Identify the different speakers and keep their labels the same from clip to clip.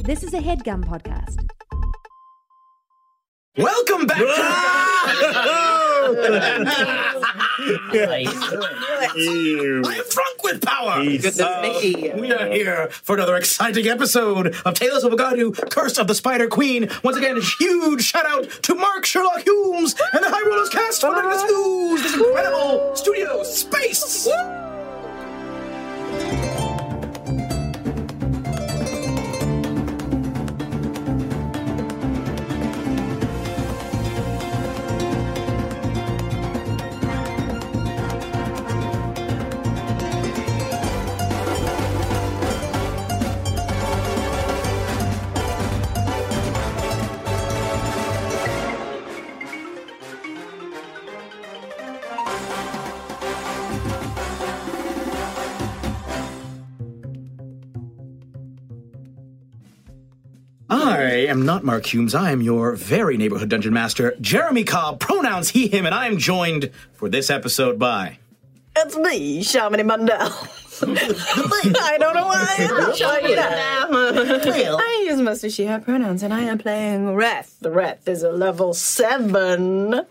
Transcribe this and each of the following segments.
Speaker 1: This is a headgum podcast.
Speaker 2: Welcome back. I'm drunk with power.
Speaker 3: Goodness
Speaker 2: Uh,
Speaker 3: me.
Speaker 2: We are here for another exciting episode of Tales of Agadu, Curse of the Spider Queen. Once again, a huge shout out to Mark Sherlock Humes and the High Rollers cast for letting us use this incredible studio space. I am not Mark Humes. I am your very neighborhood dungeon master, Jeremy Cobb, pronouns he, him, and I am joined for this episode by.
Speaker 4: It's me, Shamini Mundell. I don't know why I look like that. I use mostly she, her pronouns, and I am playing Wrath. The Wrath is a level 7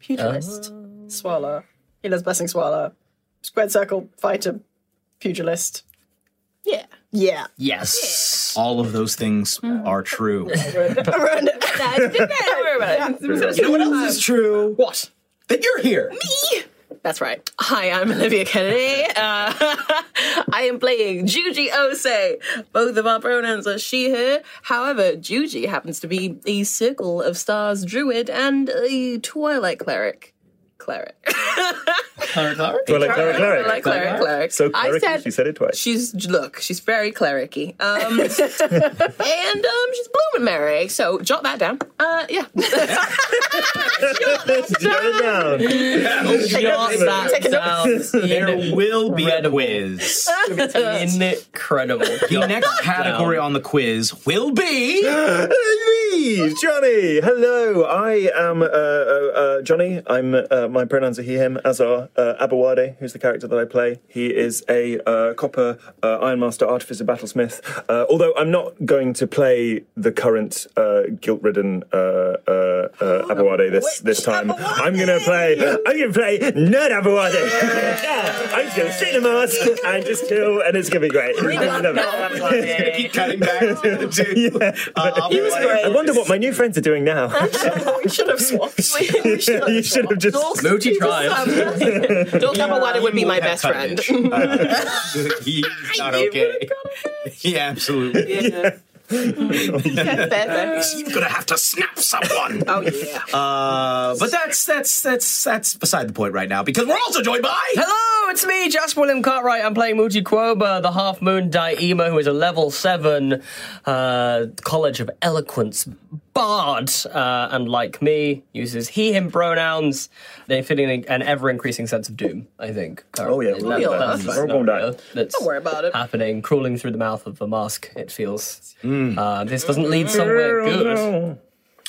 Speaker 4: pugilist. Swallow. Healer's Blessing Swallow. Squared Circle Fighter Pugilist. Yeah. Yeah.
Speaker 3: Yes.
Speaker 2: All of those things are true.
Speaker 4: Around it.
Speaker 2: you know what else is true? What? That you're here.
Speaker 5: That's right. Hi, I'm Olivia Kennedy. Uh, I am playing Juji Ose. Both of our pronouns are she, her. However, Juji happens to be a Circle of Stars druid and a Twilight cleric. Cleric.
Speaker 6: Twilight Cleric, Cleric.
Speaker 5: Twilight cleric, cleric.
Speaker 6: So
Speaker 5: I
Speaker 6: cleric, she said it twice.
Speaker 5: She's look, she's very clericy, um, and um, she's blooming Mary. So jot that down. Uh, yeah,
Speaker 6: Jot it down.
Speaker 3: Jot that down.
Speaker 2: There will be a
Speaker 3: Incredible.
Speaker 2: quiz.
Speaker 3: Incredible.
Speaker 2: The next category on the quiz will be.
Speaker 6: Hey, Johnny. Hello. I am uh, uh, uh, Johnny. I'm. Uh, my pronouns are he, him. As are uh, Abawade, who's the character that I play. He is a uh, copper uh, Iron Master Artificer Battlesmith. Uh, although I'm not going to play the current uh, guilt-ridden uh, uh, uh, Abawade this this time. I'm going to play. I'm going to play Nerd Abawade. yeah. I'm just going to sit in the mask and just chill, and it's going to be great. Love it.
Speaker 2: Keep cutting back to the dude. Uh,
Speaker 6: I wonder what my new friends are doing now.
Speaker 5: we should have swapped.
Speaker 6: you should have just.
Speaker 3: Multi tribe.
Speaker 5: Dol Kabawada would be my
Speaker 2: have
Speaker 5: best friend.
Speaker 2: coverage. Uh, he's not okay. He absolutely. He's gonna have to snap someone.
Speaker 5: Oh yeah.
Speaker 2: Uh, but that's that's that's that's beside the point right now because we're also joined by.
Speaker 3: Hello, it's me, Jasper William Cartwright. I'm playing Muji Quoba, the Half Moon Daima, who is a level 7 uh, College of Eloquence bard. Uh, and like me, uses he, him pronouns, They feeling an ever increasing sense of doom, I think.
Speaker 6: Oh, yeah.
Speaker 3: currently.
Speaker 6: Oh, yeah.
Speaker 3: That's the
Speaker 6: We're all gonna
Speaker 3: scenario
Speaker 6: die.
Speaker 3: that's
Speaker 5: Don't worry about it.
Speaker 3: Happening, crawling through the mouth of the mask, it feels. Uh, this doesn't lead somewhere good.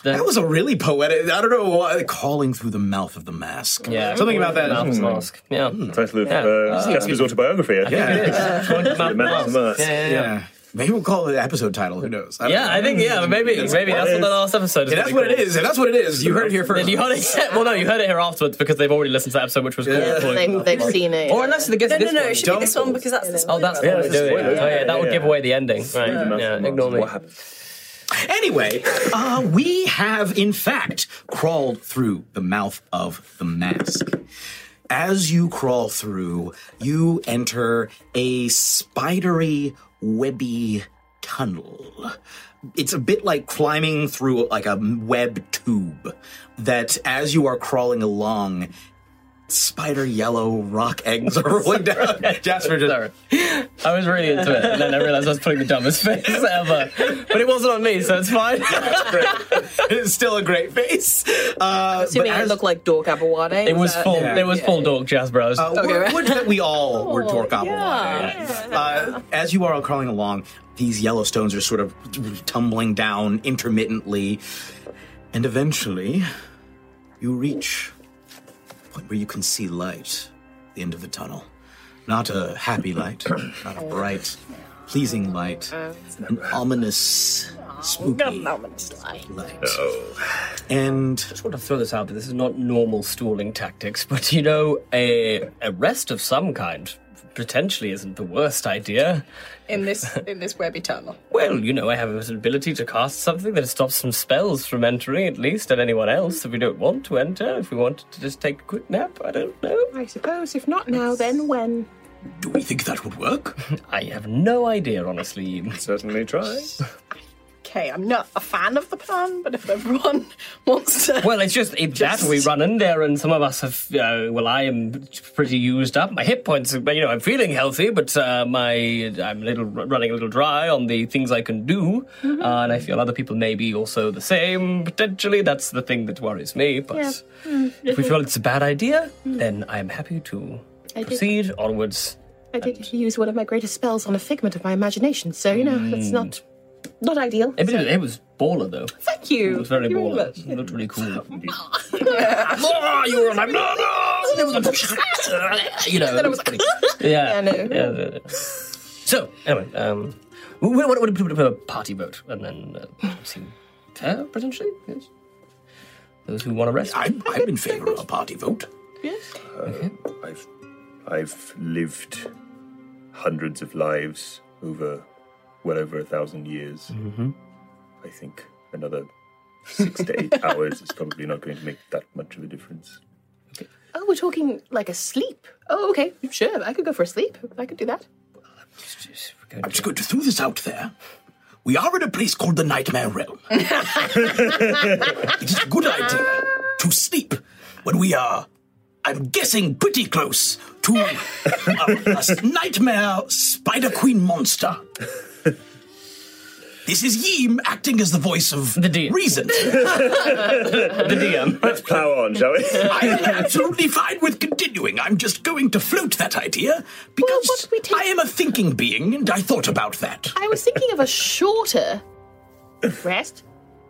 Speaker 2: That was a really poetic. I don't know why calling through the mouth of the mask.
Speaker 3: Yeah.
Speaker 2: something about that.
Speaker 3: Mouth mask. Yeah.
Speaker 6: Title of
Speaker 3: Yeah.
Speaker 6: uh,
Speaker 3: Uh,
Speaker 6: Casper's autobiography. I think.
Speaker 2: Yeah.
Speaker 3: Mouth
Speaker 6: Mouth
Speaker 3: mask.
Speaker 6: mask.
Speaker 3: Yeah, yeah, yeah.
Speaker 2: Yeah. Maybe we'll call it the episode title. Who knows? don't
Speaker 3: Yeah,
Speaker 2: know.
Speaker 3: I think yeah, maybe maybe that's what the last episode is.
Speaker 2: And that's
Speaker 3: gonna
Speaker 2: what
Speaker 3: be
Speaker 2: it
Speaker 3: called.
Speaker 2: is. And that's what it is. You heard it here first.
Speaker 3: You heard it. Well, no, you heard it here afterwards because they've already listened to that episode, which was called.
Speaker 2: Yeah.
Speaker 5: They, they've seen it.
Speaker 3: Or unless they get
Speaker 4: No,
Speaker 3: this
Speaker 4: no, no,
Speaker 3: one.
Speaker 4: it should be this
Speaker 2: Don't-
Speaker 4: one because that's the
Speaker 3: Oh, that's the
Speaker 4: spoiler.
Speaker 3: one we're doing.
Speaker 6: spoiler.
Speaker 3: Oh yeah,
Speaker 6: Yeah,
Speaker 3: that would
Speaker 6: yeah.
Speaker 3: give away the ending. Right.
Speaker 6: Mouth
Speaker 3: Yeah,
Speaker 6: mask.
Speaker 3: ignore me.
Speaker 6: What happened?
Speaker 2: Anyway, uh, we have in fact crawled through the mouth of the mask. As you crawl through, you enter a spidery, webby tunnel. It's a bit like climbing through like a web tube that as you are crawling along spider yellow rock eggs are rolling down. Jasper just.
Speaker 3: Sorry. I was really into it, and then I realised I was putting the dumbest face ever. But it wasn't on me, so it's fine.
Speaker 2: it's still a great face. Uh,
Speaker 5: Assuming I look like Dork Abawade.
Speaker 3: It was full.
Speaker 2: Yeah.
Speaker 3: It was full dork jazz bros.
Speaker 2: Uh,
Speaker 5: Okay, Oh,
Speaker 2: word-
Speaker 5: right.
Speaker 2: words that we all were dork off uh, As you are all crawling along, these yellow stones are sort of tumbling down intermittently, and eventually, you reach a point where you can see light at the end of the tunnel. Not a happy light, not a bright, pleasing light, an ominous, spooky light. And
Speaker 3: just want to throw this out there. This is not normal stalling tactics, but you know, a arrest of some kind potentially isn't the worst idea.
Speaker 4: in this in this webby tunnel.
Speaker 3: Well, you know, I have an ability to cast something that stops some spells from entering, at least, and anyone else if we don't want to enter. If we wanted to just take a quick nap, I don't know.
Speaker 4: I suppose if not now, then when?
Speaker 2: do we think that would work?
Speaker 3: I have no idea, honestly.
Speaker 6: Certainly try.
Speaker 4: Okay, I'm not a fan of the plan, but if everyone wants to,
Speaker 3: Well, it's just, it, that we run in there, and some of us have. Uh, well, I am pretty used up. My hit points, are- you know, I'm feeling healthy, but uh, my I'm a little running a little dry on the things I can do, uh, and I feel other people may be also the same. Potentially, that's the thing that worries me. But if we feel it's a bad idea, then I am happy to proceed onwards.
Speaker 4: I did use one of my greatest spells on a figment of my imagination, so you know that's not not ideal.
Speaker 3: Hmm. It, was- it was baller though. It
Speaker 4: Thank you.
Speaker 3: was very
Speaker 4: Thank you very
Speaker 3: baller.
Speaker 4: much.
Speaker 3: It looked really cool. Ah, you were on my blah, blah. There was a you know.
Speaker 4: Then I was like,
Speaker 3: Yeah.
Speaker 4: Yeah, I know.
Speaker 3: yeah, yeah. So anyway, um, we we want to put a party vote and then uh, seem fair potentially. Yes. Those who want to rest.
Speaker 2: I'm, I'm in favor of a party vote.
Speaker 6: I've I've lived hundreds of lives over well over a thousand years. Mm-hmm. I think another six to eight hours is probably not going to make that much of a difference.
Speaker 4: oh, we're talking like a sleep. Oh, okay, sure. I could go for a sleep. I could do that.
Speaker 2: I'm just going to throw this out there. We are in a place called the Nightmare Realm. it is a good idea to sleep when we are, I'm guessing, pretty close to a, a s- nightmare Spider Queen monster. This is Yeem acting as the voice of
Speaker 3: The deer.
Speaker 2: reason.
Speaker 3: the DM.
Speaker 6: Let's plow on, shall we?
Speaker 2: I am absolutely fine with continuing. I'm just going to float that idea
Speaker 4: what
Speaker 2: because
Speaker 4: we take-
Speaker 2: I am a thinking being and I thought about that.
Speaker 4: I was thinking of a shorter rest.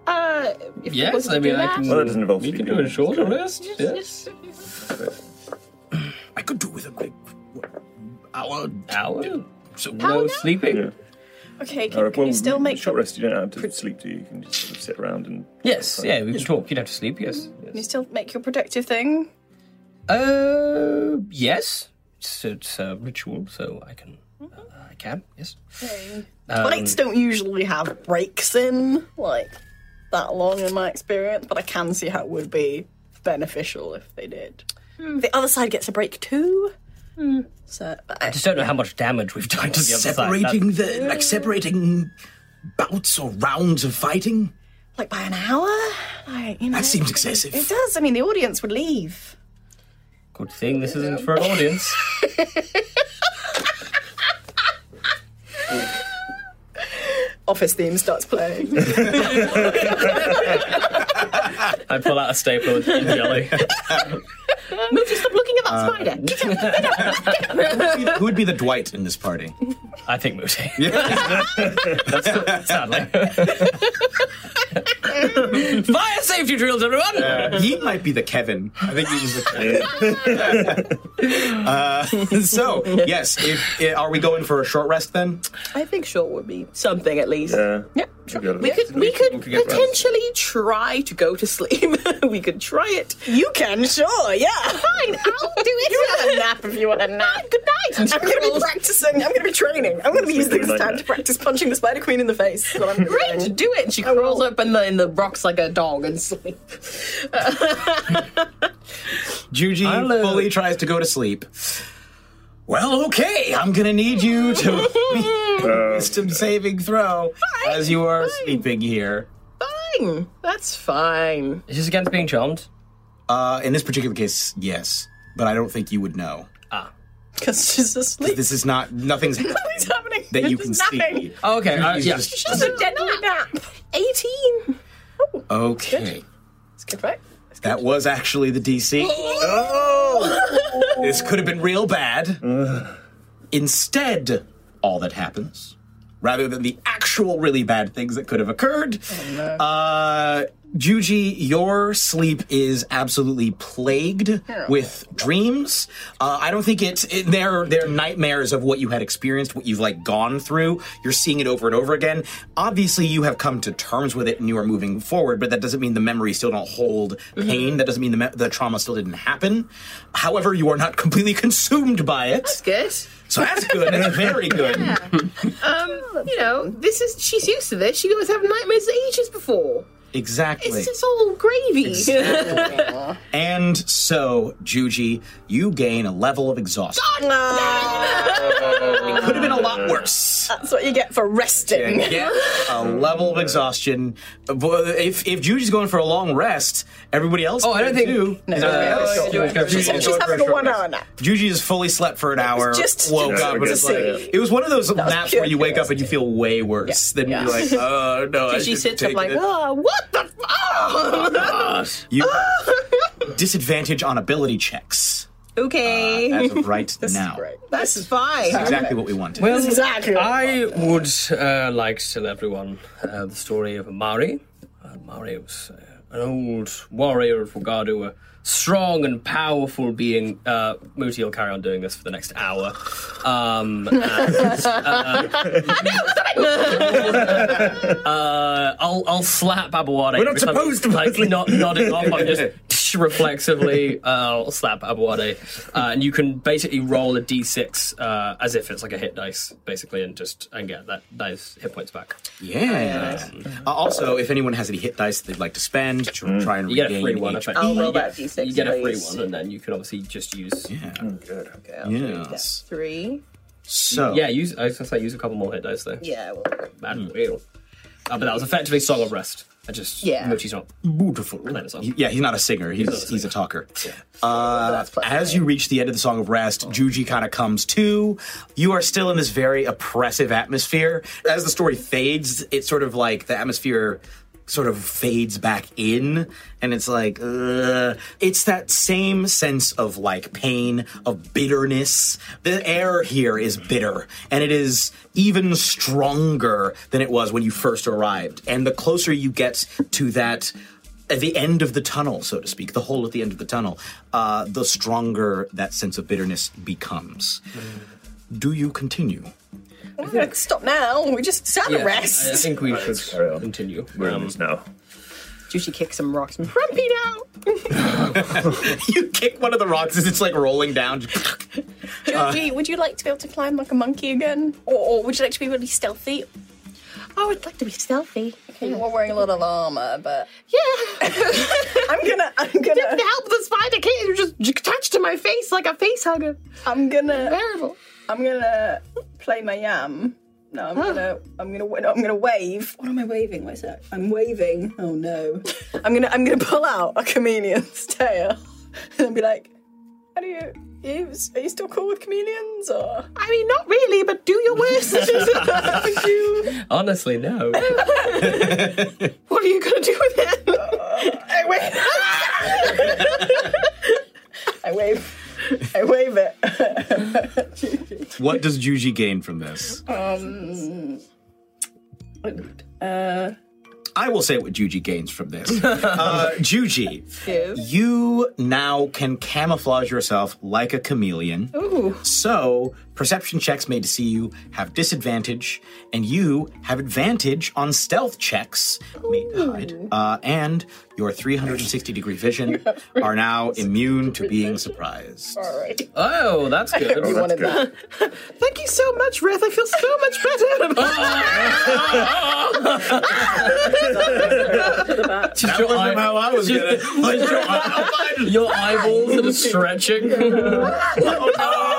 Speaker 4: Uh, if we
Speaker 3: Yes,
Speaker 4: wanted to
Speaker 3: I mean
Speaker 4: do
Speaker 3: I
Speaker 4: that.
Speaker 3: can.
Speaker 6: Well, that doesn't involve
Speaker 3: we can
Speaker 6: sleeping.
Speaker 3: do a shorter rest.
Speaker 4: Yes.
Speaker 3: Yes.
Speaker 2: I could do with a quick hour.
Speaker 3: Hour.
Speaker 2: So
Speaker 3: No sleeping.
Speaker 4: Okay, can,
Speaker 6: All right,
Speaker 4: can
Speaker 6: well,
Speaker 4: you still make
Speaker 6: short
Speaker 4: the,
Speaker 6: rest. You don't have to sleep, do you? You can just sort of sit around and
Speaker 3: Yes. Yeah. We can talk. You'd have to sleep. Yes.
Speaker 4: can you still make your productive thing?
Speaker 3: Uh. Yes. It's, it's a ritual, so I can. Uh, I can. Yes.
Speaker 4: Nights don't usually have breaks in like that long in my experience, but I can see how it would be beneficial if they did. The other side gets a break too. Hmm. So uh, but I-
Speaker 3: I just don't know how much damage we've done to the other side. That-
Speaker 2: separating the like separating bouts or rounds of fighting.
Speaker 4: like by an hour, like you know,
Speaker 2: That seems
Speaker 4: it
Speaker 2: excessive.
Speaker 4: does. I mean, the audience would leave.
Speaker 3: Good thing this isn't for an audience.
Speaker 4: Office theme starts playing.
Speaker 3: I pull out a staple and jelly.
Speaker 4: Move! Stop looking at that spider.
Speaker 2: Who would be the Dwight in this party?
Speaker 3: I think Moody. Sadly. Fire safety drills, everyone!
Speaker 2: he might be the Kevin. I think he's the Kevin. uh, so yes, if, eh, are we going for a short rest then?
Speaker 4: I think short would be something at least.
Speaker 6: yeah.
Speaker 4: Sure. We could we could potentially try to go to sleep. we could try it. You can, sure, yeah. Fine, I'll do it. You have a nap if you want a nap. Good night. I'm gonna be practicing. I'm gonna be training. I'm gonna be using this
Speaker 6: Like
Speaker 4: time
Speaker 6: that.
Speaker 4: to practice punching the spider queen in the face. That's what I'm
Speaker 5: Great,
Speaker 4: doing.
Speaker 5: do it. She crawls up in the, in the rocks like a dog and sleep.
Speaker 2: Juji fully tries to go to sleep. Well, okay, I'm gonna need you to wisdom saving throw as you are sleeping here.
Speaker 4: Fine. That's fine.
Speaker 3: Is this against being charmed?
Speaker 2: Uh, in this particular case, yes. but I don't think you would know.
Speaker 4: Because she's asleep.
Speaker 2: This is not nothing's
Speaker 4: Nothing's happening.
Speaker 2: that you
Speaker 4: There's
Speaker 2: can
Speaker 4: nothing.
Speaker 2: see.
Speaker 3: Oh, okay. Uh,
Speaker 2: He's
Speaker 3: yeah.
Speaker 2: just-
Speaker 4: Just a deadly nap.
Speaker 5: 18.
Speaker 2: okay.
Speaker 4: It's good, right?
Speaker 2: That was actually the DC. This could have been real bad. Instead, all that happens, rather than the actual really bad things that could have occurred, uh, Juji, your sleep is absolutely plagued with dreams. Uh, I don't think it's it, they're they're nightmares of what you had experienced, what you've like gone through. You're seeing it over and over again. Obviously, you have come to terms with it and you are moving forward, but that doesn't mean the memories still don't hold pain. That doesn't mean the, me- the trauma still didn't happen. However, you are not completely consumed by it.
Speaker 5: Good.
Speaker 2: So that's good. That's very good.
Speaker 5: You know, this is she's used to this. She was having nightmares ages before.
Speaker 2: Exactly.
Speaker 5: It's just all gravy.
Speaker 2: And so, Juji, you gain a level of exhaustion. it could have been a lot worse.
Speaker 4: That's what you get for resting.
Speaker 2: Get a level of exhaustion. If if Juji's going for a long rest, everybody else.
Speaker 3: Oh, I don't
Speaker 2: can too.
Speaker 3: think- No, no, no, no,
Speaker 2: She's-
Speaker 3: no.
Speaker 2: she's
Speaker 4: Having a one hour nap.
Speaker 2: Juji has fully slept for an hour.
Speaker 4: just-
Speaker 2: woke
Speaker 6: Yeah,
Speaker 2: up. And
Speaker 6: good
Speaker 2: it's like,
Speaker 6: sleep.
Speaker 2: it was one of those naps
Speaker 4: pure
Speaker 2: where you wake up and you feel way worse than you're like, oh no. I
Speaker 5: she
Speaker 2: should
Speaker 5: sits up
Speaker 2: take
Speaker 5: like,
Speaker 2: it.
Speaker 5: oh, what the? F- oh!"
Speaker 2: you disadvantage on ability checks
Speaker 5: okay,
Speaker 2: as of right now.
Speaker 5: that's fine.
Speaker 2: Exactly what we wanted.
Speaker 3: Well,
Speaker 4: Exactly.
Speaker 3: I would uh, like to tell everyone uh, the story of Mari. Uh, Mari was uh, an old warrior of Wagadu, a strong and powerful being. Uh, Muti will carry on doing this for the next hour. Um, and, uh, uh, I'll, I'll slap Abawade. We're
Speaker 6: not supposed to,
Speaker 3: Like,
Speaker 6: Wesley.
Speaker 3: not nodding off. I'm just reflexively uh, slap Abuade. Uh, and you can basically roll a d6 uh, as if it's like a hit dice, basically, and just and get that those hit points back.
Speaker 2: Yeah. Uh, also, if anyone has any hit dice they'd like to spend, to try and
Speaker 3: Mm. You get
Speaker 2: regain
Speaker 3: a free one.
Speaker 2: HP.
Speaker 3: effectively.
Speaker 4: roll
Speaker 3: You
Speaker 4: that
Speaker 3: get-
Speaker 4: D6,
Speaker 3: You get a free
Speaker 4: please.
Speaker 3: one, and then you can obviously just use. Yeah,
Speaker 2: Yes.
Speaker 4: Three.
Speaker 2: So
Speaker 3: use. I was gonna say use a couple more hit dice though.
Speaker 4: Yeah. Well,
Speaker 3: Bad wheel. Uh, but that was effectively song of rest. I just
Speaker 4: Yeah.
Speaker 3: Mochi's not.
Speaker 2: beautiful.
Speaker 3: Play the song.
Speaker 2: He- yeah, he's not a singer. He's he's a, talker. Uh, as you reach the end of the Song of Rest, Juji kind of comes to. You are still in this very oppressive atmosphere. As the story fades, it's sort of like the atmosphere sort of fades back in and it's like uh, it's that same sense of like pain of bitterness the air here is bitter and it is even stronger than it was when you first arrived and the closer you get to that at the end of the tunnel, so to speak, the hole at the end of the tunnel, uh, the stronger that sense of bitterness becomes. Do you continue?
Speaker 4: we're gonna stop now. We just sat a
Speaker 3: Yeah, I I
Speaker 4: rest.
Speaker 3: think we
Speaker 6: carry
Speaker 3: should
Speaker 6: on.
Speaker 3: continue.
Speaker 6: We're in
Speaker 3: Um,
Speaker 6: this now. Oh,
Speaker 4: Juicy kick some rocks and grumpy now.
Speaker 2: you kick one of the rocks as it's like rolling down.
Speaker 4: Georgie, would you like to be able to climb like a monkey again? Or, or would you like to be really stealthy?
Speaker 5: Oh, I would like to be stealthy.
Speaker 4: Okay, You're wearing a lot of armor, but
Speaker 5: Yeah,
Speaker 4: I'm gonna, I'm gonna,
Speaker 5: to help the spider kid who just attached to my face like a face hugger.
Speaker 4: I'm gonna,
Speaker 5: Terrible.
Speaker 4: I'm gonna play my yam. No, I'm gonna, I'm gonna, wa- no, I'm gonna wave. What am I waving? What's that? I'm waving. Oh no. I'm gonna, I'm gonna pull out a chameleon's tail and be like, "How do you? you are you still cool with chameleons or?"
Speaker 5: I mean, not really, but do your worst.
Speaker 3: Honestly, no.
Speaker 5: what are you gonna do with it?
Speaker 4: I wave. I wave. I wave it.
Speaker 2: What does Juji gain from this?
Speaker 4: Uh,
Speaker 2: I will say what Juji gains from this. Uh, Juji, you now can camouflage yourself like a chameleon. So, perception checks made to see you have disadvantage, and you have advantage on stealth checks made to hide. Uh, and your 360 degree vision are now immune to being surprised.
Speaker 3: oh, that's good.
Speaker 4: You wanted that.
Speaker 5: Thank you so much, Reth. I feel so much better.
Speaker 3: Just your eye-
Speaker 2: I was gonna.
Speaker 3: Your eyeballs are stretching.
Speaker 2: oh, no.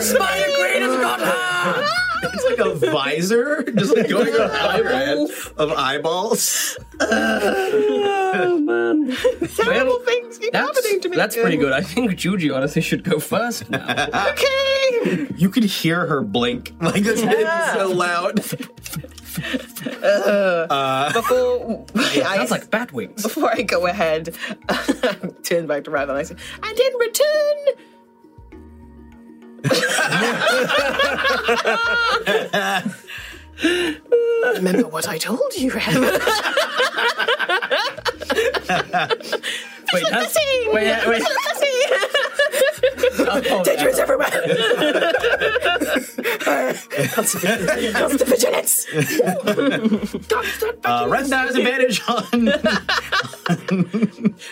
Speaker 3: Spider Green is gone!
Speaker 2: on her! It's like a visor just like going on eyeball of eyeballs.
Speaker 4: Terrible things keep happening to me.
Speaker 3: that's pretty good. I think Juji honestly should go first now.
Speaker 4: Okay.
Speaker 2: You could hear her blink. Like it's it's so loud.
Speaker 4: Before, I,
Speaker 3: Sounds like bat wings.
Speaker 4: before I go ahead,
Speaker 5: um,
Speaker 4: turn back to Raven and I say, and in return, remember what I told you, Raven.
Speaker 3: Wait, that's,
Speaker 4: Blessing!
Speaker 3: wait, wait. Oh,
Speaker 4: Dangerous everywhere.
Speaker 2: Uh,
Speaker 4: Constant vigilance. Constant
Speaker 2: Uh,
Speaker 4: vigilance.
Speaker 2: Renda has advantage on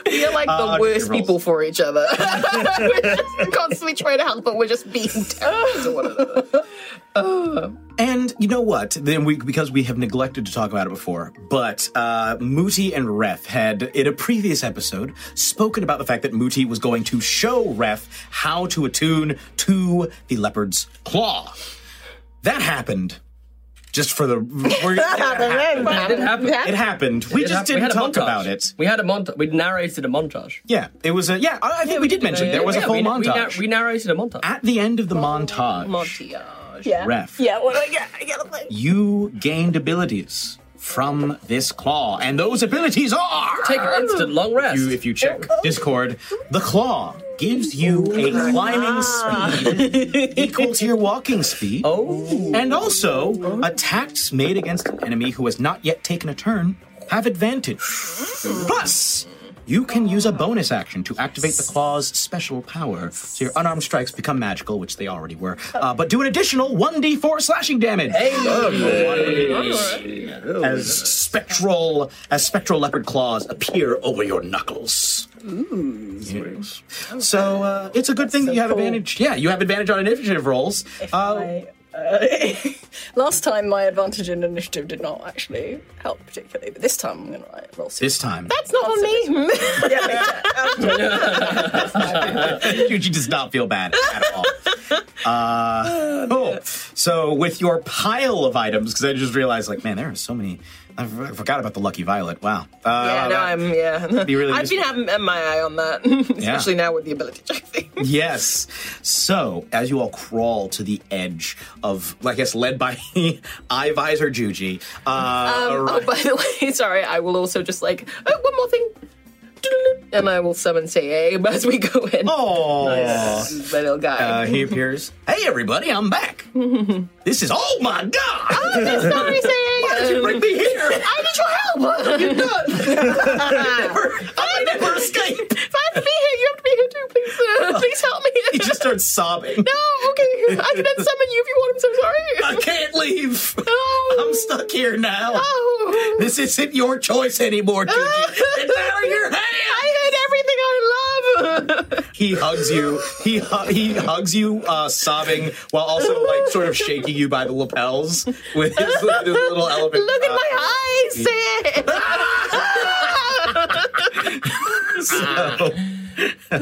Speaker 4: We're like the
Speaker 2: Uh,
Speaker 4: worst
Speaker 2: rolls.
Speaker 4: people for each other. we're just constantly trying to help, but we're just being terrible to one another.
Speaker 2: And you know what? Then we because we have neglected to talk about it before, but uh, Muti and Ref had in a previous episode spoken about the fact that Muti was going to show Ref how to attune to the leopard's claw. That happened. Just for the we're- it happened.
Speaker 3: that did happen.
Speaker 2: It happened. We
Speaker 3: It
Speaker 2: just
Speaker 3: hap- we
Speaker 2: didn't
Speaker 3: had a
Speaker 2: talk
Speaker 3: montage.
Speaker 2: about it.
Speaker 3: We had a montage. We narrated a montage.
Speaker 2: Yeah, it was a yeah. I, I think we did mention there was a
Speaker 3: Yeah,
Speaker 2: full
Speaker 3: we, We, nar-
Speaker 2: montage
Speaker 3: we narrated a montage.
Speaker 2: at the end of the montage.
Speaker 5: Montage.
Speaker 4: Yeah.
Speaker 2: Ref.
Speaker 4: Yeah, what do I get? I get a thing.
Speaker 2: you gained abilities from this claw, and those abilities are.
Speaker 3: Take an instant long rest.
Speaker 2: you, if you check Discord, the claw gives you a climbing speed equal to your walking speed.
Speaker 3: oh,
Speaker 2: And also, attacks made against an enemy who has not yet taken a turn have advantage. Plus, you can use a bonus action to activate the claw's special power, so your unarmed strikes become magical, which they already were, uh, but do an additional 1d4 slashing damage. As spectral, as spectral leopard claws appear over your knuckles. Yes. So uh, it's a good thing that you have advantage. Yeah, you have advantage on initiative rolls. Uh,
Speaker 4: Last time, my advantage in initiative did not actually help particularly, but this time I'm going to roll six.
Speaker 2: this time.
Speaker 4: That's not on me.
Speaker 2: Yuji does not feel bad at all. Uh, cool. So with your pile of items, because I just realized, like, man, there are so many. I f- I forgot about the Lucky Violet. Wow. Uh,
Speaker 5: Yeah, no, I'm, yeah.
Speaker 2: be really
Speaker 5: I've been
Speaker 2: useful.
Speaker 5: having uh, my eye on that, especially now with the ability check thing.
Speaker 2: Yes. So as you all crawl to the edge of, I guess, led by Eye Visor Juji. Uh,
Speaker 5: Oh, by the way, sorry, I will also just like, oh, one more thing. And I will summon Say Abe as we go in.
Speaker 2: oh.
Speaker 5: This is my little guy.
Speaker 2: Uh, he appears. Hey, everybody! I'm back. this is oh my god!
Speaker 5: sorry, Say
Speaker 2: Why did you bring me here?
Speaker 5: I need your help! You're
Speaker 2: I never escape.
Speaker 5: If I have to be here, you have to be here too. Please, uh, please help me.
Speaker 2: He just starts sobbing.
Speaker 5: No, okay. I can then summon you if you want. I'm so
Speaker 2: I
Speaker 5: sorry.
Speaker 2: can't leave.
Speaker 5: No.
Speaker 2: I'm stuck here now.
Speaker 5: No.
Speaker 2: This isn't your choice anymore, Juju. it's out of your hand.
Speaker 5: I heard everything I love.
Speaker 2: He hugs you. He hu- he hugs you, uh, sobbing while also like sort of shaking you by the lapels with his, with his little elephant.
Speaker 5: Look at
Speaker 2: uh,
Speaker 5: my eyes. Say Abe.
Speaker 2: So, uh,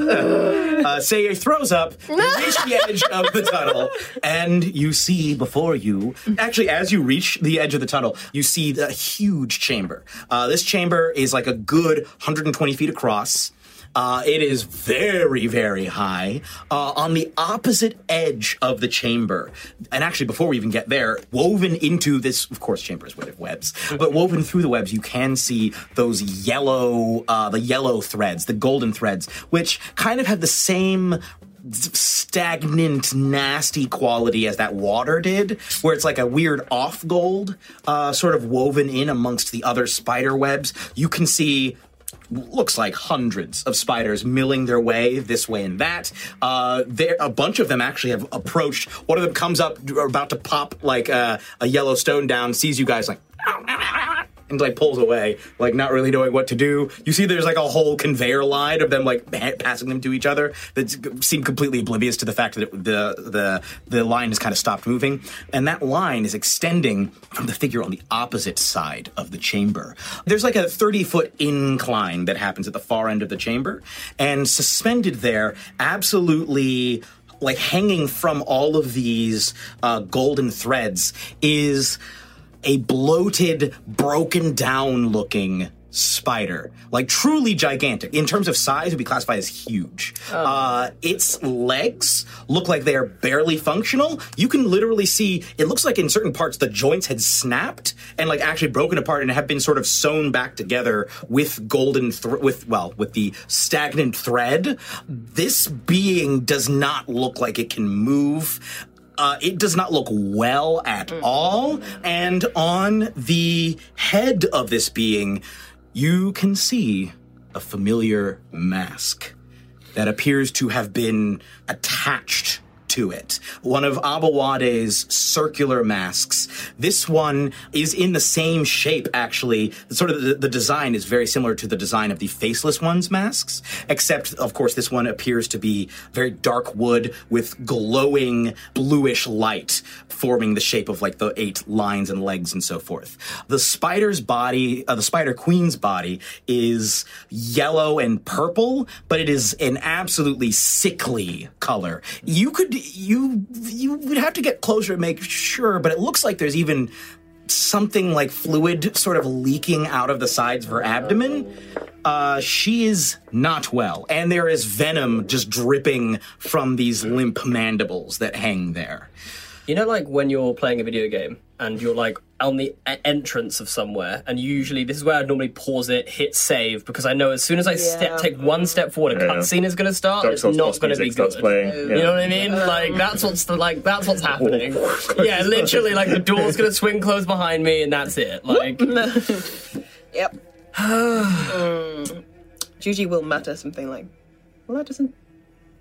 Speaker 2: Seiya throws up, you reach the edge of the tunnel, and you see before you. Actually, as you reach the edge of the tunnel, you see the huge chamber. Uh, this chamber is like a good 120 feet across. Uh, it is very, very high. Uh, on the opposite edge of the chamber, and actually, before we even get there, woven into this, of course, chamber is made of webs, but woven through the webs, you can see those yellow, uh, the yellow threads, the golden threads, which kind of have the same stagnant, nasty quality as that water did, where it's like a weird off gold, uh, sort of woven in amongst the other spider webs. You can see looks like hundreds of spiders milling their way this way and that. Uh, there, a bunch of them actually have approached. One of them comes up, about to pop like uh, a yellow stone down, sees you guys like. And like pulls away, like not really knowing what to do. You see, there's like a whole conveyor line of them like pa- passing them to each other that s- seem completely oblivious to the fact that it, the the the line has kind of stopped moving, and that line is extending from the figure on the opposite side of the chamber. There's like a 30 foot incline that happens at the far end of the chamber, and suspended there, absolutely like hanging from all of these uh, golden threads is a bloated, broken down looking spider. Like truly gigantic. In terms of size, it would be classified as huge. Uh, its legs look like they are barely functional. You can literally see, it looks like in certain parts the joints had snapped and like actually broken apart and have been sort of sewn back together with golden, thr with, well, with the stagnant thread. This being does not look like it can move uh, it does not look well at all. And on the head of this being, you can see a familiar mask that appears to have been attached to it. One of Abawade's circular masks. This one is in the same shape, actually. Sort of the, the design is very similar to the design of the Faceless One's masks, except, of course, this one appears to be very dark wood with glowing bluish light forming the shape of like the eight lines and legs and so forth. The spider's body, uh, the spider queen's body, is yellow and purple, but it is an absolutely sickly color. You could you you would have to get closer to make sure, but it looks like there's even something like fluid sort of leaking out of the sides of her abdomen. Uh, she is not well, and there is venom just dripping from these limp mandibles that hang there.
Speaker 3: You know, like when you're playing a video game and you're like on the e- entrance of somewhere, and usually this is where I normally pause it, hit save, because I know as soon as I step, take one step forward, a cutscene is going to start.
Speaker 6: Dark
Speaker 3: it's
Speaker 6: Souls
Speaker 3: not
Speaker 6: boss
Speaker 3: going to be
Speaker 6: music starts
Speaker 3: good.
Speaker 6: playing, yeah. Oh,
Speaker 3: You know what I mean? Like that's what's the, like that's what's happening. yeah, literally, like the door's going to swing closed behind me, and that's it. Like
Speaker 5: Yep. Mm. Juji will mutter something like, "Well, that doesn't,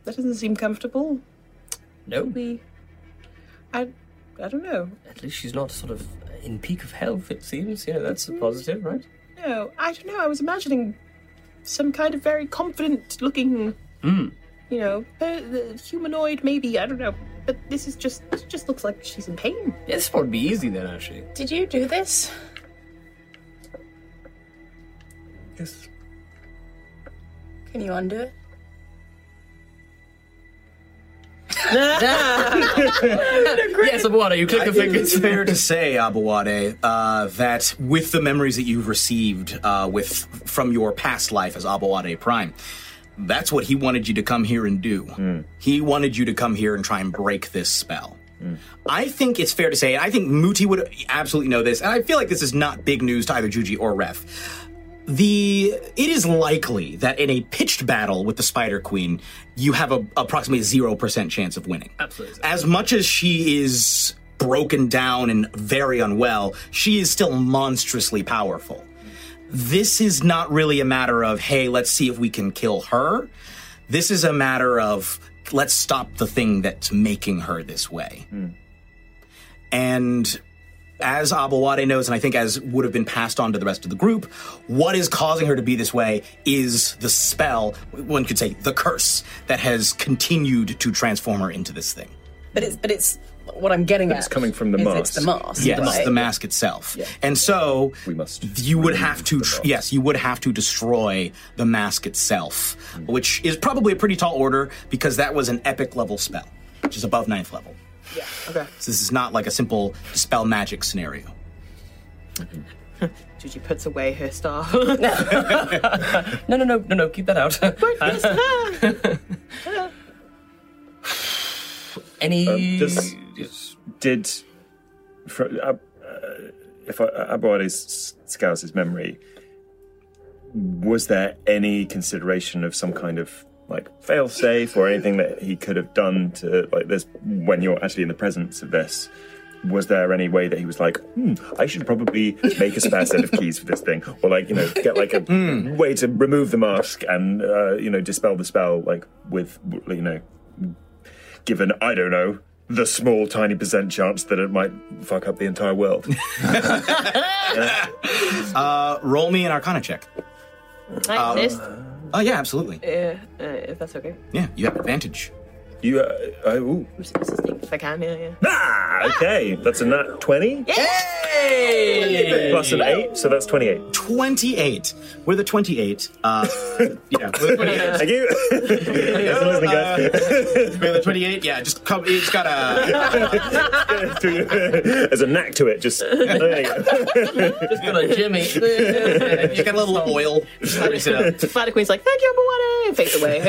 Speaker 5: that doesn't seem comfortable."
Speaker 3: no,
Speaker 5: We, I, I don't know.
Speaker 3: at least she's not sort of in peak of health. It seems. You know, that's a positive, right?
Speaker 5: No, I don't know. I was imagining some kind of very confident-looking, you know, per- the humanoid, maybe. I don't know. But this is just, it just looks like she's in pain.
Speaker 3: Yeah, this would be easy then, actually.
Speaker 4: Did you do this?
Speaker 6: Yes.
Speaker 4: Can you undo it?
Speaker 3: Yes, Abuada, you click the
Speaker 2: It's
Speaker 3: fingers.
Speaker 2: fair to say, Abawade, uh, that with the memories that you've received uh, with from your past life as Abawade Prime, that's what he wanted you to come here and do. He wanted you to come here and try and break this spell. I think it's fair to say, and I think Muti would absolutely know this, and I feel like this is not big news to either Juji or Ref. The it is likely that in a pitched battle with the Spider Queen, you have a approximately zero percent chance of winning.
Speaker 3: Absolutely.
Speaker 2: As much as she is broken down and very unwell, she is still monstrously powerful. This is not really a matter of, hey, let's see if we can kill her. This is a matter of, let's stop the thing that's making her this way. And as Abawade knows, and I think as would have been passed on to the rest of the group, what is causing her to be this way is the spell, one could say the curse, that has continued to transform her into this thing.
Speaker 7: But it's but it's what I'm getting at.
Speaker 6: it's coming from the
Speaker 7: is
Speaker 6: mask.
Speaker 7: It's the mask.
Speaker 2: Yes,
Speaker 7: right?
Speaker 2: the mask itself. And so
Speaker 6: We must
Speaker 2: you would
Speaker 6: remove
Speaker 2: have to
Speaker 6: the
Speaker 2: tr-
Speaker 6: mask.
Speaker 2: yes, you would have to destroy the mask itself,
Speaker 6: Mm-hmm.
Speaker 2: which is probably a pretty tall order because that was an epic level spell, which is above ninth level. Yeah. Okay. So this is not like a simple spell magic scenario.
Speaker 5: Juji puts away her staff.
Speaker 3: No, no, no, no, no. Keep that out. Any?
Speaker 6: Just, just did fr uh, uh, if I, Abawade s- scours his memory, was there any consideration of some kind of like failsafe or anything that he could have done to like this when you're actually in the presence of this? Was there any way that he was like, hmm, I should probably make a spare set of keys for this thing, or like you know, get like a way to remove the mask and uh, you know dispel the spell like with you know given, I don't know, the small, tiny percent chance that it might fuck up the entire world.
Speaker 2: Uh, roll me an Arcana check.
Speaker 5: I exist.
Speaker 2: Oh yeah, absolutely.
Speaker 5: Yeah, uh, if that's okay.
Speaker 2: Yeah, you have advantage.
Speaker 6: you, uh, I, ooh.
Speaker 5: If I can, yeah, yeah.
Speaker 6: Ah, okay, that's a nat 20.
Speaker 5: Yay!
Speaker 3: Hey!
Speaker 6: Plus an eight, so that's 28.
Speaker 2: 28. With a 28, uh, yeah, with a 28.
Speaker 6: Thank you. That's amazing, guys.
Speaker 2: With a 28, yeah, just come, it's got a,
Speaker 6: There's a knack to it, just. There you go.
Speaker 3: Just got a Jimmy.
Speaker 2: it's got a little oil. Just grease it up.
Speaker 5: Spider Queen's like, thank you, Abuade, and fades away.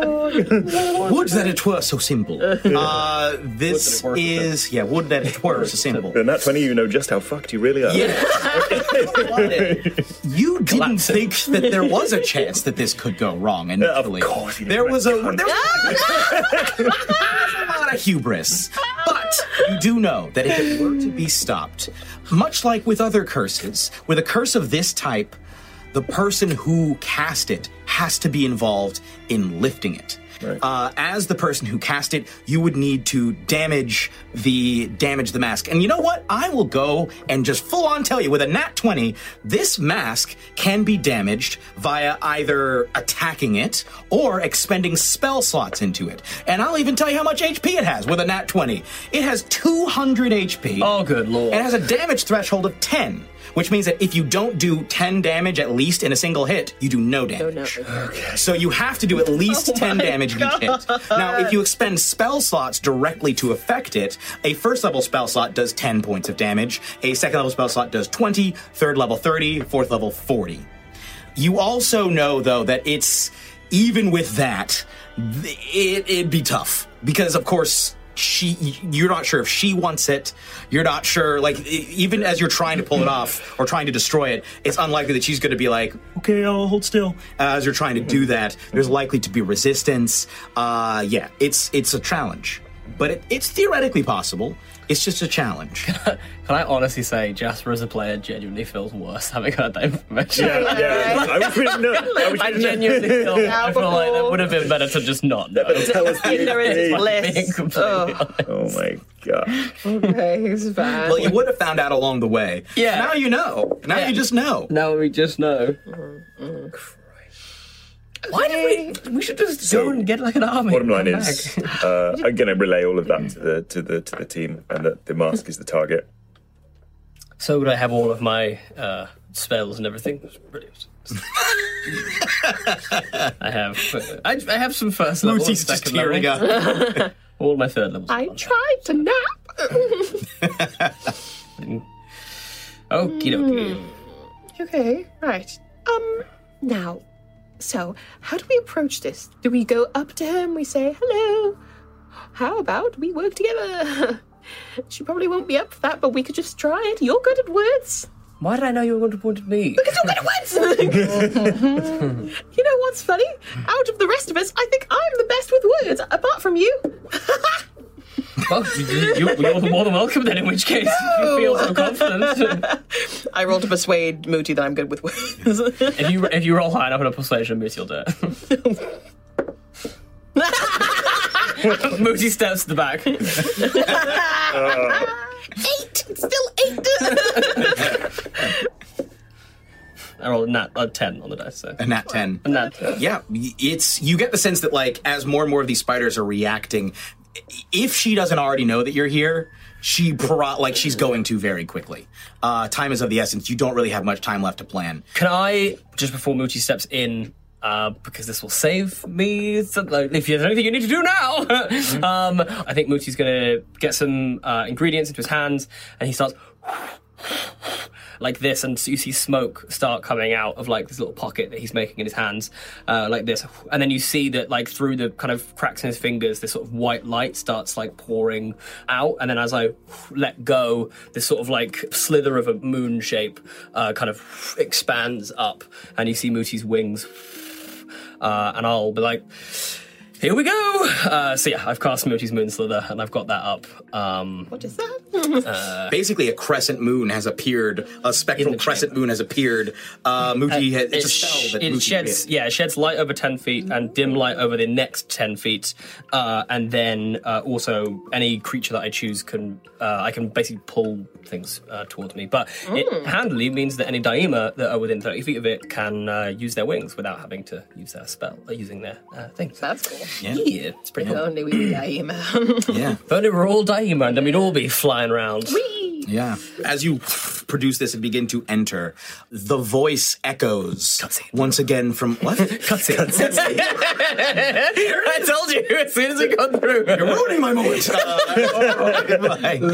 Speaker 2: Would that it were so simple. Uh, this
Speaker 3: Would that it were so
Speaker 2: is, yeah, would that it were so simple.
Speaker 6: And that 20, you know just how fucked you really are.
Speaker 2: You didn't think that there was a chance that this could go wrong initially.
Speaker 6: course you didn't,
Speaker 2: there was a
Speaker 6: cunt.
Speaker 2: there was a lot of hubris, but you do know that if it were to be stopped, much like with other curses, with a curse of this type, the person who cast it has to be involved in lifting it. Uh, as the person who cast it, you would need to damage the damage the mask. And you know what? I will go and just full on tell you with a nat twenty, this mask can be damaged via either attacking it or expending spell slots into it. And I'll even tell you how much HP it has with a nat twenty. It has two hundred HP.
Speaker 3: Oh, good lord.
Speaker 2: It has a damage threshold of 10, which means that if you don't do 10 damage at least in a single hit, you do no Oh damage. So you have to do at least 10 damage each hit. Now, if you expend spell slots directly to affect it, a first level spell slot does 10 points of damage, a second level spell slot does 20, third level 30, fourth level 40. You also know, though, that it's even with that, th- it, it'd be tough because, of course, she you're not sure if she wants it. You're not sure, like e- even as you're trying to pull it
Speaker 3: Mm-hmm.
Speaker 2: off or trying to destroy it, it's unlikely that she's going to be like, "Okay, I'll hold still." As you're trying to
Speaker 3: Mm-hmm.
Speaker 2: do that, there's likely to be resistance. Uh, yeah, it's it's a challenge, but it, it's theoretically possible. It's just a challenge.
Speaker 3: Can I honestly say, Jasper as a player genuinely feels worse having heard that information?
Speaker 6: Yeah, yeah. I was really no. I was
Speaker 3: I
Speaker 6: really no.
Speaker 3: genuinely feel, I feel like that would have been better to just not know.
Speaker 6: Tell us the
Speaker 5: Ignorance is
Speaker 6: truth.
Speaker 3: Being
Speaker 5: bliss.
Speaker 3: completely
Speaker 5: Oh,
Speaker 6: Oh my god.
Speaker 5: okay, it's bad.
Speaker 2: well, you would have found out along the way.
Speaker 3: Yeah.
Speaker 2: Now you know. Now you just know.
Speaker 3: Now we just know. Why did we? We should just go and get like an army.
Speaker 6: Bottom line
Speaker 3: Come
Speaker 6: is,
Speaker 3: back.
Speaker 6: uh, I'm going to relay all of that to the to the to the team, and that the mask is the target.
Speaker 3: so would I have all of my uh, spells and everything? That's brilliant. I have. uh, I, I have some first level. and
Speaker 2: Mooty's just
Speaker 3: second
Speaker 2: tearing
Speaker 3: level.
Speaker 2: up.
Speaker 3: All my third levels.
Speaker 5: I tried to nap.
Speaker 3: Okie
Speaker 5: Mm.
Speaker 3: dokie.
Speaker 5: Okay, right. Um, now, so how do we approach this? Do we go up to him? We say hello. How about we work together? she probably won't be up for that, but we could just try it. You're good at words.
Speaker 3: Why did I know you wanted wanted me?
Speaker 5: You're good at words. you know what's funny? Out of the rest of us, I think I'm the best with words, apart from you.
Speaker 3: Well, you, you, you're more than welcome then. In which case, if you feel so confident.
Speaker 5: I roll to persuade Moody that I'm good with words.
Speaker 3: If you if you roll high enough on a persuasion, Moody will do it. Moody steps to the back.
Speaker 5: eight. It's still eight.
Speaker 3: I rolled a, nat, a ten on the dice. So.
Speaker 2: A nat 10.
Speaker 3: A nat 10.
Speaker 2: Yeah, y- it's you get the sense that like as more and more of these spiders are reacting, i- if she doesn't already know that you're here, she pro- like she's going to very quickly. Uh, time is of the essence. You don't really have much time left to plan.
Speaker 3: Can I just before Mooty steps in? Uh, because this will save me. So, like, if there's anything you need to do now, um, I think Mooty's gonna get some uh, ingredients into his hands, and he starts like this, and so you see smoke start coming out of like this little pocket that he's making in his hands, uh, like this, and then you see that like through the kind of cracks in his fingers, this sort of white light starts like pouring out, and then as I let go, this sort of like slither of a moon shape uh, kind of expands up, and you see Mooty's wings, uh, and I'll be like. Here we go! Uh, so yeah, I've cast Mooty's Moon Slither and I've got that up. Um,
Speaker 5: What is that?
Speaker 2: Basically, a crescent moon has appeared. A spectral
Speaker 3: Uh. the
Speaker 2: crescent moon has appeared. Uh, Muji has, it's a
Speaker 3: sh-
Speaker 2: spell that
Speaker 3: it
Speaker 2: Muji
Speaker 3: sheds
Speaker 2: created.
Speaker 3: yeah it sheds light over 10 feet and dim light over the next 10 feet uh, and then uh, also any creature that i choose can uh, i can basically pull things uh, towards me but it handily means that any daima that are within 30 feet of it can uh, use their wings without having to use their spell or using their uh, thing
Speaker 5: That's cool.
Speaker 3: yeah. it's pretty cool
Speaker 5: Only we die,
Speaker 2: Yeah.
Speaker 3: if only we were all daima and then we'd all be flying around
Speaker 2: Yeah. As you produce this and begin to enter, the voice echoes once again from what? Cutscene.
Speaker 3: I told you as soon as we got through.
Speaker 2: You're ruining my moment.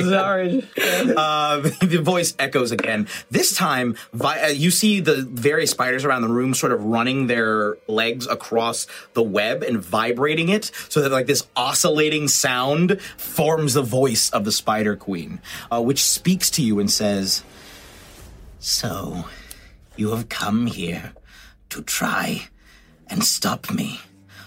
Speaker 3: Sorry.
Speaker 2: Uh, the voice echoes again. This time, vi- uh, you see the various spiders around the room sort of running their legs across the web and vibrating it so that like this oscillating sound forms the voice of the spider queen, uh, which speaks to you and says, So, you have come here to try and stop me.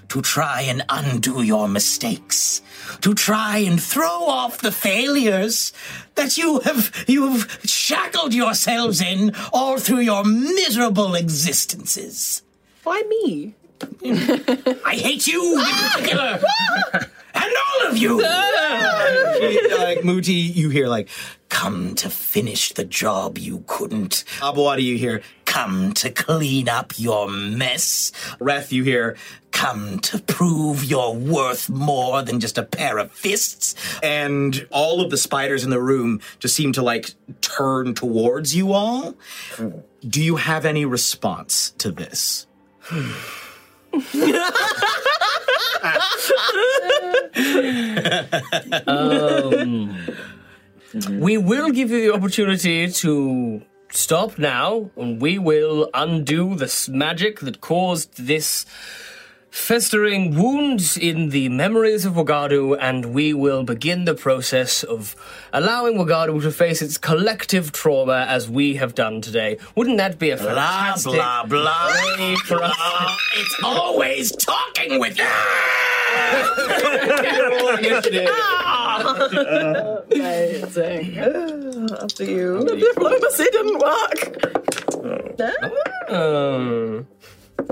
Speaker 2: To try and undo your mistakes, to try and throw off the failures that you have you have shackled yourselves in all through your miserable existences.
Speaker 5: Why me?
Speaker 2: I hate you in particular, and all of you. like Muti, you hear like, "Come to finish the job you couldn't." Abawadi, you hear, "Come to clean up your mess." Reth, you hear, "Come to prove your worth more than just a pair of fists." And all of the spiders in the room just seem to like turn towards you all. Do you have any response to this?
Speaker 3: We will give you the opportunity to stop now, and we will undo this magic that caused this festering wound in the memories of Wagadu, and we will begin the process of allowing Wagadu to face its collective trauma as we have done today. Wouldn't that be a
Speaker 2: Blah
Speaker 3: fantastic
Speaker 2: blah blah.
Speaker 3: way for us to
Speaker 2: Uh, it's always talking with you. Uh,
Speaker 3: initiative?
Speaker 4: Amazing. Oh, Up to you. Diplomacy didn't work.
Speaker 3: Um,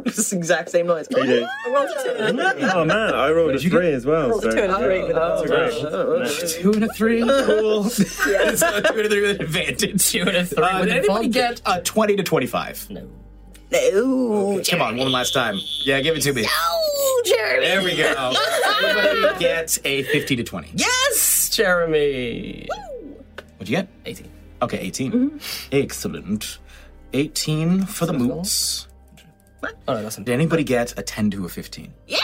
Speaker 5: It's the exact same noise.
Speaker 6: did. Oh man, I rolled a three as well. So.
Speaker 4: Two and a three.
Speaker 6: That's great.
Speaker 2: Two and a three. Cool. It's a two and a three with advantage.
Speaker 3: two and a three.
Speaker 2: Uh,
Speaker 3: with
Speaker 2: did anybody
Speaker 3: advantage.
Speaker 2: get a twenty to twenty-five? No.
Speaker 5: No,
Speaker 2: Come on, one last time. Yeah, give it to me.
Speaker 5: oh, Jeremy.
Speaker 2: There we go. Everybody gets a fifty to twenty.
Speaker 3: Yes, Jeremy.
Speaker 2: What'd you get?
Speaker 3: 18.
Speaker 2: Okay, 18 Excellent. Eighteen for the moots.
Speaker 3: Oh no, that's not
Speaker 2: Did anybody get a ten to a fifteen?
Speaker 5: Yeah,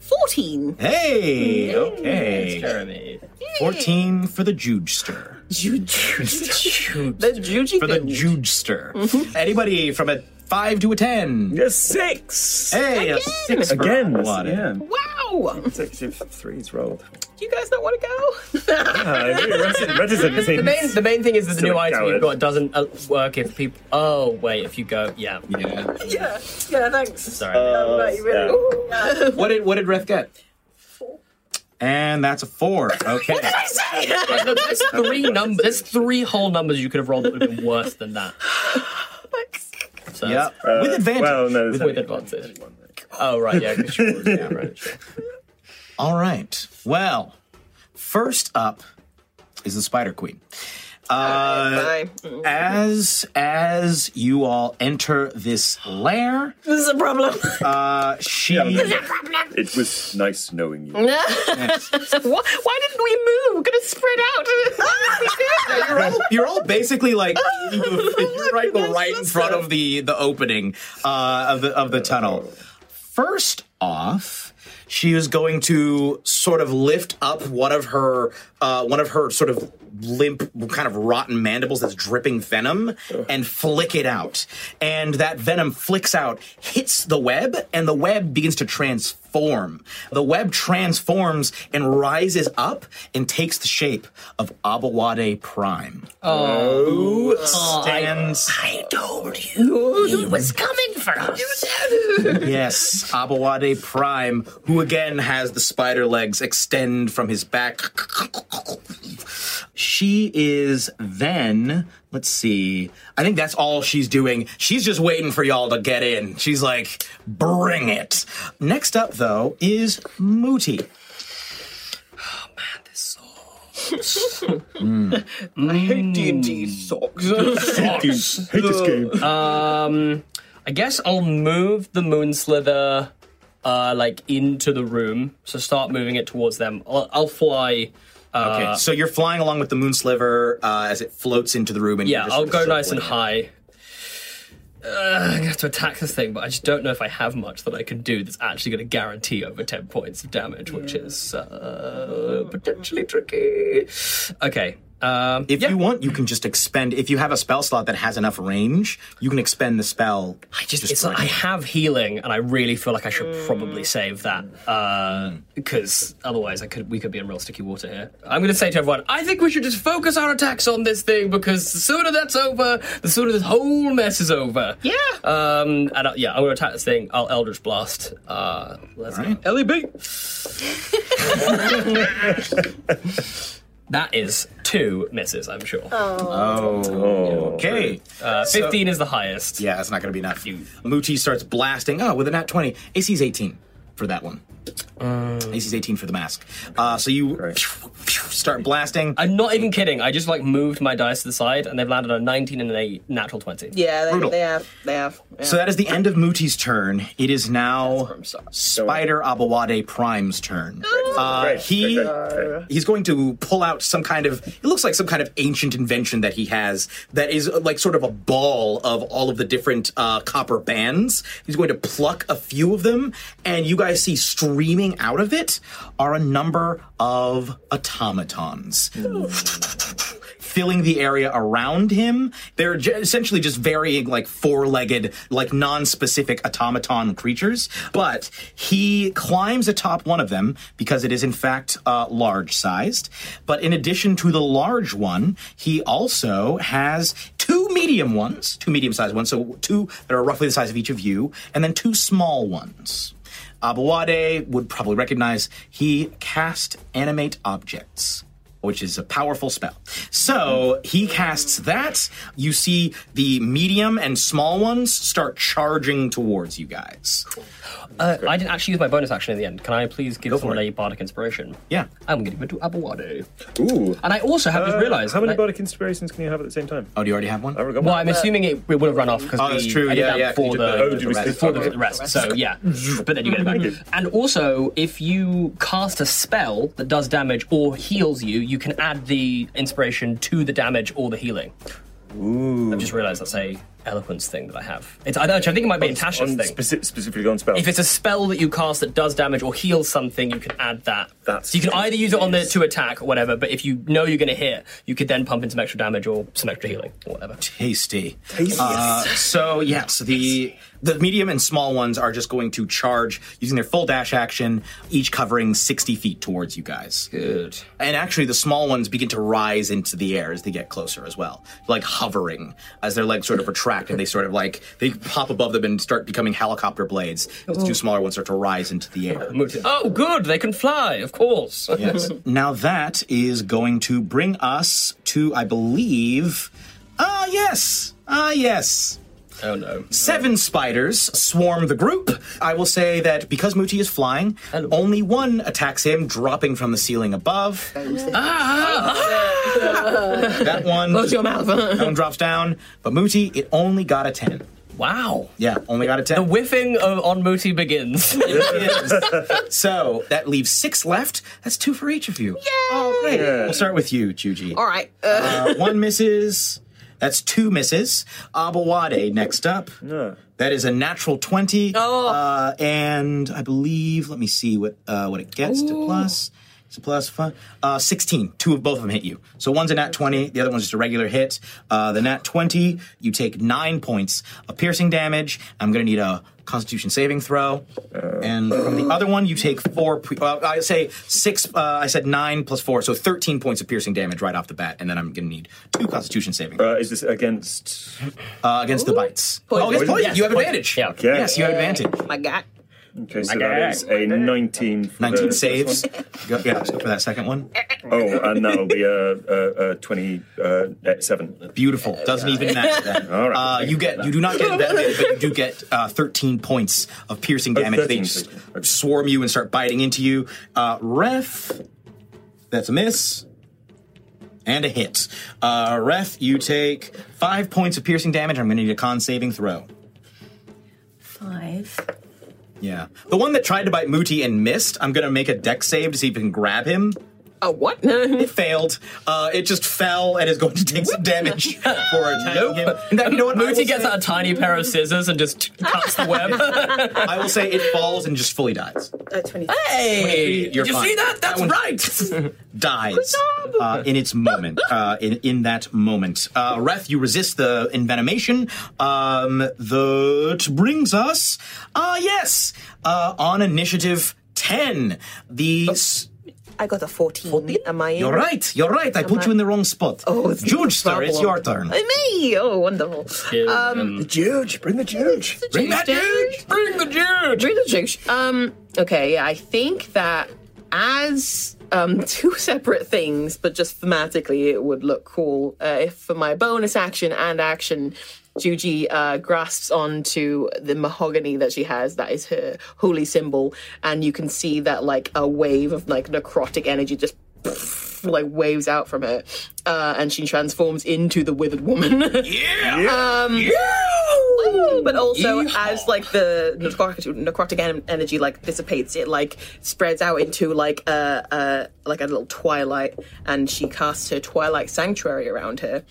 Speaker 5: fourteen.
Speaker 2: Hey. Okay.
Speaker 3: Jeremy.
Speaker 2: Fourteen for the judester.
Speaker 5: The Mm-hmm. Juji
Speaker 2: for the judester. Anybody from a five to a ten?
Speaker 6: A six.
Speaker 2: Hey, a six for
Speaker 6: Again. that's-
Speaker 2: Awada.
Speaker 6: Yeah.
Speaker 5: Wow.
Speaker 6: Consecutive threes rolled.
Speaker 5: Do you guys not want to go?
Speaker 6: Uh, really reticent, reticent
Speaker 3: The
Speaker 6: seems-
Speaker 3: main, the main thing is that the
Speaker 6: Still
Speaker 3: new
Speaker 6: a
Speaker 3: item you've
Speaker 6: coward.
Speaker 3: got doesn't uh, work if people. Oh wait, if you go, yeah.
Speaker 2: Yeah.
Speaker 4: Yeah, yeah, thanks.
Speaker 3: Sorry.
Speaker 4: Right, you really-
Speaker 6: Uh, yeah.
Speaker 4: Ooh, yeah.
Speaker 2: What did what did Ref get? And that's a four. Okay.
Speaker 3: Look, there's three numbers. There's three whole numbers you could have rolled that would have been worse than that. So
Speaker 2: yeah. With advantage.
Speaker 6: Uh, Well, no, there's
Speaker 3: that's with advantage. Oh right, yeah. 'cause you were- yeah, right, sure.
Speaker 2: All right. Well, first up is the Spider Queen. Uh, as as you all enter this lair,
Speaker 4: This is a problem.
Speaker 2: uh, she
Speaker 6: It was nice knowing you.
Speaker 5: Why, why didn't we move? We're gonna spread out.
Speaker 2: you're all, you're all basically like you're right, right in front of the the opening uh, of the of the tunnel. First off, she is going to sort of lift up one of her uh, one of her sort of limp, kind of rotten mandibles that's dripping venom, and flick it out. And that venom flicks out, hits the web, and the web begins to transform. The web transforms and rises up and takes the shape of Abawade Prime. Oh, stands. I, told you he was coming for us. yes, Abawade Prime, who again has the spider legs extend from his back. She is then, let's see, I think that's all she's doing. She's just waiting for y'all to get in. She's like, bring it. Next up, though, is Mooty.
Speaker 3: Mm.
Speaker 5: D&D socks.
Speaker 6: Hate Uh, this game.
Speaker 3: Um, I guess I'll move the moon slither, uh, like into the room. So start moving it towards them. I'll, I'll fly
Speaker 2: Okay, so you're flying along with the moon sliver uh, as it floats into the room, and
Speaker 3: Yeah,
Speaker 2: you're just
Speaker 3: I'll
Speaker 2: sort of
Speaker 3: go nice and
Speaker 2: circling it.
Speaker 3: high. Ugh, I have to attack this thing, but I just don't know if I have much that I can do that's actually going to guarantee over 10 points of damage, which is uh, potentially tricky. Okay. Um,
Speaker 2: If
Speaker 3: yeah.
Speaker 2: you want, you can just expend. If you have a spell slot that has enough range, you can expend the spell.
Speaker 3: I just, it's
Speaker 2: for
Speaker 3: like Mm. I
Speaker 2: it.
Speaker 3: have healing, and I really feel like I should probably save that Mm. because otherwise, I could we could be in real sticky water here. I'm going to say to everyone, I think we should just focus our attacks on this thing because the sooner that's over, the sooner this whole mess is over. Yeah. Um. And I, yeah, I'm going to attack this thing. I'll Eldritch Blast. Uh. Let's go. Leb. that is two misses, I'm sure.
Speaker 2: Oh, okay.
Speaker 3: uh, Fifteen is the highest.
Speaker 2: Yeah, it's not going to be enough. Muti starts blasting. Oh, with a nat 20. AC's 18 for that one. AC's 18 for the mask. Uh, so you start blasting.
Speaker 3: I'm not even kidding. I just like moved my dice to the side, and they've landed a 19 and a natural 20.
Speaker 5: Yeah, they,
Speaker 2: Brutal.
Speaker 5: they have. They have. Yeah.
Speaker 2: So that is the end of Muti's turn. It is now
Speaker 5: I'm sorry.
Speaker 2: Spider Abawade Prime's turn. Uh,
Speaker 6: Great,
Speaker 2: he
Speaker 6: great, great, great.
Speaker 2: he's going to pull out some kind of it looks like some kind of ancient invention that he has that is uh, like sort of a ball of all of the different uh, copper bands. He's going to pluck a few of them, and you guys see streaming out of it are a number of automatons filling the area around him. They're j- essentially just varying, like four-legged, like non-specific automaton creatures. But he climbs atop one of them because it is in fact uh, large-sized. But in addition to the large one, he also has two medium ones, two medium-sized ones, so two that are roughly the size of each of you, and then two small ones. Abawade Uh, would probably recognize he cast animate objects which is a powerful spell. So he casts that. You see the medium and small ones start charging towards you guys.
Speaker 3: Uh, I didn't actually use my bonus action in the end. Can I please give someone
Speaker 2: it.
Speaker 3: a bardic inspiration?
Speaker 2: Yeah.
Speaker 3: I'm going to give it to Abawadu.
Speaker 6: Ooh.
Speaker 3: And I also have just realized.
Speaker 6: Uh, How many
Speaker 3: that-
Speaker 6: bardic inspirations can you have at the same time?
Speaker 2: Oh, do you already have one?
Speaker 6: I haven't got
Speaker 3: well,
Speaker 6: one.
Speaker 3: I'm assuming it, it would have run off because
Speaker 2: Oh, that's true.
Speaker 3: I did
Speaker 2: Yeah,
Speaker 3: that
Speaker 2: yeah,
Speaker 3: before
Speaker 2: you did
Speaker 3: the,
Speaker 2: that.
Speaker 6: Oh, did we
Speaker 3: before
Speaker 6: skip
Speaker 3: the,
Speaker 6: that? Okay.
Speaker 3: rest. So yeah, but then you get it back. And also, if you cast a spell that does damage or heals you, you can add the inspiration to the damage or the healing. I've just realised that's a eloquence thing that I have. It's I, don't- I think it might be in Tasha's
Speaker 6: on
Speaker 3: thing.
Speaker 6: speci- specifically on spells.
Speaker 3: If it's a spell that you cast that does damage or heals something, you can add that.
Speaker 6: That's
Speaker 3: so you can either use it on the
Speaker 6: genius.
Speaker 3: to attack or whatever, but if you know you're going to hit, you could then pump in some extra damage or some extra healing or whatever.
Speaker 2: Tasty. Tasty. Uh, so yeah, so the the medium and small ones are just going to charge using their full dash action, each covering sixty feet towards you guys.
Speaker 3: Good.
Speaker 2: And actually, the small ones begin to rise into the air as they get closer as well, like hovering as their legs sort of retract and they sort of like they pop above them and start becoming helicopter blades. As the two smaller ones start to rise into the air.
Speaker 3: Oh, good. They can fly, of course.
Speaker 2: Yes. now that is going to bring us to, I believe, ah yes, ah yes.
Speaker 3: oh no.
Speaker 2: Seven spiders swarm the group. I will say that because Muti is flying,
Speaker 3: Hello.
Speaker 2: only one attacks him, dropping from the ceiling above. that one,
Speaker 5: Ah! Close your mouth.
Speaker 2: that one drops down. But Muti, it only got a 10.
Speaker 3: Wow.
Speaker 2: Yeah, only got a 10.
Speaker 3: The whiffing of, on Muti begins.
Speaker 2: It is. so that leaves six left. That's two for each of you. Oh, great. We'll start with you, Juji.
Speaker 5: All right. Uh,
Speaker 2: Uh, one misses. That's two misses. Abawade next up.
Speaker 6: Ah.
Speaker 2: That is a natural 20. Oh. Uh, and I believe, let me see what uh, what it gets to plus. It's a plus five. Uh, 16. Two of both of them hit you. So one's a nat 20, the other one's just a regular hit. Uh, the nat 20, you take nine points of piercing damage. I'm going to need a constitution saving throw. and from the other one, you take four. Pre- uh, I say six, uh, I said nine plus four, so 13 points of piercing damage right off the bat. And then I'm going to need two constitution saving
Speaker 6: uh, is this against?
Speaker 2: uh, against the bites. Oh, against poison.
Speaker 3: Yes,
Speaker 2: You have
Speaker 3: poison.
Speaker 2: advantage.
Speaker 3: Yeah.
Speaker 6: Okay.
Speaker 2: Yes, you have advantage.
Speaker 5: my God.
Speaker 6: Okay, so that is a 19. for the
Speaker 2: 19
Speaker 6: first
Speaker 2: saves.
Speaker 6: one.
Speaker 2: Go, yeah, let's go for that second one.
Speaker 6: Oh, and that'll be a, a, a 27.
Speaker 2: Beautiful. Doesn't even match that.
Speaker 6: All right.
Speaker 2: Uh, you get, you do not get that, bit, but you do get uh, 13 points of piercing damage. they
Speaker 6: 13,
Speaker 2: just
Speaker 6: 13, Oh, okay.
Speaker 2: swarm you and start biting into you. Uh, ref, that's a miss. And a hit. Uh, ref, you take five points of piercing damage. I'm going to need a con saving throw.
Speaker 4: Five.
Speaker 2: Yeah. The one that tried to bite Muti and missed, I'm going to make a deck save to see if you can grab him.
Speaker 5: Oh, what? No.
Speaker 2: It failed. Uh, it just fell and is going to take some damage for attacking him. In fact, you know what? I will
Speaker 3: Mooty gets
Speaker 2: say-
Speaker 3: out a tiny pair of scissors and just cuts the web.
Speaker 2: I will say it falls and just fully dies.
Speaker 3: hey,
Speaker 2: You're
Speaker 3: you
Speaker 2: fine.
Speaker 3: see that?
Speaker 2: That
Speaker 3: That's
Speaker 2: one-
Speaker 3: right.
Speaker 2: dies uh, in its moment. Uh, in in that moment, uh, Reth, you resist the envenomation. Um, that brings us, ah, yes, uh, on initiative ten. The s-
Speaker 4: I got a 14. Am I in?
Speaker 2: you're right, you're right. I put you in the wrong spot. Oh,
Speaker 4: it's
Speaker 2: Juge, sir, it's
Speaker 4: problem.
Speaker 2: your turn.
Speaker 4: Me! Oh, wonderful.
Speaker 6: The Juge, bring the Juge.
Speaker 2: Bring that Juge.
Speaker 3: Bring the judge.
Speaker 5: Read the juice. Um, okay, yeah, I think that as um, two separate things, but just thematically, it would look cool uh, if for my bonus action and action, Juji uh, grasps onto the mahogany that she has, that is her holy symbol, and you can see that like a wave of like necrotic energy just like waves out from her, uh, and she transforms into the withered woman. Woo! But also, as like the necrotic, necrotic en- energy like dissipates, it like spreads out into like a, a like a little twilight, and she casts her twilight sanctuary around her.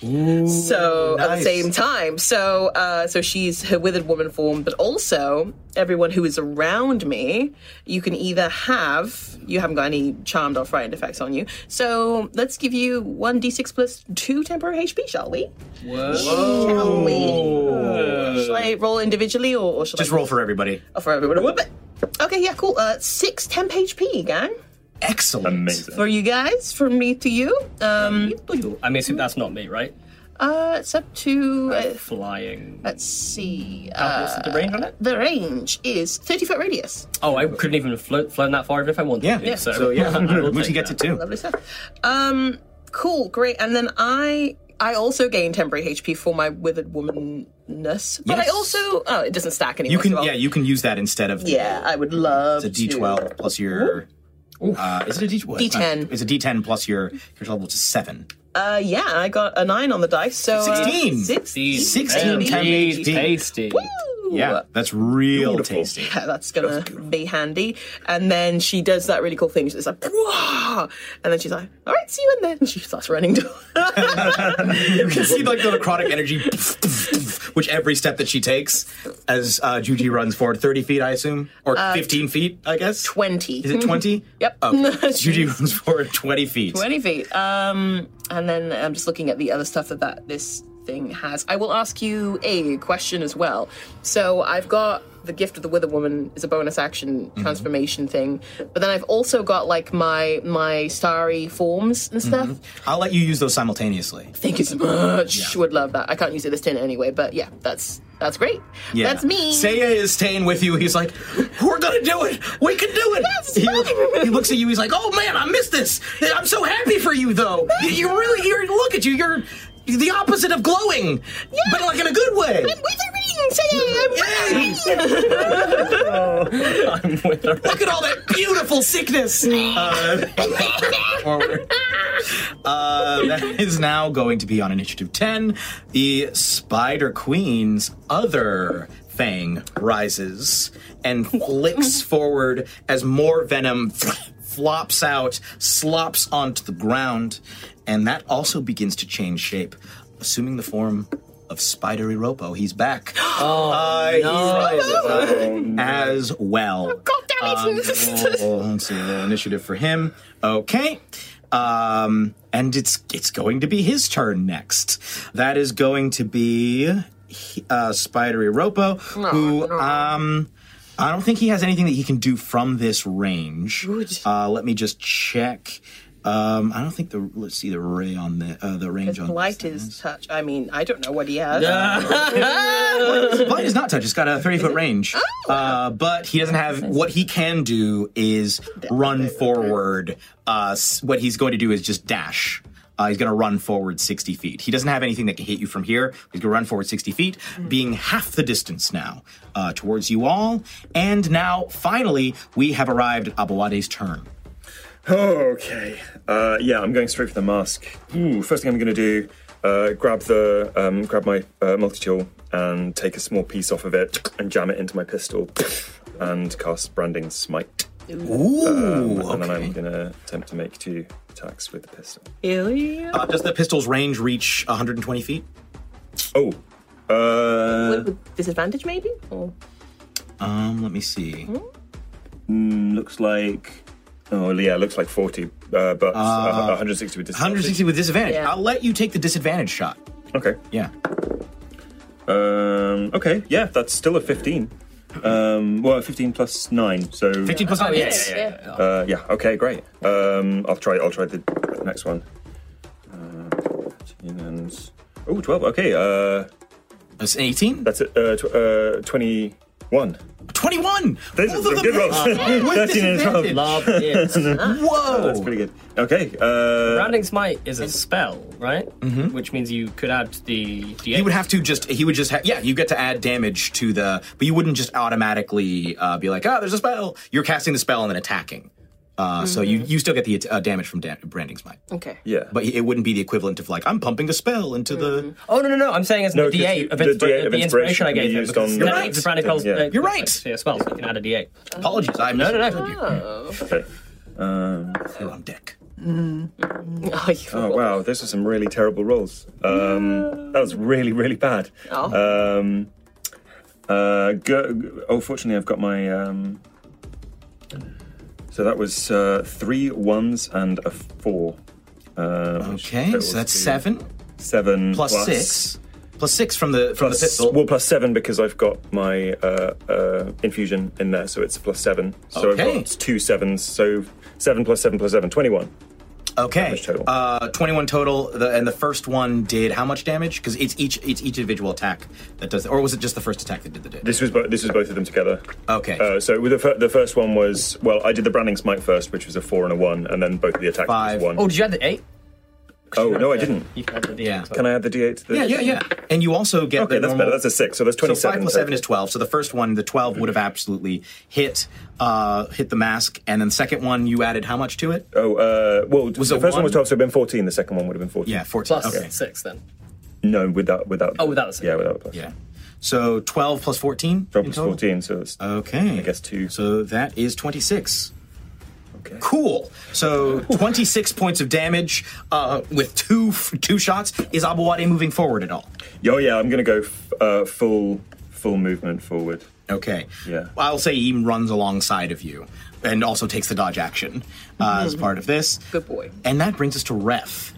Speaker 5: so at the
Speaker 2: nice.
Speaker 5: same time, so uh, so she's her withered woman form, but also everyone who is around me, you can either have you haven't got any charmed or frightened effects on you. So let's give you one d6 plus two temporary HP, shall we? Shall we? Shall I roll individually or, or shall
Speaker 2: Uh, Just
Speaker 5: I
Speaker 2: roll for everybody.
Speaker 5: Oh, for everyone? Whoop it. Okay, yeah, cool. Uh, six temp HP, gang.
Speaker 2: Excellent.
Speaker 5: For you guys, from me to you. Um,
Speaker 3: I mean, so that's not me, right?
Speaker 5: uh, it's up to. Uh,
Speaker 3: Flying.
Speaker 5: let's see.
Speaker 3: Uh,
Speaker 5: Uh,
Speaker 3: What's the range on it?
Speaker 5: the range is 30 foot radius.
Speaker 3: Oh, I couldn't even have flo- flown that far even if I wanted
Speaker 2: Uh, Yeah.
Speaker 3: to. So,
Speaker 2: So yeah,
Speaker 3: I will
Speaker 2: Mooty
Speaker 3: take
Speaker 2: gets
Speaker 3: that.
Speaker 2: it too.
Speaker 5: Lovely stuff. Um, cool, great. And then I I also gain temporary HP for my withered womanness. But
Speaker 2: Yes.
Speaker 5: I also oh, it doesn't stack anymore.
Speaker 2: You can
Speaker 5: so I'll-
Speaker 2: yeah, you can use that instead of
Speaker 5: Yeah, I would love
Speaker 2: It's a D12 plus your. Uh, is it a D12? Well, it's not-
Speaker 5: D10.
Speaker 2: It's a D10 plus your your level to seven.
Speaker 5: Uh, yeah, I got a nine on the dice, so uh,
Speaker 2: 16.
Speaker 5: 16.
Speaker 2: 16
Speaker 5: baby.
Speaker 2: temp
Speaker 3: tasty.
Speaker 2: HD.
Speaker 3: tasty.
Speaker 5: Woo!
Speaker 2: Yeah, that's real
Speaker 6: Beautiful.
Speaker 2: tasty.
Speaker 5: Yeah, that's gonna be handy. And then she does that really cool thing. She's like, "Whoa!" and then she's like, "All right, see you in there." And she starts running. down.
Speaker 2: You can see like the necrotic energy, which every step that she takes, as uh, Juji runs forward, thirty feet, I assume, or fifteen feet, I guess.
Speaker 5: Twenty.
Speaker 2: Is it twenty?
Speaker 5: Yep.
Speaker 2: Oh, Juji runs forward twenty feet.
Speaker 5: 20 feet. Um, and then I'm just looking at the other stuff that, that this thing has. I will ask you a question as well. So I've got the gift of the wither woman is a bonus action
Speaker 2: Mm-hmm.
Speaker 5: transformation thing, but then I've also got like my my starry forms and stuff.
Speaker 2: I'll let you use those simultaneously.
Speaker 5: Thank you so much. Would love that. I can't use it this turn anyway, but yeah, that's that's great.
Speaker 2: Yeah.
Speaker 5: That's me.
Speaker 2: Seiya is staying with you. He's like, we're gonna do it. We can do it. he, look- he looks at you. He's like, oh man, I missed this. I'm so happy for you though. You, you really, you're look at you. You're the opposite of glowing, but like in a good way. Yay! Look at all that beautiful sickness. Uh, forward. Uh, that is now going to be on initiative 10. The Spider Queen's other fang rises and flicks forward as more venom flops out, slops onto the ground, and that also begins to change shape, assuming the form of Spidery Robo. He's back. Oh, as well.
Speaker 5: God Oh, damn it.
Speaker 2: Um, roll- let's see, roll initiative for him. Okay. Um, and it's it's going to be his turn next. That is going to be uh, Spidery Ropo, who um, I don't think he has anything that he can do from this range. Uh, let me just check. Um, I don't think the let's see the ray on the uh, the range on
Speaker 5: Blight is touch. I mean, I don't know what he has.
Speaker 2: Blind is not touch. It's got a 30 foot range. Uh, but he doesn't have. What he can do is run forward. Uh, s- what he's going to do is just dash. Uh, he's going to run forward 60 feet. He doesn't have anything that can hit you from here. He's going to run forward 60 feet, being half the distance now uh, towards you all. And now, finally, we have arrived at Abawade's turn.
Speaker 6: Okay. Uh, yeah, I'm going straight for the mask. Ooh, first thing I'm going to do, uh, grab the um, grab my uh, multi tool and take a small piece off of it and jam it into my pistol and cast branding smite. Um,
Speaker 2: Ooh,
Speaker 6: And then
Speaker 2: okay.
Speaker 6: I'm going to attempt to make two attacks with the pistol.
Speaker 2: Uh, does the pistol's range reach 120 feet?
Speaker 6: Oh. Uh,
Speaker 5: With disadvantage, maybe? Or
Speaker 2: Um, let me see.
Speaker 6: looks like. Oh, yeah, looks like 40, uh, but uh, 160 with disadvantage.
Speaker 2: 160 with disadvantage.
Speaker 5: Yeah.
Speaker 2: I'll let you take the disadvantage shot.
Speaker 6: Okay.
Speaker 2: Yeah.
Speaker 6: Um, okay, yeah, that's still a 15. Um, well, 15 plus 9, so.
Speaker 2: 15 plus 9 hits.
Speaker 3: yeah, yeah.
Speaker 6: Uh, yeah. Okay. Great. Um, I'll try. I'll try the next one. Uh, 13 and oh, 12. Okay. Uh,
Speaker 2: That's 18.
Speaker 6: that's it. Uh, tw- uh, 21.
Speaker 2: 21!
Speaker 6: Those
Speaker 2: Both
Speaker 6: are
Speaker 2: of
Speaker 6: some
Speaker 2: them
Speaker 6: good rolls.
Speaker 2: hit with
Speaker 6: 13 and 12.
Speaker 2: disadvantage.
Speaker 3: Love it.
Speaker 2: Whoa!
Speaker 6: Oh, That's pretty good. Okay. Uh,
Speaker 3: Rounding smite is a spell, right? Mm-hmm. Which means you could add the d8.
Speaker 2: He would have to just. He would just. Ha- yeah, you get to add damage to the. But you wouldn't just automatically uh, be like, oh, there's a spell. You're casting the spell and then attacking. Uh, So
Speaker 3: Mm-hmm.
Speaker 2: you you still get the uh, damage from da- branding smite,
Speaker 5: okay.
Speaker 6: yeah.
Speaker 2: but it wouldn't be the equivalent of like I'm pumping the spell into the.
Speaker 3: Oh no no no! I'm saying it's
Speaker 6: No,
Speaker 3: the
Speaker 6: 'cause
Speaker 3: d8 of,
Speaker 6: the
Speaker 3: inspira-
Speaker 6: D8 of
Speaker 3: the inspiration
Speaker 6: inspiration
Speaker 3: I
Speaker 6: can be
Speaker 3: gave him.
Speaker 6: used
Speaker 3: because
Speaker 6: on-
Speaker 3: that-
Speaker 2: You're right.
Speaker 3: It's a branding spell.
Speaker 6: Yeah.
Speaker 2: You're right.
Speaker 3: Yeah, spells. You can add a d8.
Speaker 2: Apologies, I
Speaker 3: No no
Speaker 2: misunderstood
Speaker 3: no.
Speaker 6: Okay. Um,
Speaker 2: you. You're on deck.
Speaker 5: Oh, you
Speaker 6: oh
Speaker 5: forgot.
Speaker 6: wow, those are some really terrible rolls. Um, that was really really bad.
Speaker 5: Oh.
Speaker 6: Um, uh, go, oh, fortunately, I've got my. Um, so that was uh, three ones and a four. Uh, which
Speaker 2: Okay,
Speaker 6: totals
Speaker 2: so that's
Speaker 6: to
Speaker 2: seven
Speaker 6: Seven
Speaker 2: plus, plus six, plus six from the from
Speaker 6: plus-
Speaker 2: the pistol.
Speaker 6: well, plus seven because I've got my uh, uh, infusion in there, so it's plus seven. So
Speaker 2: Okay.
Speaker 6: I've got two sevens. So seven plus seven plus seven, 21.
Speaker 2: Okay.
Speaker 6: Damage total.
Speaker 2: Uh, twenty-one total, the, and the first one did how much damage? Because it's each it's each individual attack that does, or was it just the first attack that did the damage?
Speaker 6: This was bo- this was both of them together.
Speaker 2: Okay.
Speaker 6: Uh, so with the, fir- the first one was well, I did the branding smite first, which was a four and a one, and then both of the attacks
Speaker 2: Five.
Speaker 6: was one.
Speaker 3: Oh, did you add the eight?
Speaker 6: Oh, no, I didn't.
Speaker 3: You can add the d8.
Speaker 2: Yeah.
Speaker 3: as well.
Speaker 6: Can I add the d8 to the?
Speaker 2: yeah, yeah, yeah. And you also get
Speaker 6: Okay,
Speaker 2: the
Speaker 6: that's
Speaker 2: normal-
Speaker 6: better. That's a six. So that's
Speaker 2: So
Speaker 6: twenty-seven.
Speaker 2: five plus seven is twelve. So the first one, the twelve would have absolutely hit uh, hit the mask, and then the second one you added how much to it?
Speaker 6: Oh, uh, well, the
Speaker 2: it
Speaker 6: first one was
Speaker 2: one?
Speaker 6: twelve, so it'd been fourteen. The second one would have been fourteen.
Speaker 2: Yeah, fourteen.
Speaker 3: Plus
Speaker 2: okay.
Speaker 3: six then.
Speaker 6: No, without without.
Speaker 3: Oh, without the second.
Speaker 6: Yeah, without. the Plus.
Speaker 2: Yeah. So twelve plus fourteen.
Speaker 6: Twelve
Speaker 2: in
Speaker 6: plus
Speaker 2: total?
Speaker 6: fourteen, so it's
Speaker 2: Okay.
Speaker 6: I guess two.
Speaker 2: So that is twenty-six.
Speaker 6: okay.
Speaker 2: Cool. So 26 points of damage uh, with two f- two shots. Is Abawade moving forward at all?
Speaker 6: Yo, yeah, I'm gonna go f- uh, full full movement forward.
Speaker 2: Okay.
Speaker 6: Yeah.
Speaker 2: I'll say he runs alongside of you and also takes the dodge action
Speaker 4: Mm-hmm.
Speaker 2: uh, as part of this.
Speaker 5: Good boy.
Speaker 2: And that brings us to Ref.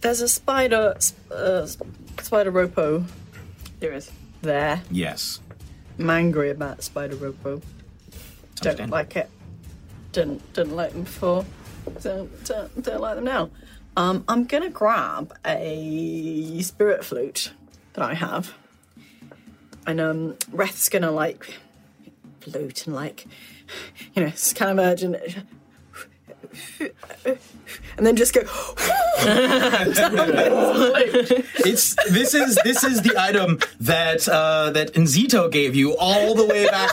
Speaker 4: There's a spider, sp- uh, sp- spider ropo
Speaker 5: There is.
Speaker 4: there.
Speaker 2: Yes.
Speaker 4: I'm angry about spider ropo. Don't
Speaker 2: Understand.
Speaker 4: like it. Didn't didn't like them before. Don't don't, don't like them now. Um, I'm gonna grab a spirit flute that I have, and um, Reth's gonna like flute and like, you know, it's kind of urgent. And then just go.
Speaker 2: It's this is this is the item that uh, that Nzito gave you all the way back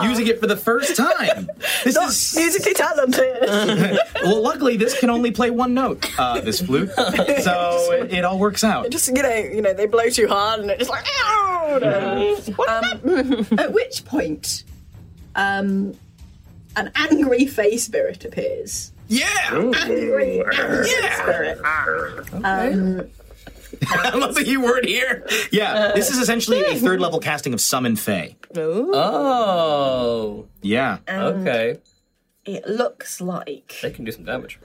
Speaker 2: when, using it for the first time. This is
Speaker 4: musically
Speaker 5: Uh.
Speaker 4: talented.
Speaker 2: well. Luckily, this can only play one note. Uh, this flute, so it, it all works out.
Speaker 4: just you know, you know, they blow too hard and it's just like. "Ow!" Um, at which point, um, an angry Fey spirit appears.
Speaker 2: Yeah.
Speaker 4: Angry, angry
Speaker 2: Yeah.
Speaker 4: spirit. Um,
Speaker 2: Unless you weren't here. Yeah, this is essentially a third level casting of Summon Fey.
Speaker 3: Oh.
Speaker 2: Yeah.
Speaker 3: Okay.
Speaker 4: it looks like
Speaker 3: They can do some damage.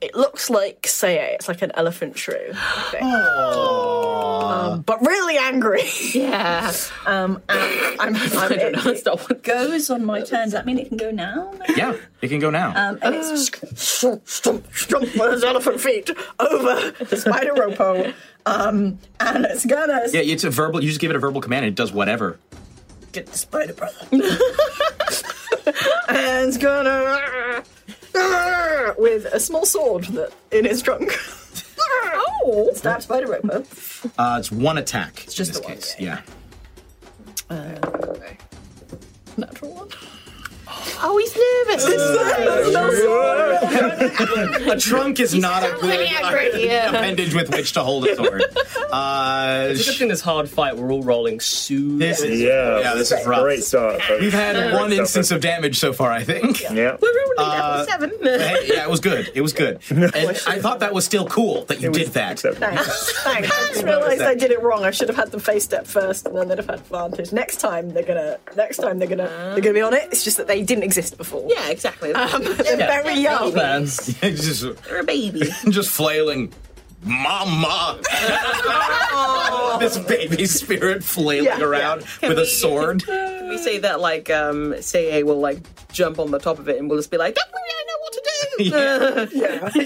Speaker 4: it looks like say it. It's like an elephant shrew, I think. um, but really angry.
Speaker 5: Yeah.
Speaker 4: Um, and I'm, I'm,
Speaker 5: I don't know.
Speaker 4: it,
Speaker 5: Stop.
Speaker 4: it goes on my turn. Does that mean it can go now?
Speaker 2: Yeah, it can go now.
Speaker 4: Um, and it's just stomp, stomp, stomp with his elephant feet over the spider ropo. Um, and it's gonna
Speaker 2: yeah, it's a verbal, you just give it a verbal command and it does whatever.
Speaker 4: get the spider brother. and it's gonna with a small sword that in his trunk. oh, stab spider ropo.
Speaker 2: Uh, it's one attack. It's
Speaker 4: just
Speaker 2: in this
Speaker 4: the one,
Speaker 2: case.
Speaker 4: yeah.
Speaker 2: Yeah.
Speaker 4: Natural one.
Speaker 5: Oh, he's
Speaker 2: A trunk is not a good appendage with which to hold a sword. Uh,
Speaker 3: It's
Speaker 2: sh-
Speaker 3: just in this hard fight, we're all rolling super.
Speaker 2: this is
Speaker 6: Yeah,
Speaker 2: yeah, this is rough.
Speaker 6: Great start. folks.
Speaker 2: We've had one
Speaker 6: Great
Speaker 2: instance
Speaker 6: start.
Speaker 2: of damage so far, I think.
Speaker 6: Yeah.
Speaker 2: Uh, hey, yeah, it was good. It was good. And I thought that was still cool that you did that.
Speaker 6: Acceptable.
Speaker 4: Thanks. I just realised I did it wrong. I should have had them face step first, and then they'd have had advantage. Next time they're gonna. Next time they're gonna. They're gonna be on it. It's just that they didn't exist before.
Speaker 5: Yeah, exactly.
Speaker 4: Um, they're very young.
Speaker 3: Babies.
Speaker 2: just,
Speaker 5: They're a baby.
Speaker 2: just flailing. Mama! this baby spirit flailing
Speaker 4: Yeah, yeah.
Speaker 2: around with a sword.
Speaker 5: Can we say that like um say will like jump on the top of it and we'll just be like, Don't worry, I know what to do.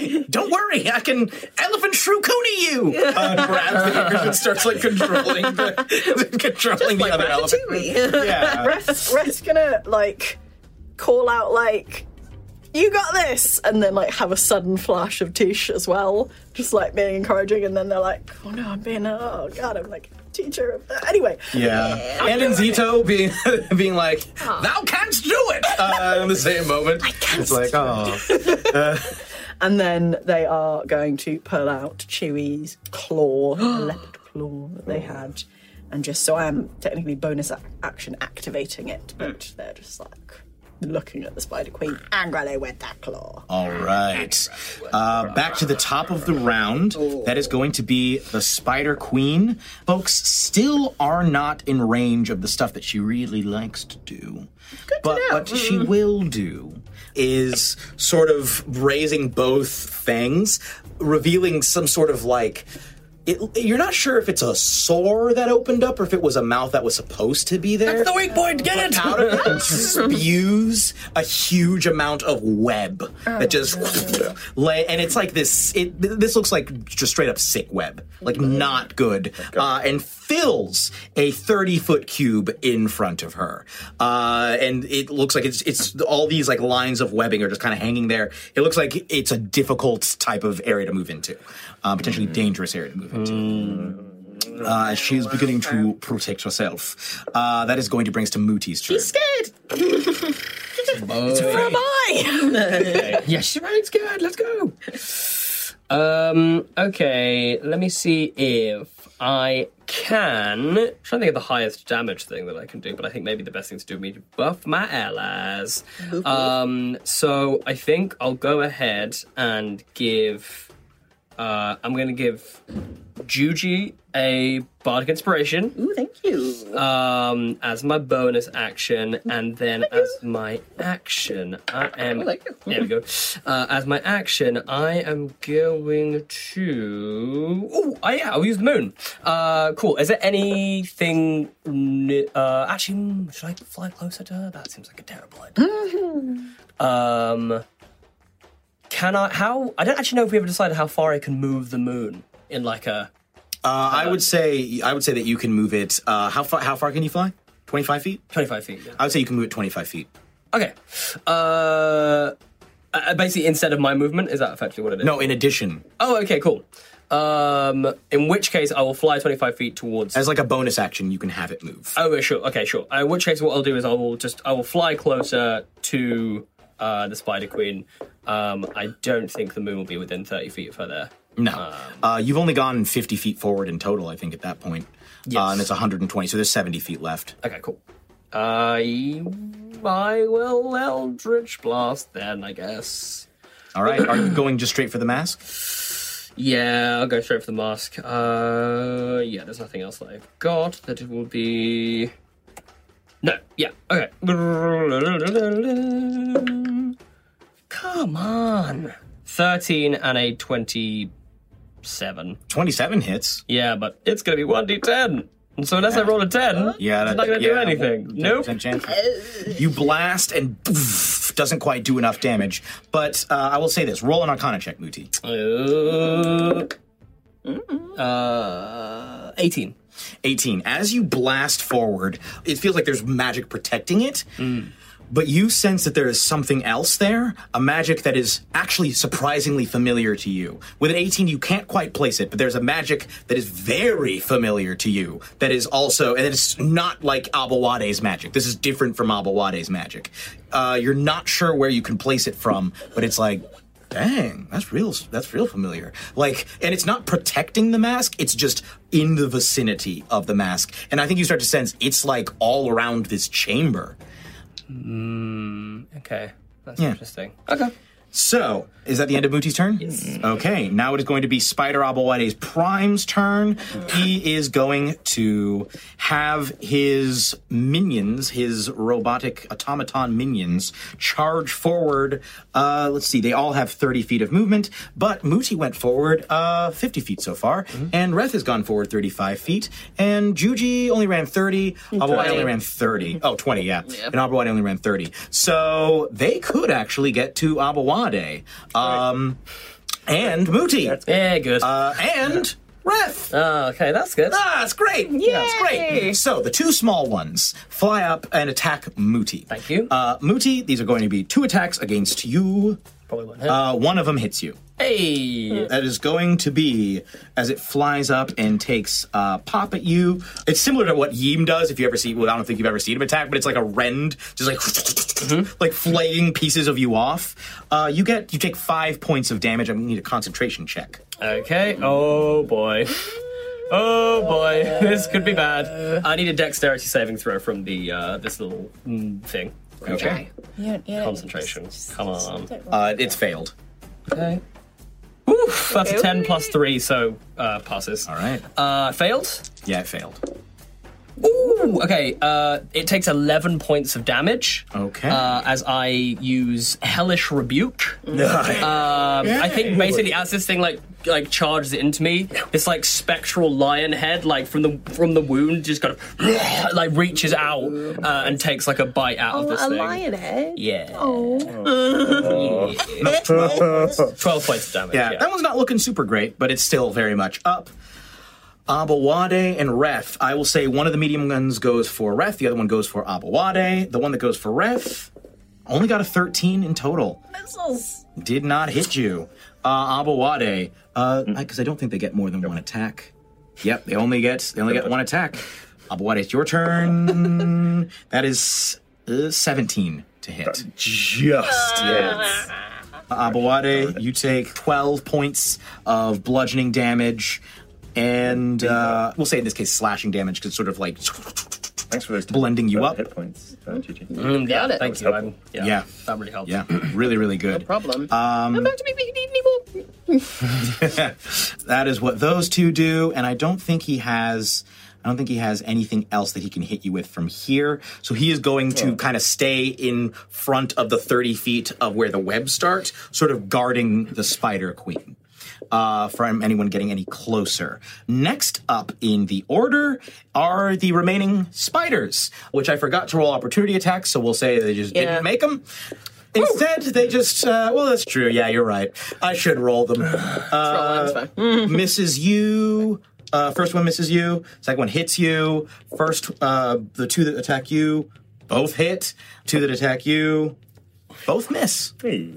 Speaker 2: Yeah. Don't worry, I can elephant shrookuni you. Uh, grabs the ears and starts like controlling the controlling the other elephant.
Speaker 5: Ratatouille.
Speaker 2: Yeah,
Speaker 4: Rest, Rest gonna like call out like, "You got this," and then like have a sudden flash of Tish as well, just like being encouraging, and then they're like, "Oh no, I'm being oh god, I'm like teacher of that." Anyway,
Speaker 2: yeah. And in Zito being being like, "Thou canst do it." Uh, in the same moment, I can't. It's like, oh,
Speaker 4: and then they are going to pull out Chewie's claw, leopard claw that they had, and just so I am technically bonus ac action activating it, but
Speaker 3: Mm.
Speaker 4: they're just like looking at the Spider Queen angrily with that claw.
Speaker 2: all right. Uh, back to the top of the round. That is going to be the Spider Queen. Folks still are not in range of the stuff that she really likes to Mm-hmm. do. but what she will do is sort of raising both fangs, revealing some sort of like. It, you're not sure if it's a sore that opened up or if it was a mouth that was supposed to be there. That's the weak point. Get it out of it. Spews a huge amount of web that just lay, and it's like this. It this looks like just straight up sick web, like not good, uh, and fills a 30 foot cube in front of her. Uh, and it looks like it's it's all these like lines of webbing are just kind of hanging there. It looks like it's a difficult type of area to move into, uh, potentially dangerous area to move into. Uh, she's beginning to protect herself. Uh, that is going to bring us to Mooty's turn.
Speaker 5: Scared.
Speaker 3: Boom. Yes, she runs good. Let's go. Um. Okay. Let me see if I can. I'm trying to think of the highest damage thing that I can do, but I think maybe the best thing to do would be to buff my allies. Um. So I think I'll go ahead and give. Uh, I'm going to give Juji a bardic inspiration
Speaker 5: Ooh, thank you.
Speaker 3: um, as my bonus action, and then as my action, I am.
Speaker 5: like you.
Speaker 3: There we go. Uh, as my action, I am going to. Oh, I, yeah, I'll use the moon. Uh, cool. Is there anything? n- Uh, actually, mm, should I fly closer to her? That seems like a terrible idea. um, can I? How? I don't actually know if we ever decided how far I can move the moon in like a.
Speaker 2: Uh, I would say I would say that you can move it. Uh, how far? How far can you fly? Twenty five feet.
Speaker 3: 25 feet. yeah.
Speaker 2: I would say you can move it twenty five feet.
Speaker 3: Okay. Uh, uh, basically, instead of my movement, is that effectively what it is?
Speaker 2: No, in addition,
Speaker 3: Oh, okay, cool. Um, in which case, I will fly 25 feet towards.
Speaker 2: as like a bonus action, you can have it move.
Speaker 3: oh, yeah, sure. Okay, sure. Uh, in which case, what I'll do is I will just I will fly closer to uh, the Spider Queen. Um, I don't think the moon will be within 30 feet of her there.
Speaker 2: No, uh, you've only gone fifty feet forward in total. I think at that point, uh, and it's one hundred and twenty. So there's seventy feet left.
Speaker 3: Okay, cool. I I will Eldritch Blast then, I guess.
Speaker 2: All right, are you going just straight for the mask?
Speaker 3: Yeah, I'll go straight for the mask. Uh, yeah, there's nothing else that I've got that it will be. No, yeah, okay. Come on. 13 and a 27.
Speaker 2: Twenty-seven hits.
Speaker 3: Yeah, but it's going to be 1d10. And so unless I roll a 10,
Speaker 2: Yeah,
Speaker 3: it's not going to do
Speaker 2: yeah,
Speaker 3: anything. Nope.
Speaker 2: 10% chance. You blast and poof, doesn't quite do enough damage. But uh, I will say this: roll an Arcana check, Muti.
Speaker 3: Uh, uh, 18.
Speaker 2: 18. As you blast forward, it feels like there's magic protecting it. but you sense that there is something else there, a magic that is actually surprisingly familiar to you. With an 18, you can't quite place it, but there's a magic that is very familiar to you that is also, and it's not like Abawade's magic. This is different from Abawade's magic. Uh, you're not sure where you can place it from, but it's like, dang, that's real, that's real familiar. Like, and it's not protecting the mask, it's just in the vicinity of the mask. And I think you start to sense it's like all around this chamber.
Speaker 3: Okay, that's
Speaker 2: Yeah.
Speaker 3: interesting. Okay.
Speaker 2: So, is that the end of Muti's turn? Yes. Okay, now it is going to be Spider Abelwade's Prime's turn. He is going to have his minions, his robotic automaton minions, charge forward. Uh, let's see, they all have 30 feet of movement, but Muti went forward uh, 50 feet so far,
Speaker 3: Mm-hmm.
Speaker 2: and Reth has gone forward 35 feet, and Juji only ran 30, Abelwade only ran
Speaker 3: Mm-hmm.
Speaker 2: 30. Oh, 20, yeah. And Abelwade only ran 30. So they could actually get to Abawade. Um, And Muti.
Speaker 3: Yeah, good.
Speaker 2: Uh, and Ref.
Speaker 3: Ah, okay, that's good.
Speaker 2: Ah, that's great. Yeah, that's great. So the two small ones fly up and attack Muti.
Speaker 3: Thank you.
Speaker 2: Uh, Muti, these are going to be two attacks against you.
Speaker 3: Probably won't hit.
Speaker 2: Uh, one of them hits you.
Speaker 3: hey,
Speaker 2: That is going to be as it flies up and takes uh, pop at you. It's similar to what Yeem does. If you ever see, well, I don't think you've ever seen him attack, but it's like a rend, just like like flaying pieces of you off. Uh, you get you take five points of damage. I need a concentration check.
Speaker 3: Okay. Oh boy. Oh boy, this could be bad. I need a dexterity saving throw from the uh, this little
Speaker 2: Hmm.
Speaker 3: mm, thing. Okay. Concentration. Come on.
Speaker 2: Uh, it's failed.
Speaker 3: Okay. Oof, that's a ten plus three, so uh, passes.
Speaker 2: All right.
Speaker 3: Uh, failed.
Speaker 2: Yeah, it failed.
Speaker 3: Ooh. Okay. Uh, it takes eleven points of damage.
Speaker 2: Okay.
Speaker 3: Uh, as I use hellish rebuke. Um, I think basically as this thing like like charges into me, this like spectral lion head like from the from the wound just kind of like reaches out uh, and takes like a bite out of this
Speaker 5: Oh, a
Speaker 3: thing.
Speaker 5: lion head.
Speaker 3: Yeah,
Speaker 6: oh,
Speaker 3: twelve points of damage.
Speaker 2: yeah,
Speaker 3: Yeah,
Speaker 2: that one's not looking super great, but it's still very much up. Abawade and Ref. I will say one of the medium guns goes for Ref, the other one goes for Abawade. The one that goes for Ref only got a 13 in total. Did not hit you. Uh, Abawade, because uh, 'cause I don't think they get more than one attack. Yep, they only get they only get one attack. Abawade, it's your turn. that is uh, 17 to hit.
Speaker 6: just yes.
Speaker 2: Abawade, you take 12 points of bludgeoning damage, and uh, we'll say in this case slashing damage because it's sort of like,
Speaker 6: Thanks for those
Speaker 2: Blending you
Speaker 6: uh,
Speaker 2: up.
Speaker 6: Hit points. Uh, GG.
Speaker 3: Mm, yeah, Thank you.
Speaker 6: helpful.
Speaker 3: I'm- yeah,
Speaker 2: Yeah.
Speaker 3: that really helped.
Speaker 2: yeah, really, really good.
Speaker 5: Problem. Um, I'm about to be beaten evil.
Speaker 2: That is what those two do, and I don't think he has. I don't think he has anything else that he can hit you with from here. So he is going to kind of stay in front of the 30 feet of where the web starts, sort of guarding the spider queen uh, from anyone getting any closer. Next up in the order are the remaining spiders, which I forgot to roll opportunity attacks, so we'll say they just didn't make them. Instead, they just, uh, well, that's true. Yeah, you're right. I should roll them. Uh, misses you. Uh, first one misses you. Second one hits you. First, uh, the two that attack you both hit. Two that attack you both miss.
Speaker 6: Hey.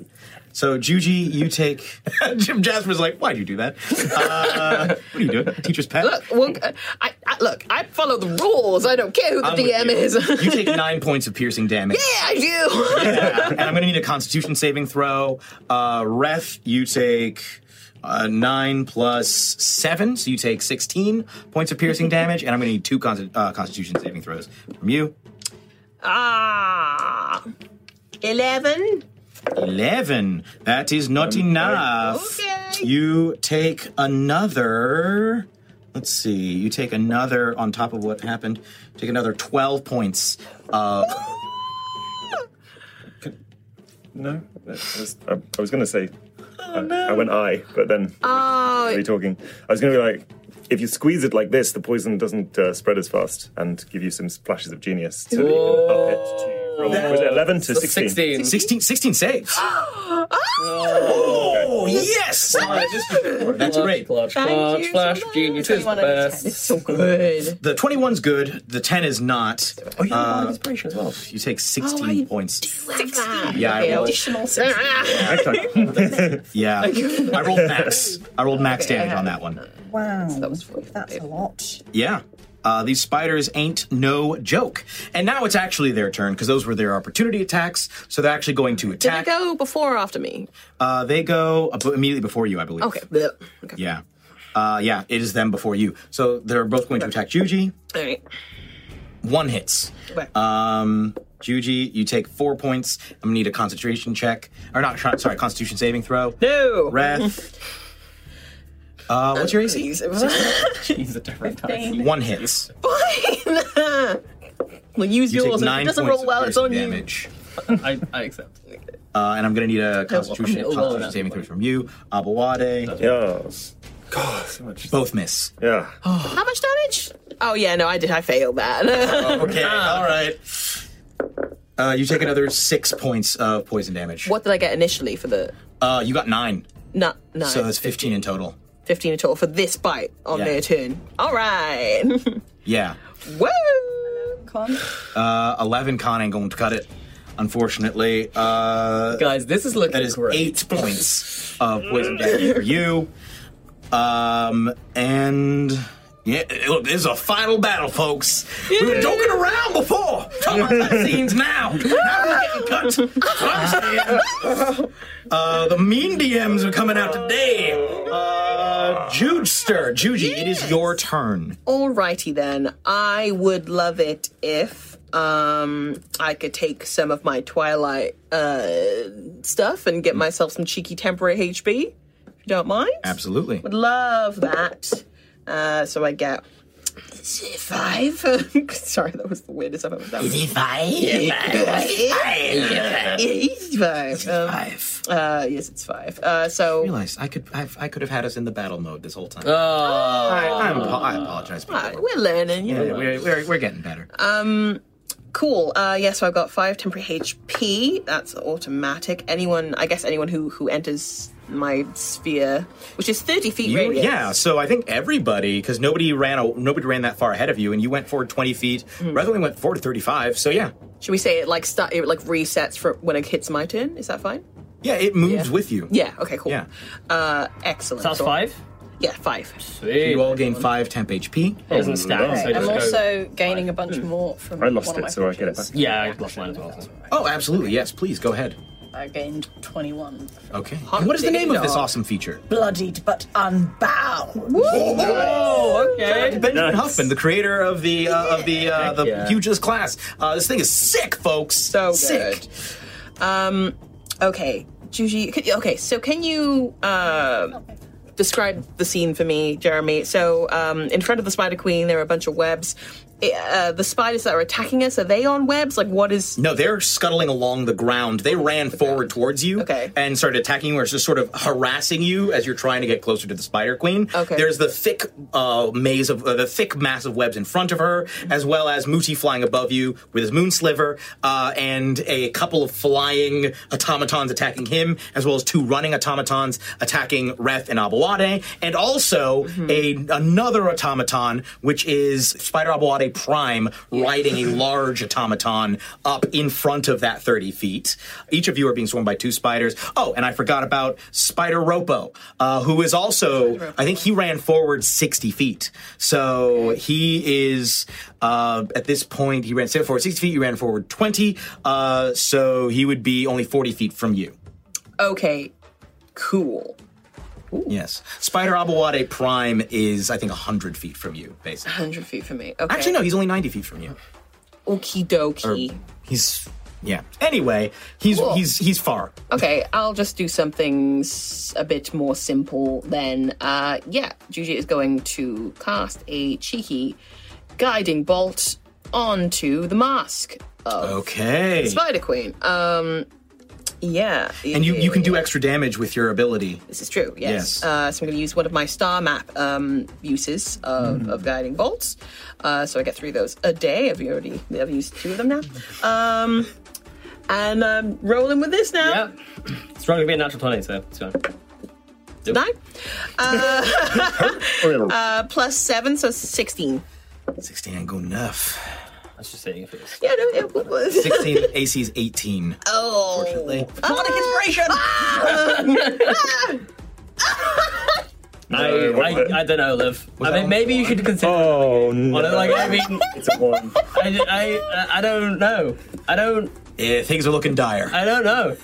Speaker 2: So, Juji, you take. Jim Jasper's like, why'd you do that? Uh, what are you doing? Teacher's pet?
Speaker 5: Look, well, uh, I, I, look, I follow the rules. I don't care who the
Speaker 2: I'm with
Speaker 5: DM
Speaker 2: you.
Speaker 5: is. yeah,
Speaker 2: you take nine points of piercing damage.
Speaker 5: I do.
Speaker 2: Yeah, and I'm going to need a Constitution saving throw. Uh, ref, you take uh, nine plus seven, so you take sixteen points of piercing damage, and I'm going to need two con- uh, Constitution saving throws from you.
Speaker 5: Ah. 11.
Speaker 2: Eleven. That is not enough.
Speaker 5: Okay.
Speaker 2: You take another. Let's see. You take another on top of what happened. Take another twelve points. Uh,
Speaker 6: No, that was- I, I was going to say. I- I went I, but then
Speaker 5: Oh,
Speaker 6: are you talking? I was going to be like, if you squeeze it like this, the poison doesn't uh, spread as fast and give you some splashes of genius. So that you can up it to from was it eleven to sixteen?
Speaker 3: Sixteen.
Speaker 2: 16, 16 saves. Oh, yes! That's great.
Speaker 3: Flash,
Speaker 5: Thank
Speaker 3: flash,
Speaker 5: you
Speaker 3: flash,
Speaker 5: so much.
Speaker 3: genius is the
Speaker 7: 21 over 10.
Speaker 3: best.
Speaker 5: So good.
Speaker 2: The 21's good, the 10 is not. Uh,
Speaker 3: Oh, you have inspiration as well.
Speaker 2: You take
Speaker 5: Oh,
Speaker 2: 16 points.
Speaker 5: Sixteen.
Speaker 2: Yeah, I rolled,
Speaker 7: Additional six.
Speaker 2: yeah. I rolled max. I rolled max damage on that one.
Speaker 7: Wow.
Speaker 5: That was forty.
Speaker 7: That's a lot.
Speaker 2: Yeah. Uh, these spiders ain't no joke. And now it's actually their turn because those were their opportunity attacks. So they're actually going to
Speaker 5: Did I
Speaker 2: attack.
Speaker 5: go before or after me?
Speaker 2: Uh, they go ab- immediately before you, I believe.
Speaker 5: Okay. bleh. Okay.
Speaker 2: Yeah. Uh, yeah, it is them before you. So they're both going to attack Juji.
Speaker 5: All right.
Speaker 2: One hits.
Speaker 5: Okay.
Speaker 2: Um, Juji, you take four points. I'm going to need a concentration check. Or not, con- sorry, constitution saving throw.
Speaker 5: No.
Speaker 2: Wrath. Uh, what's your AC?
Speaker 5: Jeez, it was-
Speaker 3: He's a different type.
Speaker 2: One hits.
Speaker 5: well, use
Speaker 2: You take
Speaker 5: yours. and If
Speaker 2: nine
Speaker 5: it
Speaker 2: points
Speaker 5: doesn't roll
Speaker 2: of
Speaker 5: well, it's on
Speaker 2: piercing
Speaker 5: you.
Speaker 2: damage.
Speaker 3: I, I accept.
Speaker 2: Uh, and I'm going to need a constitution,
Speaker 3: I'm gonna roll
Speaker 2: constitution
Speaker 3: that.
Speaker 2: saving throw from you. Abawade.
Speaker 6: Yeah. God, so much.
Speaker 2: Both miss.
Speaker 6: Yeah.
Speaker 5: How much damage? Oh yeah, no, I did. I failed that.
Speaker 2: Okay,
Speaker 5: Ah.
Speaker 2: all right. Uh, you take another six points of poison damage.
Speaker 5: what did I get initially for the?
Speaker 2: Uh, you got nine,
Speaker 5: No, no.
Speaker 2: so that's 15 in total.
Speaker 5: 15 at all for this bite on
Speaker 2: Yeah.
Speaker 5: their turn. All right.
Speaker 2: Yeah.
Speaker 5: Woo!
Speaker 7: Con.
Speaker 2: Uh, 11 con ain't going to cut it, unfortunately. Uh,
Speaker 3: Guys, this is looking
Speaker 2: that is
Speaker 3: great.
Speaker 2: eight points of poison damage for you. Um, and. Yeah, look, this is a final battle, folks. We were joking around before. Talking about cutscenes now. Now we're getting cut. That's what I'm saying. Uh, the mean DMs are coming out today. Uh, Judester, Juji, it is your turn.
Speaker 5: Alrighty then. I would love it if um I could take some of my Twilight uh stuff and get myself some cheeky temporary HP, if you don't mind.
Speaker 2: Absolutely.
Speaker 5: Would love that. Uh so I get five. Sorry, that was the weirdest I've ever done. Five. Um,
Speaker 2: Five.
Speaker 5: uh, yes, it's five. Uh, so
Speaker 2: realized I could I've, I could have had us in the battle mode this whole time.
Speaker 3: Oh,
Speaker 2: I, I'm, apo- I apologize. people.
Speaker 5: Uh, we're learning. You know.
Speaker 2: Yeah, we're, we're, we're getting better.
Speaker 5: Cool. Uh, yeah, so I've got five temporary HP. That's automatic. Anyone, I guess, anyone who who enters my sphere, which is thirty feet
Speaker 2: You-
Speaker 5: radius.
Speaker 2: yeah, so I think everybody because nobody ran a, nobody ran that far ahead of you, and you went forward 20 feet. Rather than went forward 35. So yeah,
Speaker 5: Should we say it like start? It like resets for when it hits my turn. Is that fine?
Speaker 2: yeah, it moves with you.
Speaker 5: Yeah. Okay. Cool.
Speaker 2: Yeah.
Speaker 5: Uh, excellent.
Speaker 3: that's
Speaker 5: So-
Speaker 3: five.
Speaker 5: Yeah, five.
Speaker 3: Sweet.
Speaker 2: You all gain five temp HP.
Speaker 3: Doesn't stack. So
Speaker 7: I'm
Speaker 3: just go-
Speaker 7: also gaining a bunch more from.
Speaker 6: Hmm. I lost
Speaker 7: one of
Speaker 6: it,
Speaker 7: my
Speaker 6: so I get it
Speaker 7: fortunes.
Speaker 6: back.
Speaker 3: Yeah, I lost mine as well. So.
Speaker 2: Oh, absolutely. Yes, please go ahead.
Speaker 7: I gained 21.
Speaker 2: Okay. And what is the name of this
Speaker 5: Hot
Speaker 2: awesome feature?
Speaker 7: Bloodied but unbound.
Speaker 3: Oh, okay.
Speaker 2: Uh, Benjamin
Speaker 6: Nice.
Speaker 2: Huffman, the creator of the uh, of the uh, the
Speaker 3: yeah.
Speaker 2: hugest class. Uh, this thing is sick, folks.
Speaker 5: So
Speaker 2: sick.
Speaker 5: good. Um, okay, Juji. could- Okay, so can you uh, describe the scene for me, Jeremy? So, um, in front of the Spider Queen, there are a bunch of webs. I- uh, the spiders that are attacking us are they on webs? Like, what is?
Speaker 2: No, they're scuttling along the ground. They ran forward towards you
Speaker 5: Okay.
Speaker 2: and started attacking you, or just sort of harassing you as you're trying to get closer to the Spider Queen.
Speaker 5: Okay.
Speaker 2: There's the thick uh, maze of uh, the thick mass of webs in front of her, as well as Muti flying above you with his moon sliver, uh, and a couple of flying automatons attacking him, as well as two running automatons attacking Reth and Abawade, and also a another automaton, which is Spider Abawade Prime riding a large automaton up in front of that 30 feet. Each of you are being swarmed by two spiders. Oh, and I forgot about Spider Ropo, uh, who is also, I think he ran forward 60 feet. So he is, uh, at this point, he ran forward 60 feet, you ran forward 20. Uh, so he would be only 40 feet from you.
Speaker 5: Okay, cool.
Speaker 2: Yes. Spider Abawade Prime is, I think, 100 feet from you, basically.
Speaker 5: Hundred feet from me. Okay.
Speaker 2: Actually, no, he's only 90 feet from you.
Speaker 5: Okie dokie.
Speaker 2: He's yeah. Anyway, he's he's he's far.
Speaker 5: Okay, I'll just do something s- a bit more simple then. Uh, yeah, Juji is going to cast a cheeky guiding bolt onto the mask of
Speaker 2: Okay.
Speaker 5: Spider Queen. Um, yeah,
Speaker 2: And you, you can do extra damage with your ability.
Speaker 5: This is true. Yes.
Speaker 2: Yes.
Speaker 5: Uh, so I'm going to use one of my star map um, uses of,
Speaker 2: Hmm.
Speaker 5: of guiding bolts. Uh, so I get three of those a day. I've already I've used two of them now. Um, And I'm rolling with this now.
Speaker 3: Yep. It's wrong to be a natural 20, so it's fine.
Speaker 5: No. Uh, uh, plus seven, so 16.
Speaker 2: 16 ain't good enough.
Speaker 3: I was just saying if it was.
Speaker 5: Yeah, no, it was.
Speaker 2: 16 AC is 18. Oh. Fortunately.
Speaker 7: Sonic inspiration!
Speaker 3: I, I, I don't know, Liv. I mean, maybe you should consider.
Speaker 6: Oh no!
Speaker 3: Well, like, I mean,
Speaker 6: it's a one.
Speaker 3: I, I, I don't know. I don't.
Speaker 2: Yeah, Eh, things are looking dire.
Speaker 5: Uh,
Speaker 3: I don't know.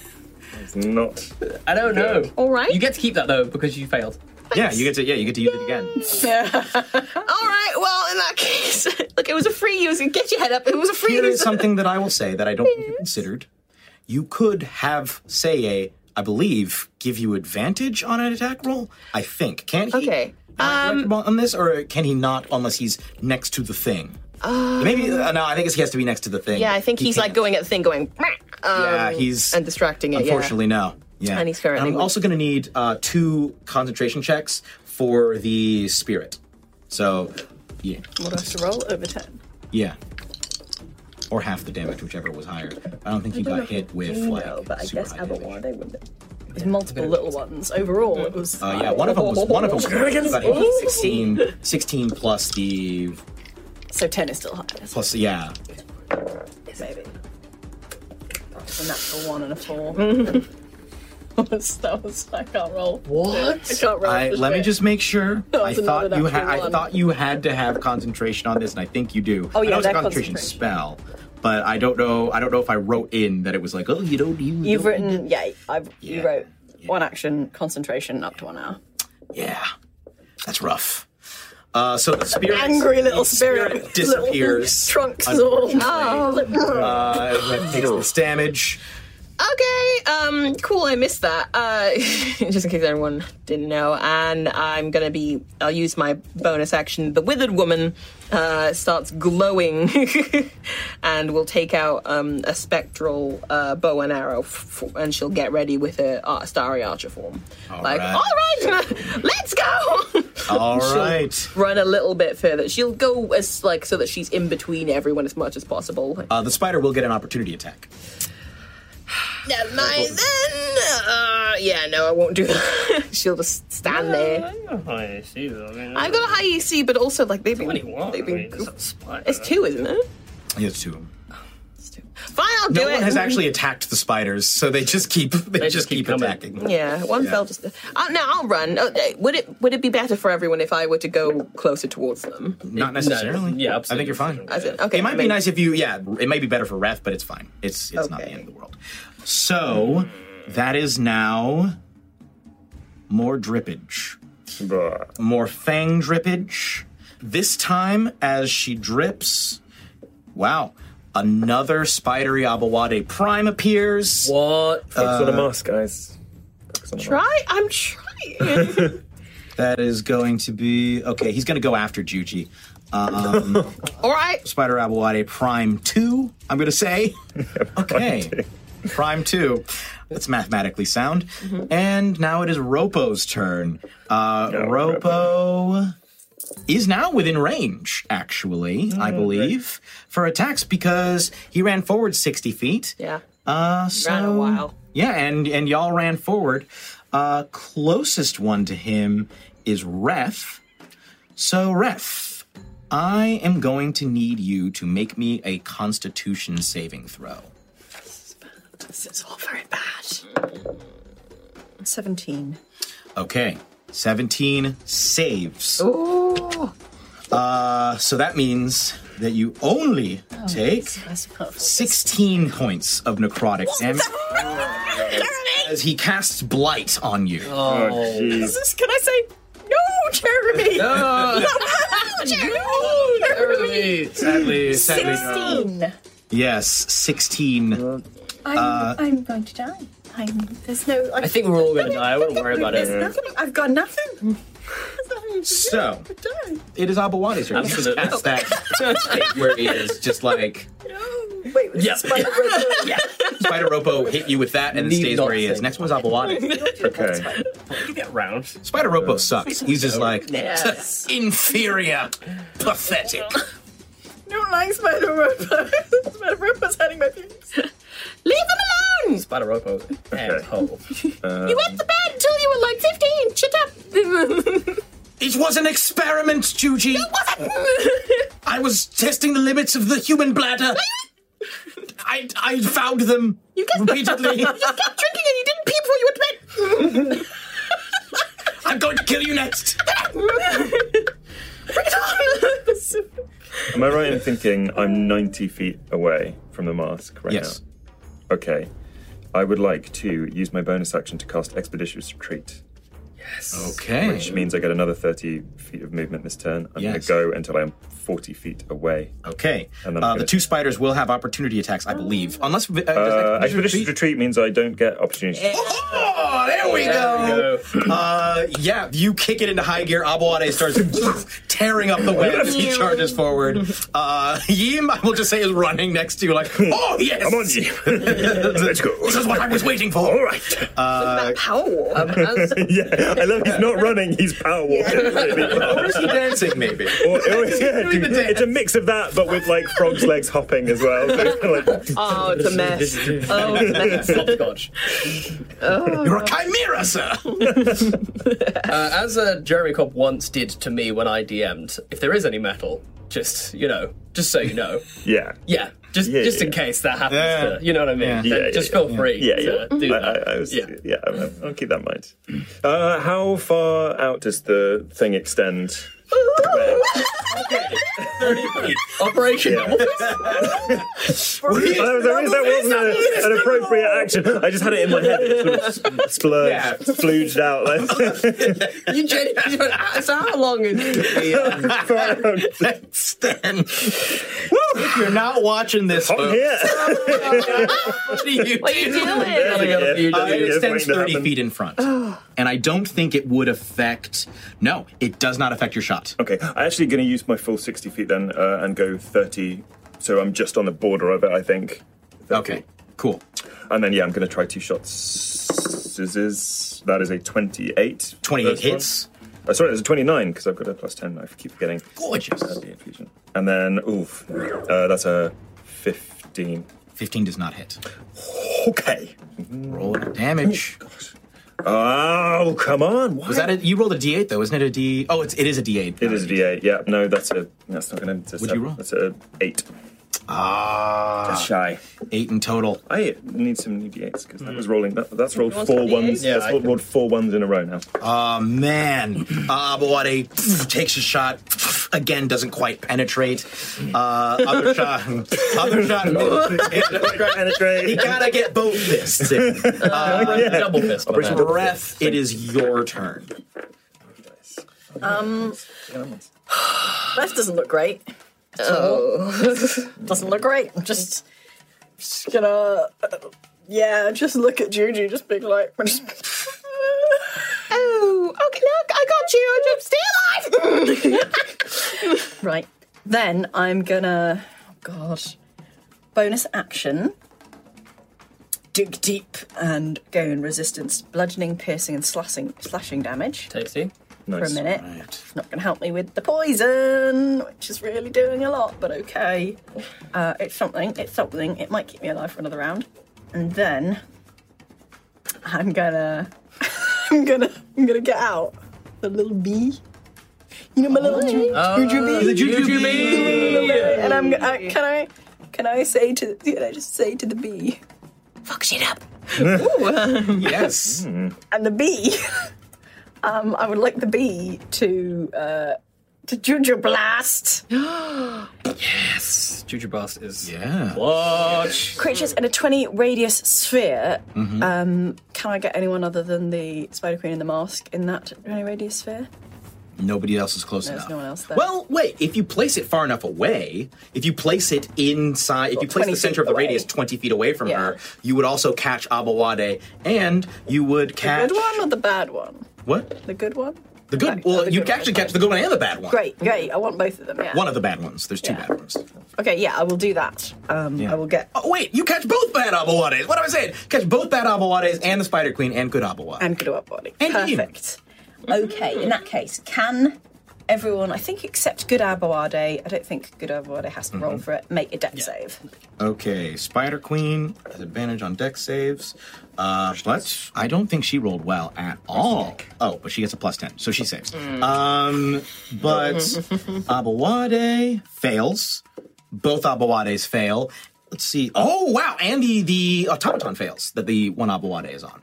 Speaker 6: It's not.
Speaker 3: I don't know.
Speaker 5: All right.
Speaker 3: You get to keep that though because you failed.
Speaker 2: yeah, you get to yeah, you get to use it again.
Speaker 5: All right, well, in that case, look, it was a free use. Get your head up. It was a free
Speaker 2: Here is
Speaker 5: use.
Speaker 2: something that I will say that I don't think you considered. You could have Seiye, I believe, give you advantage on an attack roll. I think. Can't he?
Speaker 5: Okay.
Speaker 2: Am
Speaker 5: Um,
Speaker 2: I correct about- on this, or can he not unless he's next to the thing? Maybe uh, no. I think he has to be next to the thing.
Speaker 5: Um, Yeah, I think
Speaker 2: He
Speaker 5: he's like
Speaker 2: can't.
Speaker 5: going at the thing, going, "Meh," um,
Speaker 2: Yeah, he's
Speaker 5: and distracting it. yeah.
Speaker 2: Unfortunately, no. Yeah.
Speaker 5: And he's currently-
Speaker 2: I'm also going to need uh, two concentration checks for the spirit. So, yeah.
Speaker 7: what else to roll? Over 10.
Speaker 2: Yeah. Or half the damage, whichever was higher. I don't think he got hit with
Speaker 7: You
Speaker 2: like
Speaker 7: know, but I
Speaker 2: super
Speaker 7: guess
Speaker 2: high damage.
Speaker 7: Aberwarde, they would There's multiple little ones. Overall, it was.
Speaker 2: Uh, yeah, one of them was one of them was about
Speaker 7: Ooh.
Speaker 2: 16, 16 plus the
Speaker 7: So 10 is still higher. That's
Speaker 2: plus yeah.
Speaker 7: maybe. That's a natural one and a four. that was, that was, I can't roll. What? I can't roll.
Speaker 2: I,
Speaker 7: for
Speaker 2: let me
Speaker 7: shit.
Speaker 2: just make sure. I
Speaker 7: was
Speaker 2: thought
Speaker 7: another
Speaker 2: you
Speaker 7: natural
Speaker 2: had I
Speaker 7: one.
Speaker 2: thought you had to have concentration on this, and I think you do.
Speaker 7: Oh,
Speaker 2: I
Speaker 7: yeah,
Speaker 2: know it's a
Speaker 7: that
Speaker 2: concentration,
Speaker 7: concentration.
Speaker 2: spell, but I don't know. I don't know if I wrote in that it was like, oh, you don't use.
Speaker 7: You've written, yeah, I've,
Speaker 2: Yeah.
Speaker 7: you wrote one action, concentration, up to one hour.
Speaker 2: Yeah, that's rough. Uh, so the spirit,
Speaker 7: Angry little
Speaker 2: the
Speaker 7: spirit.
Speaker 2: disappears.
Speaker 7: Trunks is all.
Speaker 5: Oh.
Speaker 2: uh, it takes this damage.
Speaker 5: Okay, um, cool. I missed that. Uh, just in case anyone didn't know, and I'm gonna be. I'll use my bonus action. The withered woman uh, starts glowing, and will take out um, a spectral uh, bow and arrow, f- f- and she'll get ready with her uh, starry archer form. like,
Speaker 2: right.
Speaker 5: all right, let's go.
Speaker 2: All
Speaker 5: She'll
Speaker 2: right.
Speaker 5: Run a little bit further. She'll go as like so that she's in between everyone as much as possible.
Speaker 2: Uh, the spider will get an opportunity attack.
Speaker 5: Never mind then. Uh, yeah, no, I won't do that. She'll just stand there.
Speaker 3: Oh, I see though. I mean,
Speaker 5: I've got a high EC, but also like they've been. They've been goop- it's two, isn't it?
Speaker 2: He has two.
Speaker 5: Fine, I'll
Speaker 2: No
Speaker 5: do
Speaker 2: one
Speaker 5: it.
Speaker 2: has actually attacked the spiders, so they just keep they, just,
Speaker 3: just keep
Speaker 2: keep,
Speaker 3: coming.
Speaker 2: attacking.
Speaker 5: Yeah, one fell. Just uh, no, I'll run. Oh, uh, would it would it be better for everyone if I were to go closer towards them?
Speaker 2: Not necessarily.
Speaker 3: yeah,
Speaker 2: I think
Speaker 3: absolutely.
Speaker 2: you're fine.
Speaker 5: I said, okay,
Speaker 2: It might
Speaker 5: I
Speaker 2: be
Speaker 5: mean-
Speaker 2: nice if you, yeah, it might be better for Ref, but it's fine. It's it's not the
Speaker 5: Okay.
Speaker 2: end of the world. So that is now more drippage,
Speaker 6: Bruh.
Speaker 2: more fang drippage. This time, as she drips, wow, another spidery Abawade Prime appears.
Speaker 3: What?
Speaker 6: Focus on a mask, guys. Focus on a mask.
Speaker 5: Right, I'm trying.
Speaker 2: That is going to be okay. He's going to go after Juji. Um,
Speaker 5: All right,
Speaker 2: Spider Abawade Prime 2, I'm going to say. Okay. Prime 2. That's mathematically sound.
Speaker 5: Mm-hmm.
Speaker 2: And now it is Ropo's turn.
Speaker 5: Oh,
Speaker 2: Uh, Ropo, is now within range, actually,
Speaker 5: Oh,
Speaker 2: I believe, for attacks because he ran forward 60 feet.
Speaker 5: yeah,
Speaker 2: Uh, so,
Speaker 5: Ran a while.
Speaker 2: Yeah, and and y'all ran forward. Uh, closest one to him is Ref. So Ref, I am going to need you to make me a Constitution saving throw.
Speaker 7: This is all very bad. 17.
Speaker 2: Okay, seventeen saves. Uh, so that means that you only take sixteen points of necrotic damage as he casts blight on you.
Speaker 6: Oh, jeez.
Speaker 7: This- Can I say, no, Jeremy?
Speaker 2: Sadly, sadly, no.
Speaker 7: 16.
Speaker 2: Yes, 16.
Speaker 7: I'm, I'm going to die. I'm, there's no.
Speaker 3: I think we're all gonna die. I wouldn't worry about
Speaker 7: There's
Speaker 3: it.
Speaker 7: nothing. I've got nothing. There's nothing to
Speaker 2: So,
Speaker 7: do. Die.
Speaker 2: it is Abawadi's turn.
Speaker 3: Absolutely.
Speaker 2: That's that state where it is just like
Speaker 7: Wait, was
Speaker 3: Yeah.
Speaker 7: this by the
Speaker 2: yeah. Spider Ropo hit you with that and it
Speaker 3: Need
Speaker 2: stays
Speaker 3: not
Speaker 2: where he is.
Speaker 3: think.
Speaker 2: Next one's Abawadi.
Speaker 6: Okay.
Speaker 3: Get round.
Speaker 2: Spider Ropo sucks. He's just like
Speaker 7: Yes.
Speaker 2: inferior, pathetic.
Speaker 7: I don't like Spider Robo. Spider Robo's hiding my feelings.
Speaker 5: Leave them alone!
Speaker 3: Spider rope over. Asshole.
Speaker 6: Uh,
Speaker 5: You went to bed until you were like 15. Shut up.
Speaker 2: It was an experiment, Juji. I was testing the limits of the human bladder. I, I found them repeatedly.
Speaker 5: Kept drinking and you didn't pee before you went to bed.
Speaker 2: I'm going to kill you next.
Speaker 6: Am I right in thinking I'm 90 feet away from the mask right
Speaker 2: Yes.
Speaker 6: now? Okay. I would like to use my bonus action to cast Expeditious Retreat,
Speaker 2: Okay.
Speaker 6: which means I get another 30 feet of movement this turn. I'm
Speaker 2: Yes.
Speaker 6: going to go until I'm 40 feet away.
Speaker 2: Okay.
Speaker 6: And then
Speaker 2: Uh,
Speaker 6: I'm
Speaker 2: the
Speaker 6: gonna-
Speaker 2: two spiders will have opportunity attacks, I believe. Unless. Uh,
Speaker 6: Uh,
Speaker 2: does
Speaker 6: Expeditious
Speaker 2: Expedition
Speaker 6: retreat? means I don't get opportunity.
Speaker 2: Oh, there we go. Uh, yeah, you kick it into high gear. Abuade starts tearing up the web as he charges forward. Uh, Yim, I will just say, is running next to you, like, oh, yes.
Speaker 6: I'm on you. Let's go.
Speaker 2: This is what I was waiting for.
Speaker 6: All right.
Speaker 5: that power walk. As-
Speaker 6: yeah, I love he's not running, he's power walking.
Speaker 2: Or is he dancing, maybe?
Speaker 6: Or- or- yeah,
Speaker 2: doing the
Speaker 6: it's a
Speaker 2: dance.
Speaker 6: mix of that, but with like frog's legs hopping as well. Uh, So it's kinda like-
Speaker 5: oh, it's a mess. Oh, it's a mess.
Speaker 3: Slopscotch.
Speaker 2: You're a chimera, sir.
Speaker 3: Uh, as uh, Jeremy Cobb once did to me when I DM'd, if there is any metal, just, you know, just so you know.
Speaker 6: yeah.
Speaker 3: Yeah. Just,
Speaker 6: Yeah,
Speaker 3: just in
Speaker 6: yeah.
Speaker 3: case that happens,
Speaker 2: Yeah.
Speaker 3: to, you know what I mean.
Speaker 2: Yeah.
Speaker 3: Then
Speaker 6: Yeah, yeah,
Speaker 3: just
Speaker 6: yeah.
Speaker 3: feel free.
Speaker 6: Yeah,
Speaker 3: to
Speaker 6: yeah.
Speaker 3: Do
Speaker 6: I,
Speaker 3: that.
Speaker 6: I, I was, yeah,
Speaker 3: yeah.
Speaker 6: I'll, I'll keep that in mind. Uh, how far out does the thing extend?
Speaker 3: Operation.
Speaker 6: I was- I realised that wasn't a, an appropriate action. I just had it in my head. It sort of s- splurged,
Speaker 2: Yeah.
Speaker 6: splooged out. Like,
Speaker 3: you genuinely. So how long is
Speaker 2: Stan. If you're not watching this,
Speaker 6: I'm
Speaker 2: folks,
Speaker 6: here.
Speaker 2: what do you
Speaker 5: What are you
Speaker 2: do?
Speaker 5: doing?
Speaker 6: Yeah,
Speaker 3: few
Speaker 6: yeah,
Speaker 2: Uh, it
Speaker 6: yeah,
Speaker 2: extends
Speaker 6: something to
Speaker 2: 30
Speaker 6: happen.
Speaker 2: feet in front. and I don't think it would affect. No, it does not affect your shot.
Speaker 6: Okay, I'm actually going to use my full 60 feet then uh, and go 30. So I'm just on the border of it, I think.
Speaker 2: Okay, cool.
Speaker 6: And then, yeah, I'm going to try two shots. Scissors. That is a 28.
Speaker 2: 28
Speaker 6: First one.
Speaker 2: hits.
Speaker 6: Oh, sorry, there's a 29 because I've got a plus 10. I keep forgetting.
Speaker 2: Gorgeous.
Speaker 6: The infusion. And then, oof, uh, that's a 15.
Speaker 2: 15 does not hit.
Speaker 6: Okay.
Speaker 2: Roll your damage.
Speaker 6: Oh, come on. Why?
Speaker 2: Was that it? You rolled a d8 though, isn't it a d? Oh, it's it is a d8.
Speaker 6: It is a D8. Yeah, no, that's a. That's not going to.
Speaker 2: Would you roll?
Speaker 6: That's a 8.
Speaker 2: Ah,
Speaker 6: Shy.
Speaker 2: eight in total.
Speaker 6: I need some new d8s because that was rolling. That, that's rolled four
Speaker 5: Everyone's got D8s?
Speaker 6: ones.
Speaker 3: Yeah,
Speaker 6: that's
Speaker 3: I
Speaker 6: rolled,
Speaker 3: can-
Speaker 6: rolled four ones in a row now.
Speaker 2: Oh man, Abawade takes a shot. Again, doesn't quite penetrate. Uh, other shot. Other shot. You
Speaker 6: Penetrate.
Speaker 2: gotta get both fists. in. Uh,
Speaker 3: double fist? my man.
Speaker 2: Breath. It is your turn.
Speaker 4: Left doesn't look great. Oh. doesn't look great. I'm just, just gonna, uh, yeah, just look at Juju, just being like,
Speaker 5: Oh, okay, look, I got you. I'm still alive.
Speaker 4: right. Then I'm gonna, oh God, bonus action. Dig deep and go in resistance, bludgeoning, piercing, and slashing, slashing damage
Speaker 3: Tasty.
Speaker 4: for a
Speaker 6: Nice.
Speaker 4: minute.
Speaker 2: Right.
Speaker 4: It's not going to help me with the poison, which is really doing a lot, but okay. Uh, it's something, it's something. It might keep me alive for another round. And then I'm gonna, I'm gonna, I'm gonna get out the little bee. You know my little ju-
Speaker 3: Oh.
Speaker 4: juju bee.
Speaker 3: Juju
Speaker 4: And I'm gonna, I- can I, can I say to, can I just say to the bee? Fuck shit up.
Speaker 2: Yes.
Speaker 6: Hmm.
Speaker 4: And the bee, um, I would like the bee to, uh, to juju blast.
Speaker 3: Juju Blast is.
Speaker 2: Yeah.
Speaker 3: Watch.
Speaker 4: creatures in a 20 radius sphere.
Speaker 2: Mm-hmm.
Speaker 4: Um, can I get anyone other than the Spider Queen in the mask in that 20 radius sphere?
Speaker 2: Nobody else is close
Speaker 4: There's
Speaker 2: enough.
Speaker 4: no one else there.
Speaker 2: Well, wait. If you place it far enough away, if you place it inside, if you place
Speaker 4: 20
Speaker 2: the center of the
Speaker 4: feet away.
Speaker 2: radius twenty feet away from
Speaker 4: Yeah.
Speaker 2: her, you would also catch Abawade, and you would
Speaker 4: the
Speaker 2: catch
Speaker 4: good one or the bad one?
Speaker 2: what?
Speaker 4: The good one?
Speaker 2: The good. Well, you would actually catch the good one and the bad one.
Speaker 4: Great, great. I want both of them, yeah.
Speaker 2: One of the bad ones. There's two
Speaker 4: Yeah.
Speaker 2: bad ones.
Speaker 4: Okay, yeah, I will do that. Um, I will get.
Speaker 2: Oh, wait, you catch both bad Abawades. What am I saying? Catch both bad Abawades and the Spider Queen and good Abawade.
Speaker 4: And good up body.
Speaker 2: And you.
Speaker 4: Perfect. Okay, in that case, can everyone, I think except Good Abawade, I don't think Good Abawade has to roll
Speaker 2: Mm-hmm.
Speaker 4: for it, make a deck save.
Speaker 2: Okay, Spider Queen has advantage on deck saves. Uh, but I don't think she rolled well at all. Oh, but she gets a plus 10, so she saves. Um, but Abawade fails. Both Abawades fail. Let's see. Oh, wow, and the, the automaton fails that the one Abawade is on.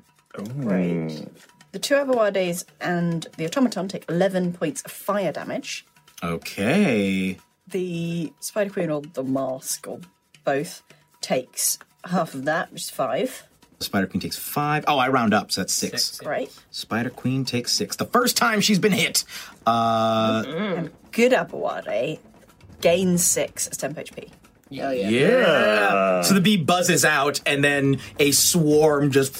Speaker 4: Right. The two Abawades and the automaton take 11 points of fire damage.
Speaker 2: Okay.
Speaker 4: The Spider Queen or the Mask or both takes half of that, which is five.
Speaker 2: Spider Queen takes five. Oh, I round up, so that's six.
Speaker 4: Great.
Speaker 2: Spider Queen takes six. The first time she's been hit. Uh,
Speaker 4: Good Abawade gains six, that's 10 HP.
Speaker 2: Yeah. So the bee buzzes out, and then a swarm just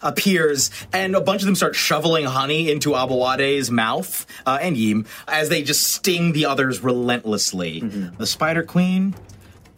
Speaker 2: appears, and a bunch of them start shoveling honey into Abawade's mouth uh, and Yim as they just sting the others relentlessly.
Speaker 4: Mm-hmm.
Speaker 2: The Spider Queen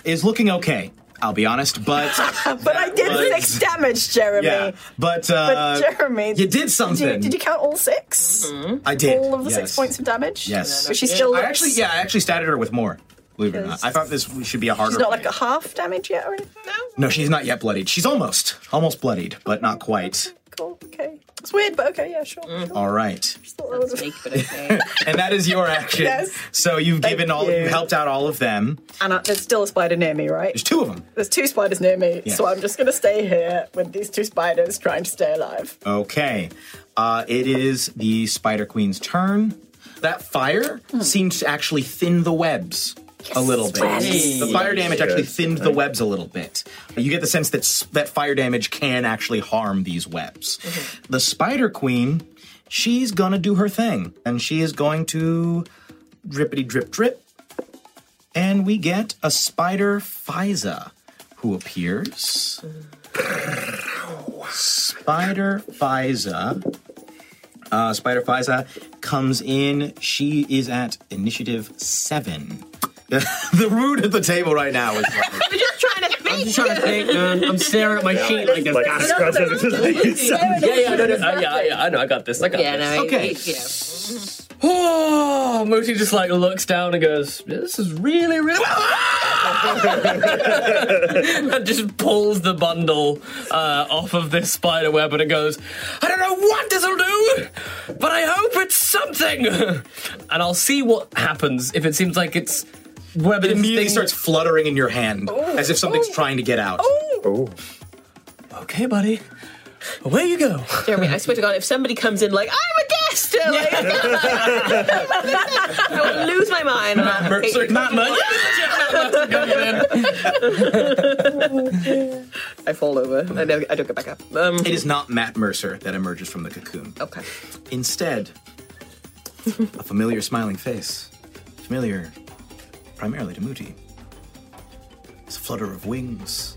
Speaker 2: is looking okay. I'll be honest, but
Speaker 4: But I did
Speaker 2: was-
Speaker 4: six damage, Jeremy.
Speaker 2: yeah, but, uh,
Speaker 4: Jeremy,
Speaker 2: you did
Speaker 4: Did you,
Speaker 2: something.
Speaker 4: did you count all 6
Speaker 2: I did
Speaker 4: All of the
Speaker 2: yes.
Speaker 4: six points of damage?
Speaker 2: Yes.
Speaker 4: But she still
Speaker 2: I
Speaker 4: looks,
Speaker 2: actually, yeah, I actually statted her with more. Believe it or not, I thought this should be a harder.
Speaker 4: She's not like
Speaker 2: fight.
Speaker 4: a half damage yet or anything?
Speaker 2: No, she's not yet bloodied. She's almost, almost bloodied, but not quite.
Speaker 4: Cool, okay. It's weird, but okay, yeah, sure. sure.
Speaker 2: All right.
Speaker 4: Just thought that was-
Speaker 5: Fake, but okay.
Speaker 2: and that is your action.
Speaker 4: Yes.
Speaker 2: So you've given all, you.
Speaker 4: you.
Speaker 2: have helped out all of them.
Speaker 4: And I, there's still a spider near me, right?
Speaker 2: There's two of them.
Speaker 4: There's two spiders near me,
Speaker 2: Yes.
Speaker 4: so I'm just going to stay here with these two spiders trying to stay alive.
Speaker 2: Okay. Uh, it is the Spider Queen's turn. That fire seemed to actually thin the webs a little bit. The fire damage actually thinned the webs a little bit. But you get the sense that s- that fire damage can actually harm these webs. The Spider Queen, she's gonna do her thing, and she is going to drippity drip drip. And we get a spider Fiza who appears. Spider Fiza. Uh, Spider Fiza comes in. She is at initiative seven. the mood at the table right now is like,
Speaker 5: I'm just trying to think.
Speaker 3: I'm trying to think, man.
Speaker 2: uh,
Speaker 3: I'm staring at my sheet like I've
Speaker 6: Like,
Speaker 3: got it.
Speaker 6: scratch it.
Speaker 3: Yeah, yeah, no, no, uh, yeah, yeah, I know, I got this. I got
Speaker 5: Yeah,
Speaker 3: this.
Speaker 5: no,
Speaker 2: Okay.
Speaker 5: okay. It, yeah.
Speaker 3: Oh, Muti just like looks down and goes, "This is really, really." and just pulls the bundle uh, off of this spider web and it goes, "I don't know what this will do, but I hope it's something." and I'll see what happens if it seems like it's web
Speaker 2: it
Speaker 3: is
Speaker 2: immediately
Speaker 3: thing-
Speaker 2: starts fluttering in your hand as if something's trying to get out.
Speaker 3: Okay, buddy, away you go.
Speaker 5: Jeremy, I swear to God, if somebody comes in like, I'm a guest, like, I will lose my mind.
Speaker 3: Matt Mercer, Matt Mercer, Matt Mercer coming in.
Speaker 5: I fall over. I don't, I don't get back up. Um,
Speaker 2: It is not Matt Mercer that emerges from the cocoon.
Speaker 5: okay.
Speaker 2: Instead, a familiar smiling face, familiar primarily to Muti. It's a flutter of wings,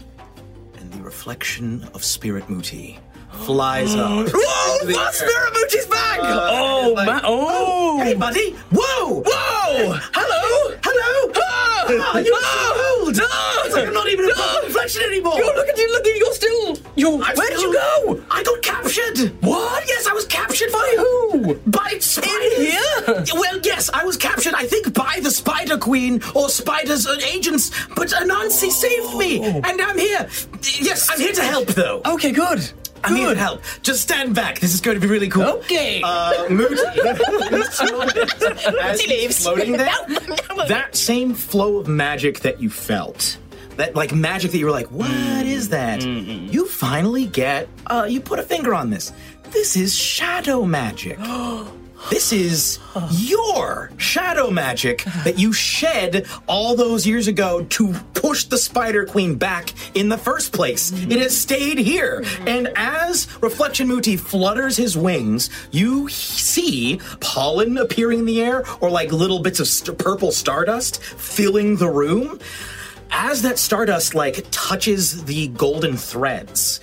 Speaker 2: and the reflection of Spirit Muti flies up. Whoa! Spirit Muti's back!
Speaker 3: Oh, Matt. Oh,
Speaker 2: Hey, buddy! Whoa!
Speaker 3: Whoa!
Speaker 2: Hello! Hello!
Speaker 3: Ah!
Speaker 2: Ah, you're
Speaker 3: Ah!
Speaker 2: so old!
Speaker 3: Ah!
Speaker 2: It's like I'm not even a
Speaker 3: Ah!
Speaker 2: reflection anymore!
Speaker 3: Yo, look at you! Look at you! You're still. Yo,
Speaker 2: I'm
Speaker 3: where did
Speaker 2: still-
Speaker 3: you go?
Speaker 2: I got captured!
Speaker 3: What?
Speaker 2: Yes, I was captured by who? By spiders.
Speaker 3: here?
Speaker 2: Well, yes, I was captured. I think by the Spider Queen or spiders uh, agents, but Anansi saved me,
Speaker 3: Oh.
Speaker 2: and I'm here. Yes, I'm here to help, though.
Speaker 3: Okay, Oh, good.
Speaker 2: I'm here to help. Just stand back. This is going to be really cool.
Speaker 3: Okay.
Speaker 2: Uh, Moody. As he's floating there, that same flow of magic that you felt. That like magic that you were like, what is that? You finally get. Uh, you put a finger on this. This is shadow magic. This is your shadow magic that you shed all those years ago to push the Spider Queen back in the first place. It has stayed here. And as Reflection Muti flutters his wings, you h- see pollen appearing in the air or like little bits of st- purple stardust filling the room. As that stardust like touches the golden threads,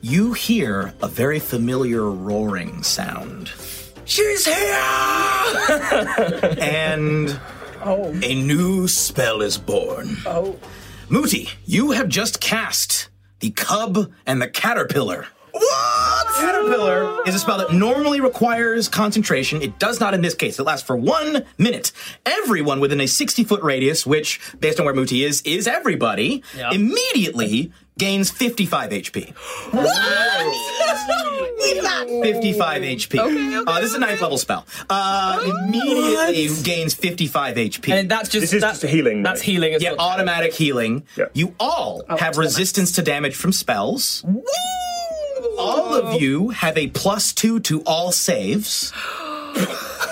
Speaker 2: you hear a very familiar roaring sound. She's here! and a new spell is born. Oh. Muti, you have just cast the cub and the caterpillar. What? Caterpillar is a spell that normally requires concentration. It does not in this case. It lasts for one minute. Everyone within a 60 foot radius, which, based on where Muti is, is everybody,
Speaker 3: Yeah.
Speaker 2: immediately gains 55 HP. What? 55 HP. uh, this is a ninth level spell. Uh, immediately gains 55 HP.
Speaker 3: And that's just
Speaker 6: This is
Speaker 3: that-
Speaker 6: just healing,
Speaker 3: That's
Speaker 6: though.
Speaker 3: healing as
Speaker 2: Yeah,
Speaker 3: well.
Speaker 2: automatic healing.
Speaker 6: Yeah.
Speaker 2: You all
Speaker 3: Oh,
Speaker 2: have resistance to damage from spells.
Speaker 3: Oh.
Speaker 2: All of you have a plus two to all saves.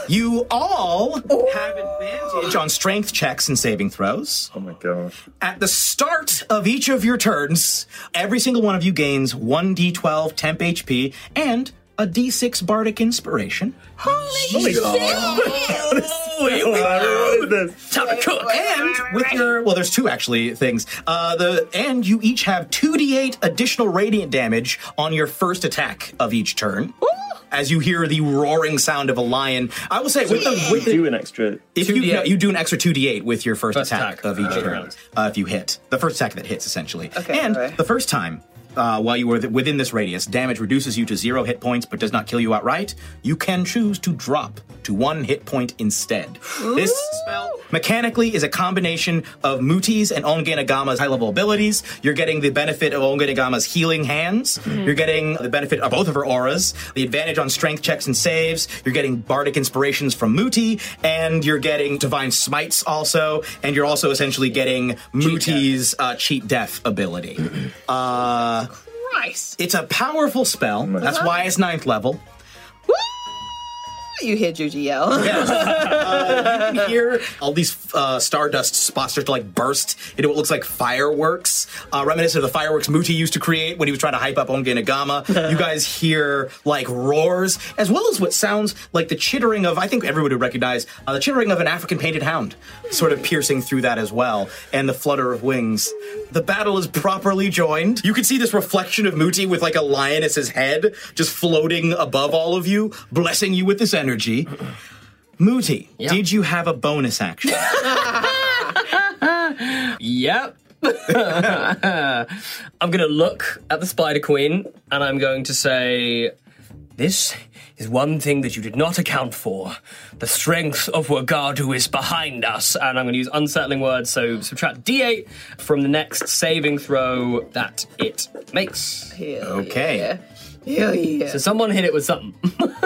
Speaker 2: You all
Speaker 3: Oh.
Speaker 2: have advantage on strength checks and saving throws.
Speaker 6: Oh my god.
Speaker 2: At the start of each of your turns, every single one of you gains 1d12 temp HP and a d6 bardic inspiration.
Speaker 6: Holy god. What is this?
Speaker 2: And with your well, there's two actually things. Uh, the and you each have two d8 additional radiant damage on your first attack of each turn. As you hear the roaring sound of a lion, I will say with the with the,
Speaker 6: Do an extra.
Speaker 2: if you
Speaker 3: 2d8.
Speaker 2: no, you do an extra two d8 with your first,
Speaker 3: First
Speaker 2: attack,
Speaker 3: attack.
Speaker 2: of each
Speaker 3: Okay.
Speaker 2: turn uh, if you hit the first attack that hits essentially.
Speaker 5: Okay,
Speaker 2: and
Speaker 5: alright.
Speaker 2: the first time. Uh, while you were th- within this radius, damage reduces you to zero hit points but does not kill you outright. You can choose to drop to one hit point instead. This spell mechanically is a combination of Muti's and Ongenagama's high level abilities. You're getting the benefit of Ongenagama's healing hands. You're getting the benefit of both of her auras, the advantage on strength checks and saves. You're getting bardic inspirations from Muti, and you're getting divine smites also. And you're also essentially getting Muti's uh, cheat death ability. Uh,
Speaker 5: Christ.
Speaker 2: it's a powerful spell. That's why it's ninth level.
Speaker 5: You hear Judy yell.
Speaker 2: Here, all these uh, stardust spots start to like burst into what looks like fireworks, uh, reminiscent of the fireworks Muti used to create when he was trying to hype up Onge Nagama. you guys hear like roars, as well as what sounds like the chittering of, I think everyone would recognize, uh, the chittering of an African painted hound, sort of piercing through that as well, and the flutter of wings. The battle is properly joined. You can see this reflection of Muti with like a lioness's head just floating above all of you, blessing you with this energy. Muti, did you have a bonus action?
Speaker 3: Yep. I'm going to look at the Spider Queen and I'm going to say, This is one thing that you did not account for. The strength of Wagadu is behind us. And I'm going to use unsettling words, so subtract d8 from the next saving throw that it makes.
Speaker 2: okay.
Speaker 5: Hell yeah.
Speaker 3: So someone hit it with something.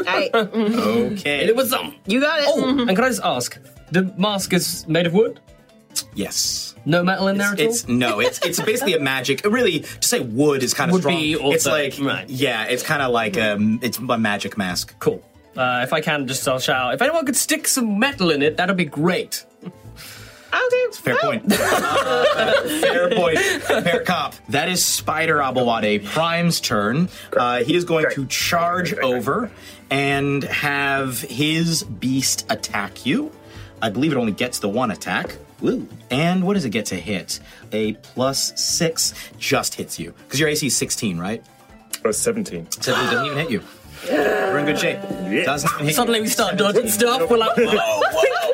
Speaker 5: Hey,
Speaker 2: Okay.
Speaker 3: it was something.
Speaker 5: you got it.
Speaker 3: Oh, And can I just ask? The mask is made of wood?
Speaker 2: yes.
Speaker 3: No metal in there at all?
Speaker 2: It's no, it's it's basically a magic. uh, Really, to say wood is kind of
Speaker 3: Would
Speaker 2: strong.
Speaker 3: be
Speaker 2: it's
Speaker 3: also-
Speaker 2: like
Speaker 3: right.
Speaker 2: yeah, it's kind of like um, it's a magic mask.
Speaker 3: Cool. Uh, if I can, just I'll shout. If anyone could stick some metal in it, that'd be great.
Speaker 5: Okay.
Speaker 2: Fair point. Uh, fair point. Fair cop. That is Spider Abawade Prime's turn. Uh, he is going to charge over and have his beast attack you. I believe it only gets the one attack. Woo. And what does it get to hit? A plus six just hits you. Because your AC is 16, right?
Speaker 6: Oh, 17.
Speaker 2: So it doesn't even hit you. We're in good shape. Doesn't even hit you.
Speaker 3: Suddenly we start dodging stuff. We're like,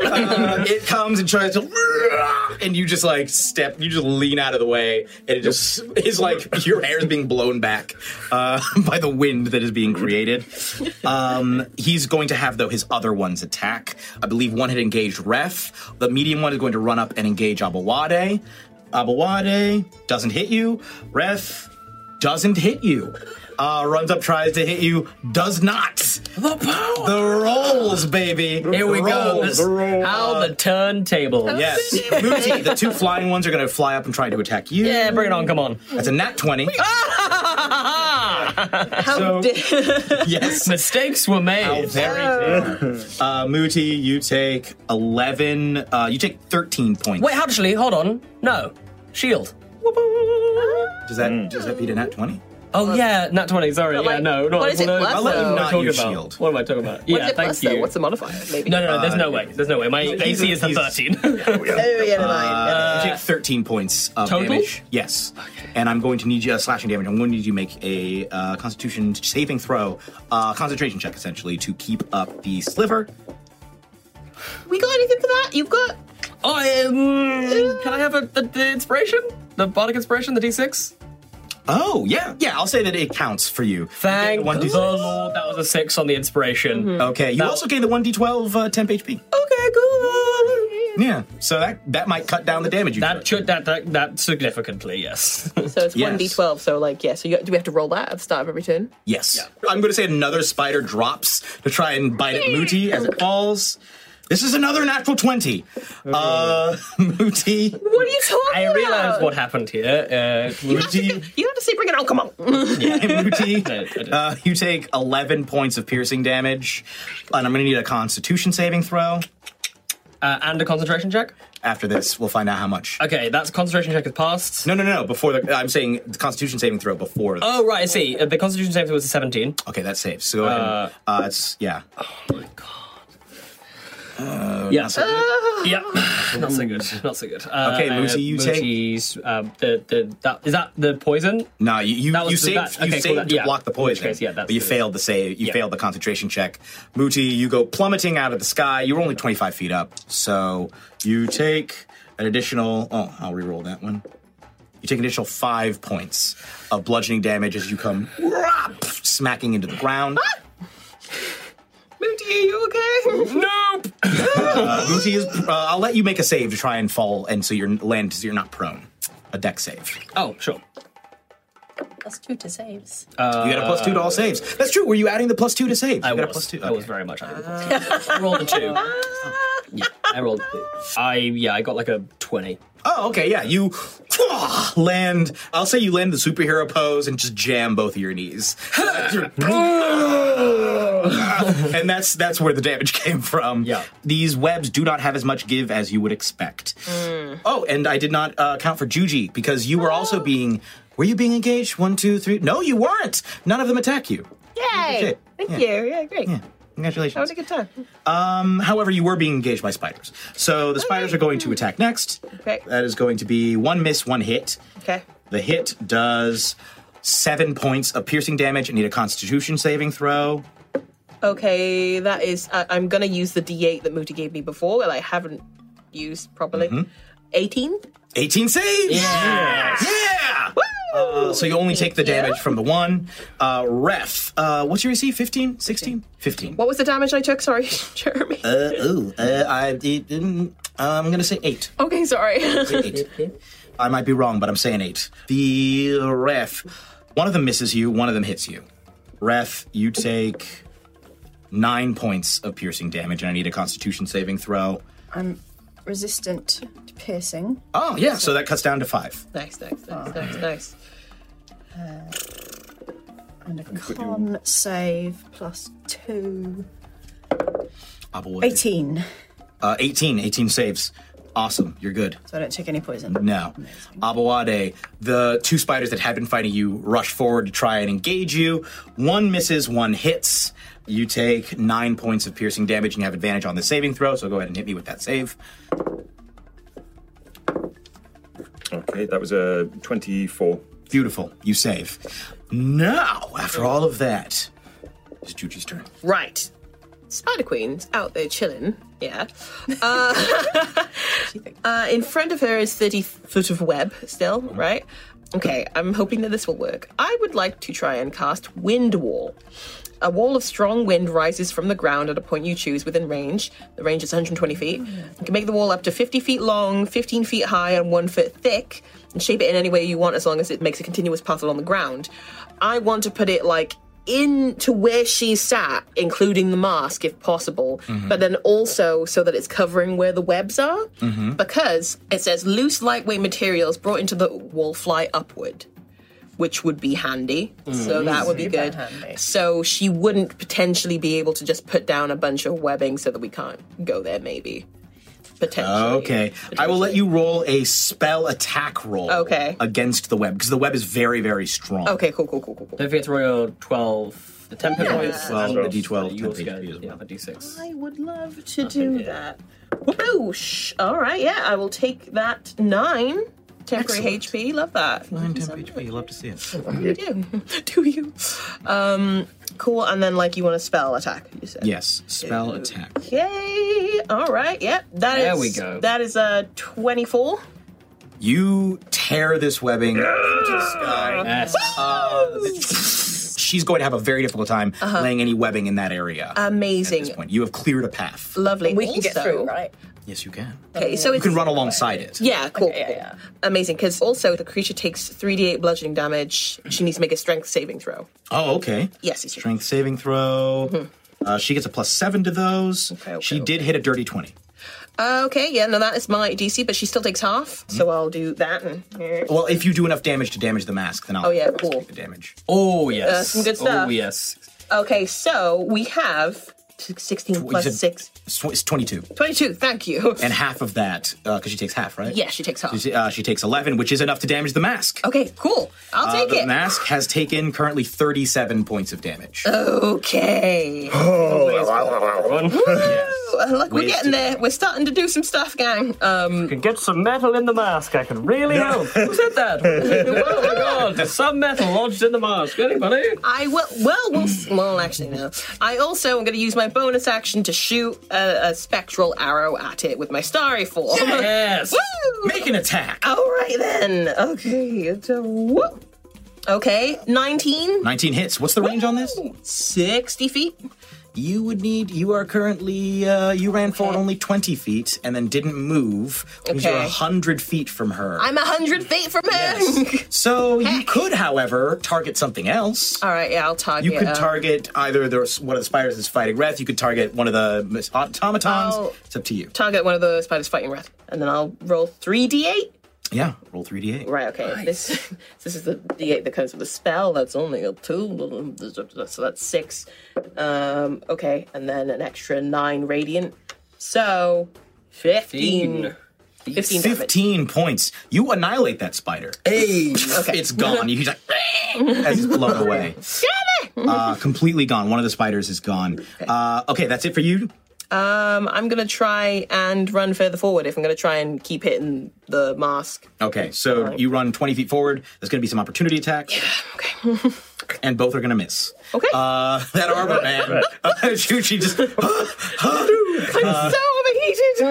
Speaker 2: Uh, it comes and tries to, and you just like step, you just lean out of the way, and it just is like your hair is being blown back uh, by the wind that is being created. Um, he's going to have though his other ones attack. I believe one had engaged Ref. The medium one is going to run up and engage Abawade. Abawade doesn't hit you. Ref doesn't hit you. Uh, runs up, tries to hit you, does not.
Speaker 3: the power.
Speaker 2: The rolls, baby.
Speaker 3: Here we go.
Speaker 2: Rolls.
Speaker 3: This- how the Oh, turntable.
Speaker 2: Yes. Muti, the two flying ones are going to fly up and try to attack you.
Speaker 3: Yeah, bring it on. Come on.
Speaker 2: That's a nat 20. so, yes.
Speaker 3: Mistakes were
Speaker 2: How
Speaker 3: made.
Speaker 2: very dare. uh, Muti, you take 11, uh, you take 13 points.
Speaker 3: Wait, actually, hold on. No, shield.
Speaker 2: Does that,
Speaker 3: Mm.
Speaker 2: does that beat a nat 20?
Speaker 3: Oh yeah, nat twenty. Sorry, yeah,
Speaker 5: like,
Speaker 3: no, not
Speaker 5: what is it,
Speaker 3: no,
Speaker 5: plus,
Speaker 3: what
Speaker 2: I'll let
Speaker 3: am
Speaker 2: you
Speaker 3: I
Speaker 2: not
Speaker 3: talking
Speaker 2: use
Speaker 3: about?
Speaker 2: shield.
Speaker 3: What am I talking about? yeah,
Speaker 5: What's it
Speaker 3: thank
Speaker 5: plus,
Speaker 3: you.
Speaker 5: Though? What's the modifier? Maybe.
Speaker 3: no, no, no. There's no way. There's no way. My AC is a
Speaker 2: he's-
Speaker 3: thirteen.
Speaker 5: Oh, yeah, never mind.
Speaker 2: Uh, you take 13 points of
Speaker 3: Total?
Speaker 2: damage. Yes. And I'm going to need you, uh, slashing damage, I'm going to need you to make a uh, constitution saving throw, uh, concentration check, essentially, to keep up the sliver.
Speaker 5: We got anything for that? You've got.
Speaker 3: oh, um, can I have a, the, the inspiration? The bardic inspiration, the D six.
Speaker 2: Oh, yeah, yeah. I'll say that it counts for you.
Speaker 3: Thank
Speaker 2: one
Speaker 3: the Lord, Oh, that was a six on the inspiration.
Speaker 5: Mm-hmm.
Speaker 2: Okay, you also gain the 1d12 uh, temp HP.
Speaker 3: Okay, cool.
Speaker 2: Yeah, so that that might cut down the damage you
Speaker 3: That
Speaker 2: took.
Speaker 3: should that that, that significantly, yes.
Speaker 5: So it's
Speaker 2: Yes.
Speaker 5: one d twelve. So like yeah. So you, do we have to roll that at the start of every turn?
Speaker 2: Yes. I'm going to say another spider drops to try and bite at Muti as it falls. This is another natural 20. Uh, Muti.
Speaker 5: What are you talking
Speaker 3: I
Speaker 5: about?
Speaker 3: realize what happened here. Uh,
Speaker 2: Muti.
Speaker 5: You have to say, bring it on. Come on.
Speaker 2: Muti.
Speaker 3: I did.
Speaker 2: Uh, you take 11 points of piercing damage, and I'm going to need a constitution saving throw.
Speaker 3: uh, and a concentration check.
Speaker 2: After this, we'll find out how much.
Speaker 3: Okay, that's concentration check is passed.
Speaker 2: No, no, no, no. Before the. I'm saying the constitution saving throw before. The,
Speaker 3: Oh right, I see. Uh, the Constitution save was a seventeen.
Speaker 2: Okay, that saves. So go ahead. Uh, it's, yeah.
Speaker 3: yes. yeah. Not so good. Not so good. Uh,
Speaker 2: Ah. Okay, Lucy,
Speaker 3: uh,
Speaker 2: you take-
Speaker 3: Lucy's, Um, the the that is that the poison.
Speaker 2: No, you you,
Speaker 3: That
Speaker 2: you
Speaker 3: was the-
Speaker 2: saved
Speaker 3: that-
Speaker 2: you
Speaker 3: okay,
Speaker 2: saved
Speaker 3: cool, that-
Speaker 2: to
Speaker 3: yeah.
Speaker 2: block the
Speaker 3: In which
Speaker 2: poison,
Speaker 3: case, yeah, that's
Speaker 2: but you
Speaker 3: the-
Speaker 2: failed the save. You
Speaker 3: yeah.
Speaker 2: failed the concentration check. Muti, you go plummeting out of the sky. You were only twenty five feet up, so you take an additional. Oh, I'll re-roll that one. You take an additional five points of bludgeoning damage as you come rap, smacking into the ground.
Speaker 3: Ah!
Speaker 5: Moody, you okay?
Speaker 3: Nope.
Speaker 2: Uh, Muti is. Uh, I'll let you make a save to try and fall, and so you're land. So you're not prone. A deck save.
Speaker 3: Oh sure.
Speaker 7: Plus two to saves.
Speaker 2: you got a plus two to all saves. That's true. Were you adding the plus two to saves?
Speaker 3: Uh, I
Speaker 2: you got
Speaker 3: was.
Speaker 2: a plus two.
Speaker 3: I was
Speaker 2: okay. Ah.
Speaker 3: very much. out of it. I rolled a two. Yeah, I rolled. a two. I yeah, I got like a twenty.
Speaker 2: Oh, okay, yeah. You land. I'll say you land the superhero pose and just jam both of your knees, and that's that's where the damage came from.
Speaker 3: Yeah.
Speaker 2: these webs do not have as much give as you would expect.
Speaker 5: Mm.
Speaker 2: Oh, and I did not uh, account for Juji because you were
Speaker 5: Oh.
Speaker 2: also being. Were you being engaged? One, two, three. No, you weren't. None of them attack you.
Speaker 5: Yay!
Speaker 2: Shit.
Speaker 5: Thank
Speaker 2: Yeah.
Speaker 5: you. Yeah, great.
Speaker 2: Yeah. Congratulations.
Speaker 5: That was a good time.
Speaker 2: However, you were being engaged by spiders. So the spiders are going to attack next.
Speaker 5: Okay.
Speaker 2: That is going to be one miss, one hit.
Speaker 5: Okay.
Speaker 2: The hit does seven points of piercing damage and need a constitution saving throw.
Speaker 5: Okay, that is. I I'm gonna use the D8 that Moody gave me before that I haven't used properly.
Speaker 2: Mm-hmm.
Speaker 5: 18?
Speaker 2: 18 saves! Yeah! Yeah! Uh, so you only take the damage from the one. Uh, ref, uh, what's your AC? 15? 16? 15.
Speaker 5: What was the damage I took? Sorry, Jeremy.
Speaker 2: Uh, ooh, uh, I, it, mm, I'm going to say eight.
Speaker 5: okay, sorry.
Speaker 2: eight. I might be wrong, but I'm saying eight. The ref, one of them misses you, one of them hits you. Ref, you take nine points of piercing damage, and I need a Constitution saving throw.
Speaker 7: Resistant to piercing.
Speaker 2: Oh yeah, so that cuts down to five.
Speaker 5: nice, nice, nice,
Speaker 2: uh,
Speaker 5: nice, nice.
Speaker 7: And a con save plus two.
Speaker 2: Abba, what is-
Speaker 7: 18.
Speaker 2: Uh, 18, 18 saves. Awesome, you're good.
Speaker 7: So I don't take any poison.
Speaker 2: No. Abawade, the two spiders that had been fighting you rush forward to try and engage you. One misses, one hits. You take nine points of piercing damage and you have advantage on the saving throw, so go ahead and hit me with that save.
Speaker 6: Okay, that was uh, a 24.
Speaker 2: Beautiful. You save. Now, after all of that, it's Juji's turn.
Speaker 5: Right. Spider Queen's out there chilling. Yeah. Uh, uh, in front of her is 30 foot of web still, right? Okay, I'm hoping that this will work. I would like to try and cast Wind Wall. A wall of strong wind rises from the ground at a point you choose within range. The range is 120 feet. You can make the wall up to 50 feet long, 15 feet high, and 1 foot thick, and shape it in any way you want as long as it makes a continuous path along the ground. I want to put it like in to where she sat, including the mask if possible, but then also so that it's covering where the webs are. Because it says loose, lightweight materials brought into the wall fly upward. Which would be handy, so that would be good. So she wouldn't potentially be able to just put down a bunch of webbing, so that we can't go there. Maybe potentially.
Speaker 2: Okay. I will let you roll a spell attack roll
Speaker 5: Okay.
Speaker 2: against the web because the web is very, very strong.
Speaker 5: Okay. Cool. Cool. Cool. Cool. Cool.
Speaker 3: Don't forget to roll your twelve. The temp hit points.
Speaker 2: Well,
Speaker 3: and
Speaker 2: the D12
Speaker 3: You
Speaker 2: temp
Speaker 3: also get
Speaker 2: HP as well.
Speaker 3: yeah, the D6.
Speaker 5: I would love to do that. Whoosh! All right, yeah, I will take that nine temporary HP. Love that.
Speaker 2: Nine temp HP. You love to see it.
Speaker 5: You do, do you? Um, cool. And then, like, you want a spell attack? You said.
Speaker 2: Yes. Spell attack.
Speaker 5: Yay! All right. Yep. That is.
Speaker 3: There we go.
Speaker 5: That is a twenty-four.
Speaker 2: You tear this webbing to the sky. Uh, she's going to have a very difficult time
Speaker 5: Uh-huh.
Speaker 2: laying any webbing in that area.
Speaker 5: Uh,
Speaker 2: At
Speaker 5: Amazing.
Speaker 2: this point, you have cleared a path.
Speaker 5: Lovely.
Speaker 7: We can get
Speaker 5: Also-
Speaker 7: through, right?
Speaker 2: Yes, you can.
Speaker 5: Okay, so
Speaker 2: You
Speaker 5: it's
Speaker 2: can run alongside it.
Speaker 5: Yeah, cool.
Speaker 7: Okay, yeah,
Speaker 5: cool.
Speaker 7: yeah.
Speaker 5: Amazing. Because also the creature takes 3d8 bludgeoning damage. She needs to make a strength saving throw.
Speaker 2: Oh, okay.
Speaker 5: Yes, it's
Speaker 2: Strength saving throw. Uh, she gets a plus seven to those.
Speaker 5: Mm-hmm. okay,
Speaker 2: she did hit a dirty 20.
Speaker 5: Okay, yeah, no, that is my DC, but she still takes half. So I'll do that. And,
Speaker 2: Well, if you do enough damage to damage the mask, then I'll
Speaker 5: Oh, yeah, cool.
Speaker 2: the damage.
Speaker 3: Oh yes,
Speaker 5: some good stuff.
Speaker 3: Oh yes.
Speaker 5: Okay, so we have t- 16 plus
Speaker 2: said-
Speaker 5: 6.
Speaker 2: It's tw- It's 22.
Speaker 5: 22, thank you.
Speaker 2: And half of that, because she takes half, right?
Speaker 5: yeah, she takes half.
Speaker 2: She, uh, she takes 11, which is enough to damage the mask.
Speaker 5: Okay, cool. I'll
Speaker 2: Uh,
Speaker 5: take
Speaker 2: the
Speaker 5: it.
Speaker 2: mask has taken currently 37 points of damage.
Speaker 5: Uh, Okay. Well, Look, we're
Speaker 2: Wasted.
Speaker 5: getting there. We're starting to do some stuff, gang. Um,
Speaker 3: Can get some metal in the mask. I can really help. Who said that? oh my god, there's some metal lodged in the mask. Anybody?
Speaker 5: I will. Well, we'll. s- Well, actually, no. I also am going to use my bonus action to shoot a, a spectral arrow at it with my starry form.
Speaker 3: Yes.
Speaker 5: Woo!
Speaker 2: Make an attack.
Speaker 5: All right then. Okay. It's a whoop. Okay. Nineteen.
Speaker 2: 19 hits. What's the range on this?
Speaker 5: Sixty feet.
Speaker 2: You would need. You are currently. Uh, you ran forward only twenty feet and then didn't move. Okay. You're
Speaker 5: Okay.
Speaker 2: hundred feet from her.
Speaker 5: I'm a hundred feet from her.
Speaker 2: so you could, however, target something else.
Speaker 5: All right. Yeah, I'll target. uh,
Speaker 2: You could
Speaker 5: her.
Speaker 2: target either the, one of the spiders that's fighting Wrath. You could target one of the mis- automatons.
Speaker 5: I'll-
Speaker 2: It's up to you.
Speaker 5: target one of the spiders fighting wrath, and then I'll roll three d8.
Speaker 2: Yeah. Roll three d eight.
Speaker 5: Right, okay. This this is the d8 that comes with the spell. That's only a two, so that's six. Um, okay, and then an extra nine radiant. So fifteen. Fifteen. damage.
Speaker 2: Fifteen points. You annihilate that spider.
Speaker 3: Hey.
Speaker 5: Okay.
Speaker 2: It's gone. He's like as it's blown away. Uh, completely gone. One of the spiders is gone. Uh, okay, that's it for you.
Speaker 5: Um, I'm gonna try and run further forward if I'm gonna try and keep hitting the mask.
Speaker 2: Okay, so you run 20 feet forward. There's going to be some opportunity attacks. okay. and both are going to miss.
Speaker 5: Okay.
Speaker 2: Uh, that armor man, Chuchi just
Speaker 5: I'm
Speaker 2: uh,
Speaker 5: so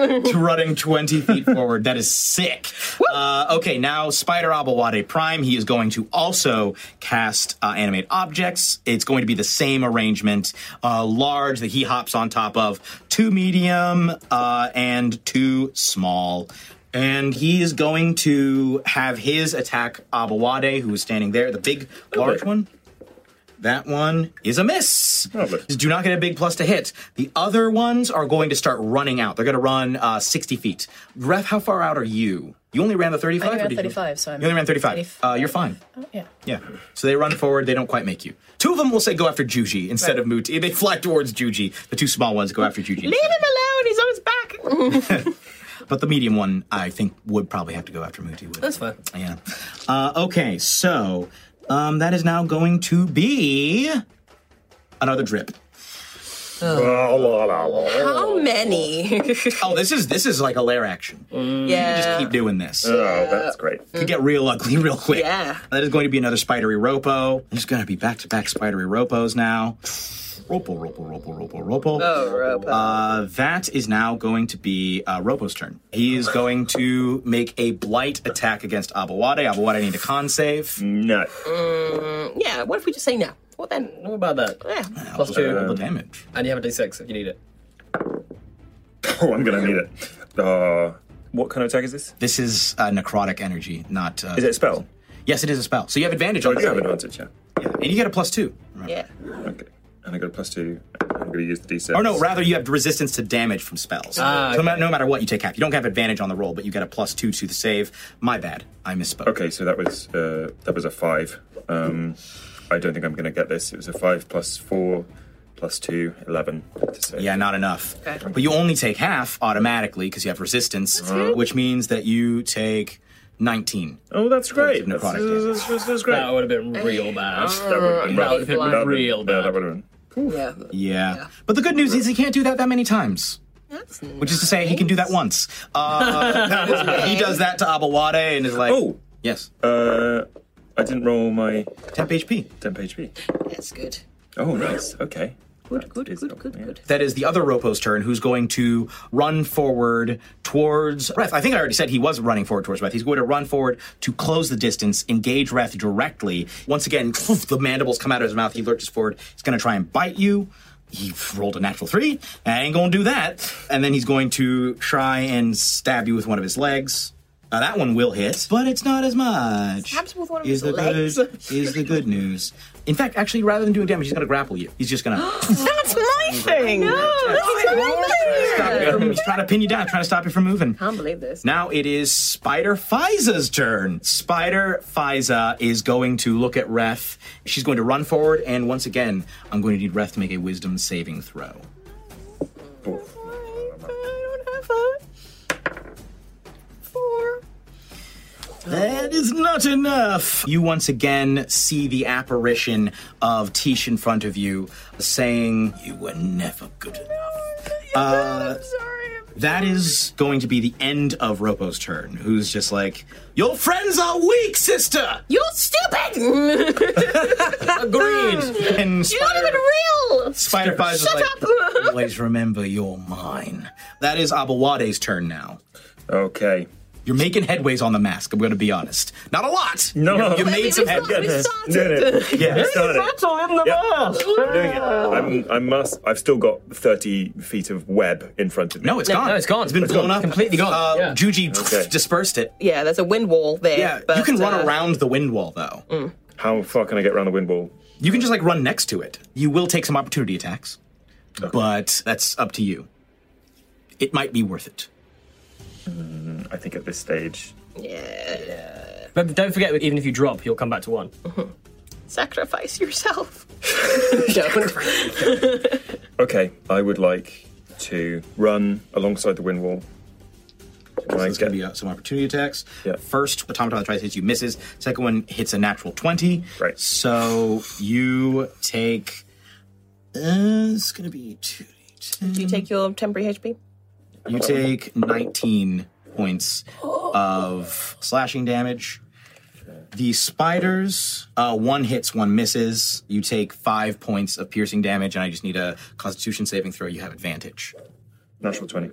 Speaker 5: overheated.
Speaker 2: running 20 feet forward. That is sick. Uh, okay, now Spider Abawade Prime. He is going to also cast uh, Animate Objects. It's going to be the same arrangement uh, large that he hops on top of, two medium, uh, and two small. And he is going to have his attack Abawade, who is standing there, the big, large one. That one is a miss. Just do not get a big plus to hit. The other ones are going to start running out. They're going to run uh, 60 feet. Ref, how far out are you? You only ran the 35?
Speaker 7: only
Speaker 2: or
Speaker 7: ran
Speaker 2: did you-
Speaker 7: 35, so I'm-
Speaker 2: You only ran 35. Uh, you're fine.
Speaker 4: Oh.
Speaker 7: Yeah.
Speaker 2: Yeah. So they run forward. They don't quite make you. Two of them will say go after Juji instead of Muti. They fly towards Juji. The two small ones go after Juji.
Speaker 5: Leave him alone. He's on his back.
Speaker 2: But the medium one, I think, would probably have to go after Muti. wouldn't
Speaker 3: That's
Speaker 2: it?
Speaker 3: fine.
Speaker 2: Yeah. Uh, okay, so um, that is now going to be another drip.
Speaker 6: Oh,
Speaker 5: How many?
Speaker 2: Oh, this is this is like a lair action.
Speaker 5: yeah.
Speaker 2: Keep doing this.
Speaker 6: Oh, that's great.
Speaker 2: Could get real ugly real quick.
Speaker 5: Yeah.
Speaker 2: That is going to be another spidery ropo. There's going to be back to back spidery ropos now. Ropo, ropo, ropo, ropo, ropo.
Speaker 5: Oh,
Speaker 2: Uh, that is now going to be uh, Ropo's turn. He is going to make a blight attack against Abawade. Abawade, I need a con
Speaker 6: Mm.
Speaker 2: save.
Speaker 6: No. Oh,
Speaker 5: yeah. What if we just say no? What then?
Speaker 3: What about that?
Speaker 5: Yeah.
Speaker 2: Uh,
Speaker 3: Plus two,
Speaker 2: Double damage.
Speaker 3: and you have a d6 if you need it.
Speaker 6: Oh, I'm gonna need it. Uh, what kind of attack is this?
Speaker 2: This is uh, necrotic energy, not. Uh,
Speaker 6: Is it a spell?
Speaker 2: Yes, it is a spell. So you have advantage
Speaker 6: Oh,
Speaker 2: on
Speaker 6: I
Speaker 2: it.
Speaker 6: do have advantage, yeah.
Speaker 2: And you get a plus two. remember.
Speaker 5: Yeah.
Speaker 6: Okay. And I got a plus two. I'm gonna use the d6.
Speaker 2: Or no, rather, you have resistance to damage from spells.
Speaker 3: Ah,
Speaker 2: So no, ma- no matter what, you take half. You don't have advantage on the roll, but you get a plus two to the save. My bad. I misspoke.
Speaker 6: Okay, so that was uh, that was a five. Um, I don't think I'm gonna get this. It was a five plus four plus two, eleven. To save.
Speaker 2: Yeah, not enough. But you only take half automatically because you have resistance, which means that you take 19.
Speaker 6: Oh, that's great.
Speaker 2: Necrotic
Speaker 6: That's, that's, that's, that's great.
Speaker 3: That would have been real bad.
Speaker 2: Ah.
Speaker 6: That would've been-
Speaker 3: That would've been
Speaker 6: would've
Speaker 3: real
Speaker 6: Yeah,
Speaker 3: bad.
Speaker 6: that would have been.
Speaker 5: Yeah.
Speaker 2: Yeah. But the good news is he can't do that that many times. Which is to say, he can do that once. Uh, he does that to Abawade and is like,
Speaker 6: Oh,
Speaker 2: yes,
Speaker 6: uh, I didn't roll my
Speaker 2: temp HP.
Speaker 6: temp HP.
Speaker 5: That's good.
Speaker 6: Oh, nice. Okay.
Speaker 5: Good, good, good, good, good.
Speaker 2: That is the other Ropo's turn, who's going to run forward towards Reth. I think I already said he was running forward towards Reth. He's going to run forward to close the distance, engage Reth directly. Once again, the mandibles come out of his mouth. He lurches forward. He's going to try and bite you. He rolled a natural three. I ain't going to do that. And then he's going to try and stab you with one of his legs. Now that one will hit, but it's not as much.
Speaker 5: Stabs with one of
Speaker 2: is
Speaker 5: his
Speaker 2: the
Speaker 5: legs.
Speaker 2: Good, is the good news. In fact, actually, rather than doing damage, he's going to grapple you. He's just going to
Speaker 4: That's my thing. No, that's my thing.
Speaker 2: stop you from He's trying to pin you down, trying to stop you from moving.
Speaker 5: Can't believe this.
Speaker 2: Now it is Spider Fiza's turn. Spider Fiza is going to look at Ref. She's going to run forward, and once again, I'm going to need Ref to make a wisdom saving throw.
Speaker 6: Oh.
Speaker 2: That is not enough. You once again see the apparition of Tish in front of you, saying, "You were never good enough." Uh, that is going to be the end of Ropo's turn, who's just like, Your friends are weak, sister!
Speaker 5: You're stupid! You're
Speaker 2: Agreed! and
Speaker 5: not
Speaker 2: Spider,
Speaker 5: even real!
Speaker 2: Spider Fives is
Speaker 5: Shut
Speaker 2: like,
Speaker 5: up!
Speaker 2: Always remember you're mine. That is Abawade's turn now.
Speaker 6: Okay.
Speaker 2: You're making headways on the mask, I'm gonna be honest. Not a lot!
Speaker 6: No.
Speaker 2: You- You,
Speaker 6: Maybe
Speaker 2: made some
Speaker 5: we
Speaker 2: headway.
Speaker 5: started- we
Speaker 6: No,
Speaker 5: started.
Speaker 6: no. Yeah, I started.
Speaker 3: in the mask.
Speaker 6: I'm doing it. I'm, I must. I've still got 30 feet of web in front of me.
Speaker 2: No, it's gone.
Speaker 3: no, it's gone.
Speaker 2: It's been blown up.
Speaker 3: Completely gone.
Speaker 2: Uh,
Speaker 3: Yeah.
Speaker 2: Juji
Speaker 6: Okay.
Speaker 2: dispersed it.
Speaker 5: Yeah, there's a wind wall there.
Speaker 2: Yeah,
Speaker 5: but,
Speaker 2: you can run
Speaker 5: uh,
Speaker 2: around the wind wall, though.
Speaker 3: Mm.
Speaker 6: How far can I get around the wind wall?
Speaker 2: You can just like run next to it. You will take some opportunity attacks, but that's up to you. It might be worth it.
Speaker 6: I think at this stage.
Speaker 3: But don't forget, even if you drop, you'll come back to one.
Speaker 5: Sacrifice yourself.
Speaker 6: Okay, I would like to run alongside the wind wall. Can I
Speaker 2: There's going
Speaker 6: get
Speaker 2: to be uh, some opportunity attacks.
Speaker 6: Yeah.
Speaker 2: First, automaton that tries to hit you misses. Second one hits a natural 20.
Speaker 6: Right.
Speaker 2: So you take. Uh, it's going to be 2
Speaker 5: Do you take your temporary HP?
Speaker 2: You take 19 points of slashing damage. The spiders, uh, one hits, one misses. You take five points of piercing damage, and I just need a constitution saving throw. You have advantage.
Speaker 6: natural 20?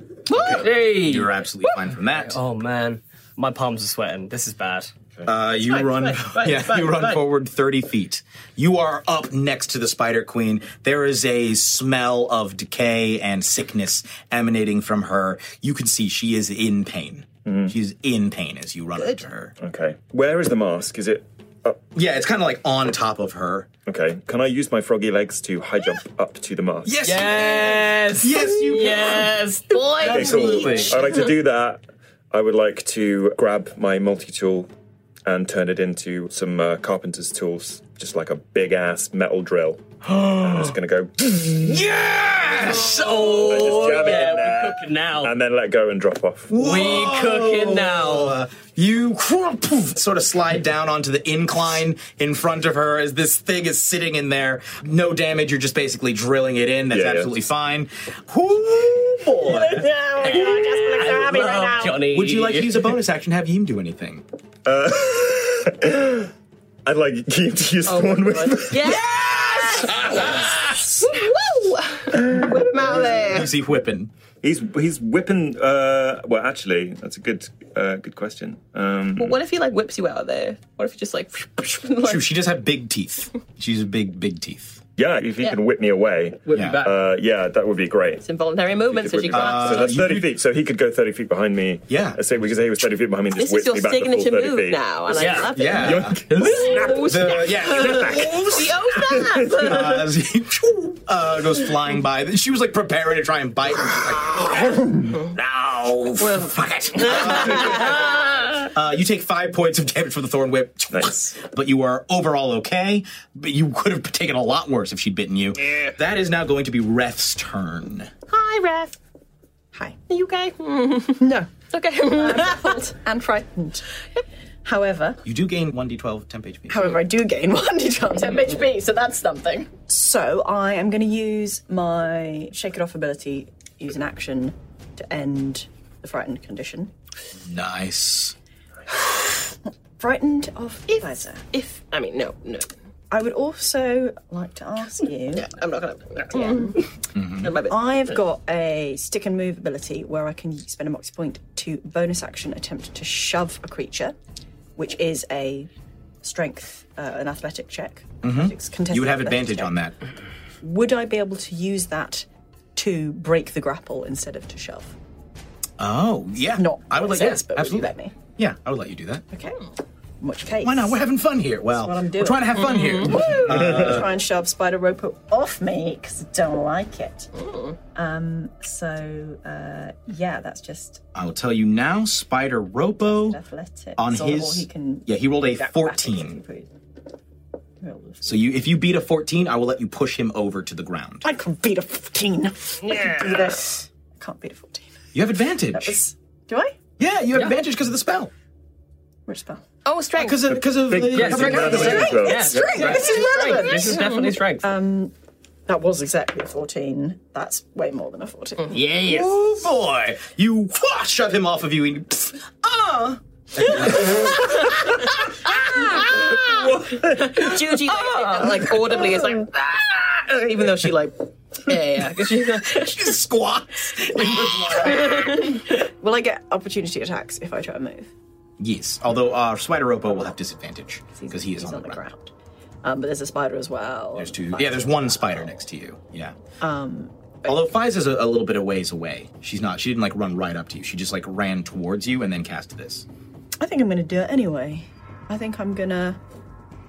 Speaker 3: Hey!
Speaker 2: You're absolutely fine from that.
Speaker 3: Oh man, my palms are sweating. This is bad.
Speaker 2: Uh, you run, yeah, you run forward thirty feet. You are up next to the Spider Queen. There is a smell of decay and sickness emanating from her. You can see she is in pain. She's in pain as you run up to her.
Speaker 6: Okay. Where is the mask? Is it. Up?
Speaker 2: Yeah, it's kind of like on top of her.
Speaker 6: Okay. Can I use my froggy legs to high jump up to the mask?
Speaker 2: Yes,
Speaker 3: Yes.
Speaker 2: yes, you
Speaker 3: Yes.
Speaker 6: Okay,
Speaker 5: Boy,
Speaker 6: cool. I'd like to do that. I would like to grab my multi tool and turn it into some uh, carpenter's tools, just like a big ass metal drill. I'm just gonna go
Speaker 2: yes. Oh,
Speaker 6: jam it in
Speaker 3: yeah,
Speaker 6: there,
Speaker 3: we cooking now.
Speaker 6: and then let go and drop off.
Speaker 3: We cooking now.
Speaker 2: Uh, you poof, sort of slide down onto the incline in front of her as this thing is sitting in there. No damage. You're just basically drilling it in. That's
Speaker 6: Yeah, yeah.
Speaker 2: absolutely fine. Ooh, boy.
Speaker 4: Oh my god, Jasper looks so happy right now.
Speaker 3: Love Johnny.
Speaker 2: Would you like to use a bonus action? to Have Yim do anything?
Speaker 6: Uh, I'd like you to use the one with.
Speaker 5: Woo! Whip him out of there.
Speaker 2: Is he whipping?
Speaker 6: He's he's whipping. Uh, well, actually, that's a good uh, good question. Um,
Speaker 5: Well, what if he like whips you out of there? What if he just like, like
Speaker 2: True. She does have big teeth. She's big, big teeth.
Speaker 6: yeah, if he can whip me away,
Speaker 2: Yeah.
Speaker 6: uh, yeah, that would be great.
Speaker 5: it's involuntary movements as you
Speaker 6: so
Speaker 5: collapse?
Speaker 6: uh, that's
Speaker 2: you
Speaker 6: 30
Speaker 2: could-
Speaker 6: feet. So he could go 30 feet behind me.
Speaker 2: Yeah.
Speaker 6: I say, because he was 30 feet behind me and just whipped
Speaker 5: this is your
Speaker 6: me back the full
Speaker 5: signature
Speaker 6: 30
Speaker 5: move
Speaker 6: feet.
Speaker 5: now, and I
Speaker 3: Yeah.
Speaker 5: love it.
Speaker 2: Yeah.
Speaker 5: Oh,
Speaker 2: The,
Speaker 5: snap.
Speaker 2: yeah.
Speaker 5: Oh, snap.
Speaker 2: uh, as he uh, goes flying by. She was like preparing to try and bite. and she's like, no, fuck it. uh, you take five points of damage from the thorn whip,
Speaker 6: Nice.
Speaker 2: but you are overall okay. But you could have taken a lot worse if she'd bitten you. That is now going to be Reth's turn.
Speaker 5: Hi, Ref.
Speaker 4: Hi.
Speaker 5: Are you okay?
Speaker 4: No,
Speaker 5: Okay.
Speaker 4: and frightened. However,
Speaker 2: You do gain 1d12 temp HP.
Speaker 4: however, I do gain one d12 temp HP, so that's something. So I am going to use my shake it off ability, use an action to end the frightened condition.
Speaker 2: Nice.
Speaker 4: Frightened of Pfizer.
Speaker 5: if I mean no, no.
Speaker 4: I would also like to ask you.
Speaker 5: I'm not gonna. Yeah. No, my bit.
Speaker 4: I've got a stick and move ability where I can spend a moxie point to bonus action attempt to shove a creature, which is a strength, uh, an athletic check. Athletics contested
Speaker 2: Mm-hmm. You would have
Speaker 4: athletic
Speaker 2: advantage
Speaker 4: check.
Speaker 2: on that.
Speaker 4: Would I be able to use that to break the grapple instead of to shove?
Speaker 2: Oh, yeah.
Speaker 4: Not
Speaker 2: I would
Speaker 4: what
Speaker 2: like
Speaker 4: it
Speaker 2: yeah,
Speaker 4: says, but would you
Speaker 2: absolutely.
Speaker 4: let me?
Speaker 2: Yeah, I would let you do that.
Speaker 4: Okay. In which case,
Speaker 2: Why not? We're having fun here. Well,
Speaker 4: what I'm
Speaker 2: we're
Speaker 4: doing. Mm-hmm.
Speaker 2: trying to have fun here.
Speaker 4: try and shove Spider Rope off me because I don't like it.
Speaker 2: Hmm.
Speaker 4: Um, so uh, yeah, that's just
Speaker 2: I will tell you now, Spider Ropo
Speaker 4: athletic.
Speaker 2: on
Speaker 4: So, or
Speaker 2: his
Speaker 4: he can
Speaker 2: Yeah, he rolled a
Speaker 4: acrobatics if he
Speaker 2: 14.
Speaker 4: please. Roll
Speaker 2: So you if you beat a 14, I will let you push him over to the ground.
Speaker 4: I can beat a 15. I can beat a, I can't beat a 14.
Speaker 2: You have advantage.
Speaker 4: Do I?
Speaker 2: Yeah, you have advantage because of the spell.
Speaker 4: Which spell?
Speaker 5: Oh, strength.
Speaker 2: Because of because of
Speaker 6: Big-
Speaker 2: uh,
Speaker 6: yes,
Speaker 2: covering
Speaker 3: big
Speaker 2: up the
Speaker 3: advantage.
Speaker 2: spell.
Speaker 6: well.
Speaker 3: Yeah.
Speaker 6: Yeah.
Speaker 4: This is relevant.
Speaker 3: This is definitely strength.
Speaker 4: That was exactly a 14. That's way more than a 14.
Speaker 3: Mm-hmm. yes.
Speaker 2: Oh boy! You wha- shove him off of you and pff, ah!
Speaker 5: Juji like, like audibly is like, "Ah!" even though she like, yeah, yeah, because she's like,
Speaker 2: She squats.
Speaker 4: Will I get opportunity attacks if I try and move?
Speaker 2: yes, although uh, Spider Ropo will have disadvantage because he is
Speaker 4: He's
Speaker 2: on the ground.
Speaker 4: Um, but there's a spider as well.
Speaker 2: There's two. Yeah, there's one spider next to you. Yeah. Um. Although Fize is a, a little bit of ways away. She's not. She didn't like run right up to you. She just like ran towards you and then cast this.
Speaker 4: I think I'm going to do it anyway. I think I'm going to.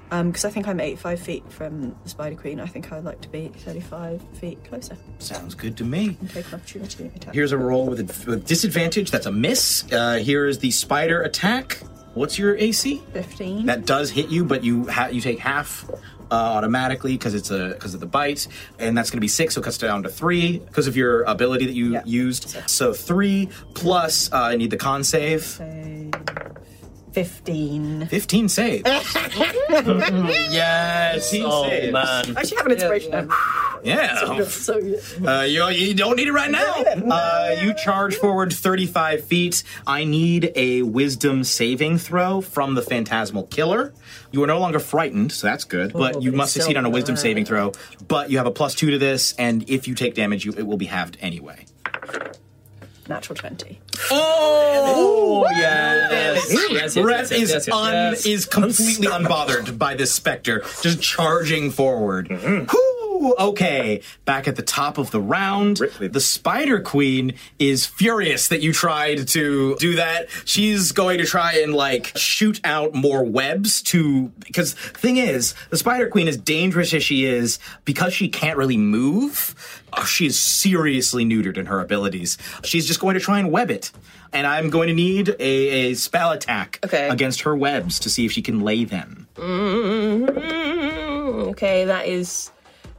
Speaker 4: Because I think I'm 85 feet from the Spider Queen. I think I'd like to be 35 feet closer.
Speaker 2: Sounds good to me.
Speaker 4: Take an opportunity attack.
Speaker 2: Here's a roll with, a, with disadvantage. That's a miss. Uh, here is the spider attack. What's your AC?
Speaker 4: 15.
Speaker 2: That does hit you, but you ha- you take half uh, automatically because it's a because of the bite, and that's going to be six, so it cuts down to three because of your ability that you
Speaker 4: Yeah.
Speaker 2: used. So three plus uh, I need the con save.
Speaker 4: So, 15.
Speaker 2: 15 saves. yes.
Speaker 3: Oh
Speaker 2: saves.
Speaker 3: man.
Speaker 4: Actually, have an inspiration.
Speaker 2: Yeah.
Speaker 4: So,
Speaker 2: Uh, you, you don't need it right now. Uh, you charge forward 35 feet. I need a wisdom saving throw from the phantasmal killer. You are no longer frightened, so that's good, but you must succeed on a wisdom saving throw. But you have a plus two to this, and if you take damage, you, it will be halved anyway.
Speaker 4: natural 20.
Speaker 3: Oh yes. Yes, yes, yes,
Speaker 2: Brett
Speaker 3: yes,
Speaker 2: is
Speaker 3: yes, yes,
Speaker 2: un
Speaker 3: yes.
Speaker 2: is completely unbothered by this specter, just charging forward. Whoo! Okay, back at the top of the round,
Speaker 6: Ripley.
Speaker 2: the Spider Queen is furious that you tried to do that. She's going to try and like shoot out more webs to because thing is, the Spider Queen is dangerous as she is because she can't really move. oh, She is seriously neutered in her abilities. She's just going to try and web it. And I'm going to need a, a spell attack
Speaker 5: Okay.
Speaker 2: against her webs to see if she can lay them.
Speaker 5: Mm, okay, that is.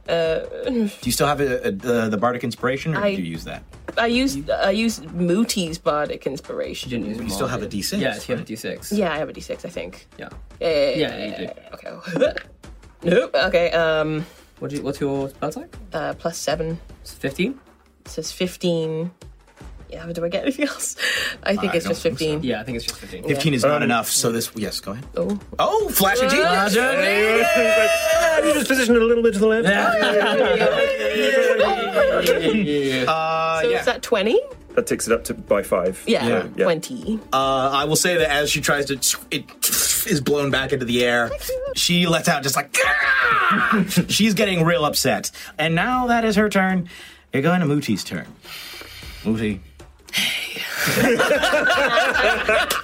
Speaker 2: Do you still have a, a, the, the bardic inspiration, or
Speaker 5: I-
Speaker 2: do you use that?
Speaker 5: I used I used Mooty's bardic inspiration.
Speaker 3: Didn't use
Speaker 2: You still have a D6.
Speaker 3: Yeah, she had a D6.
Speaker 5: Yeah, I have a d6, I think.
Speaker 3: Yeah.
Speaker 5: Yeah,
Speaker 3: Yeah, you do.
Speaker 5: Okay. nope. Okay. Um.
Speaker 3: What do you, what's your spell attack?
Speaker 5: Uh, plus seven.
Speaker 3: It's 15?
Speaker 5: So it's fifteen. Yeah. Do I get anything else? I think
Speaker 2: I
Speaker 5: it's
Speaker 2: don't
Speaker 5: just
Speaker 2: think so.
Speaker 5: fifteen.
Speaker 3: Yeah, I think it's just 15.
Speaker 2: 15 is not enough, so this. Yes, go ahead.
Speaker 5: Oh.
Speaker 2: Um, Oh, flash of genius!
Speaker 6: Have you just positioned it a little bit to the left?
Speaker 2: Uh,
Speaker 5: So
Speaker 2: yeah.
Speaker 5: is that twenty?
Speaker 6: That takes it up to by five.
Speaker 5: Yeah.
Speaker 2: Yeah.
Speaker 6: Yeah.
Speaker 5: Twenty.
Speaker 2: Uh, I will say that as she tries to, it is blown back into the air. She lets out just like, "Gah!" she's getting real upset. And now that is her turn. You're going to Moochie's turn. Moochie.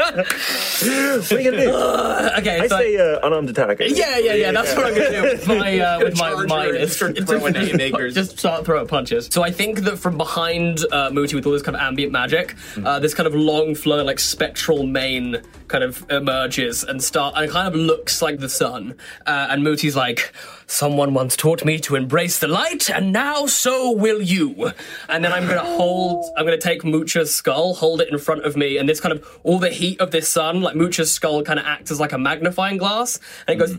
Speaker 6: What are you gonna do?
Speaker 3: Okay,
Speaker 6: I
Speaker 3: so.
Speaker 6: say uh, unarmed attack.
Speaker 3: yeah, yeah, yeah. That's what I'm gonna do with my uh, with my
Speaker 2: Charger
Speaker 3: minus.
Speaker 2: and start throwing at neighbors.
Speaker 3: just start throwing punches. So I think that from behind uh, Mooty with all this kind of ambient magic, uh, this kind of long flowing like spectral mane kind of emerges and start and kind of looks like the sun. Uh, and Mooty's like, "Someone once taught me to embrace the light, and now so will you." And then I'm gonna hold. I'm gonna take Moocha's skull, hold it in front of me, and this kind of all the heat of this sun, like Moocha's skull, kind of acts as like a magnifying glass, and it goes.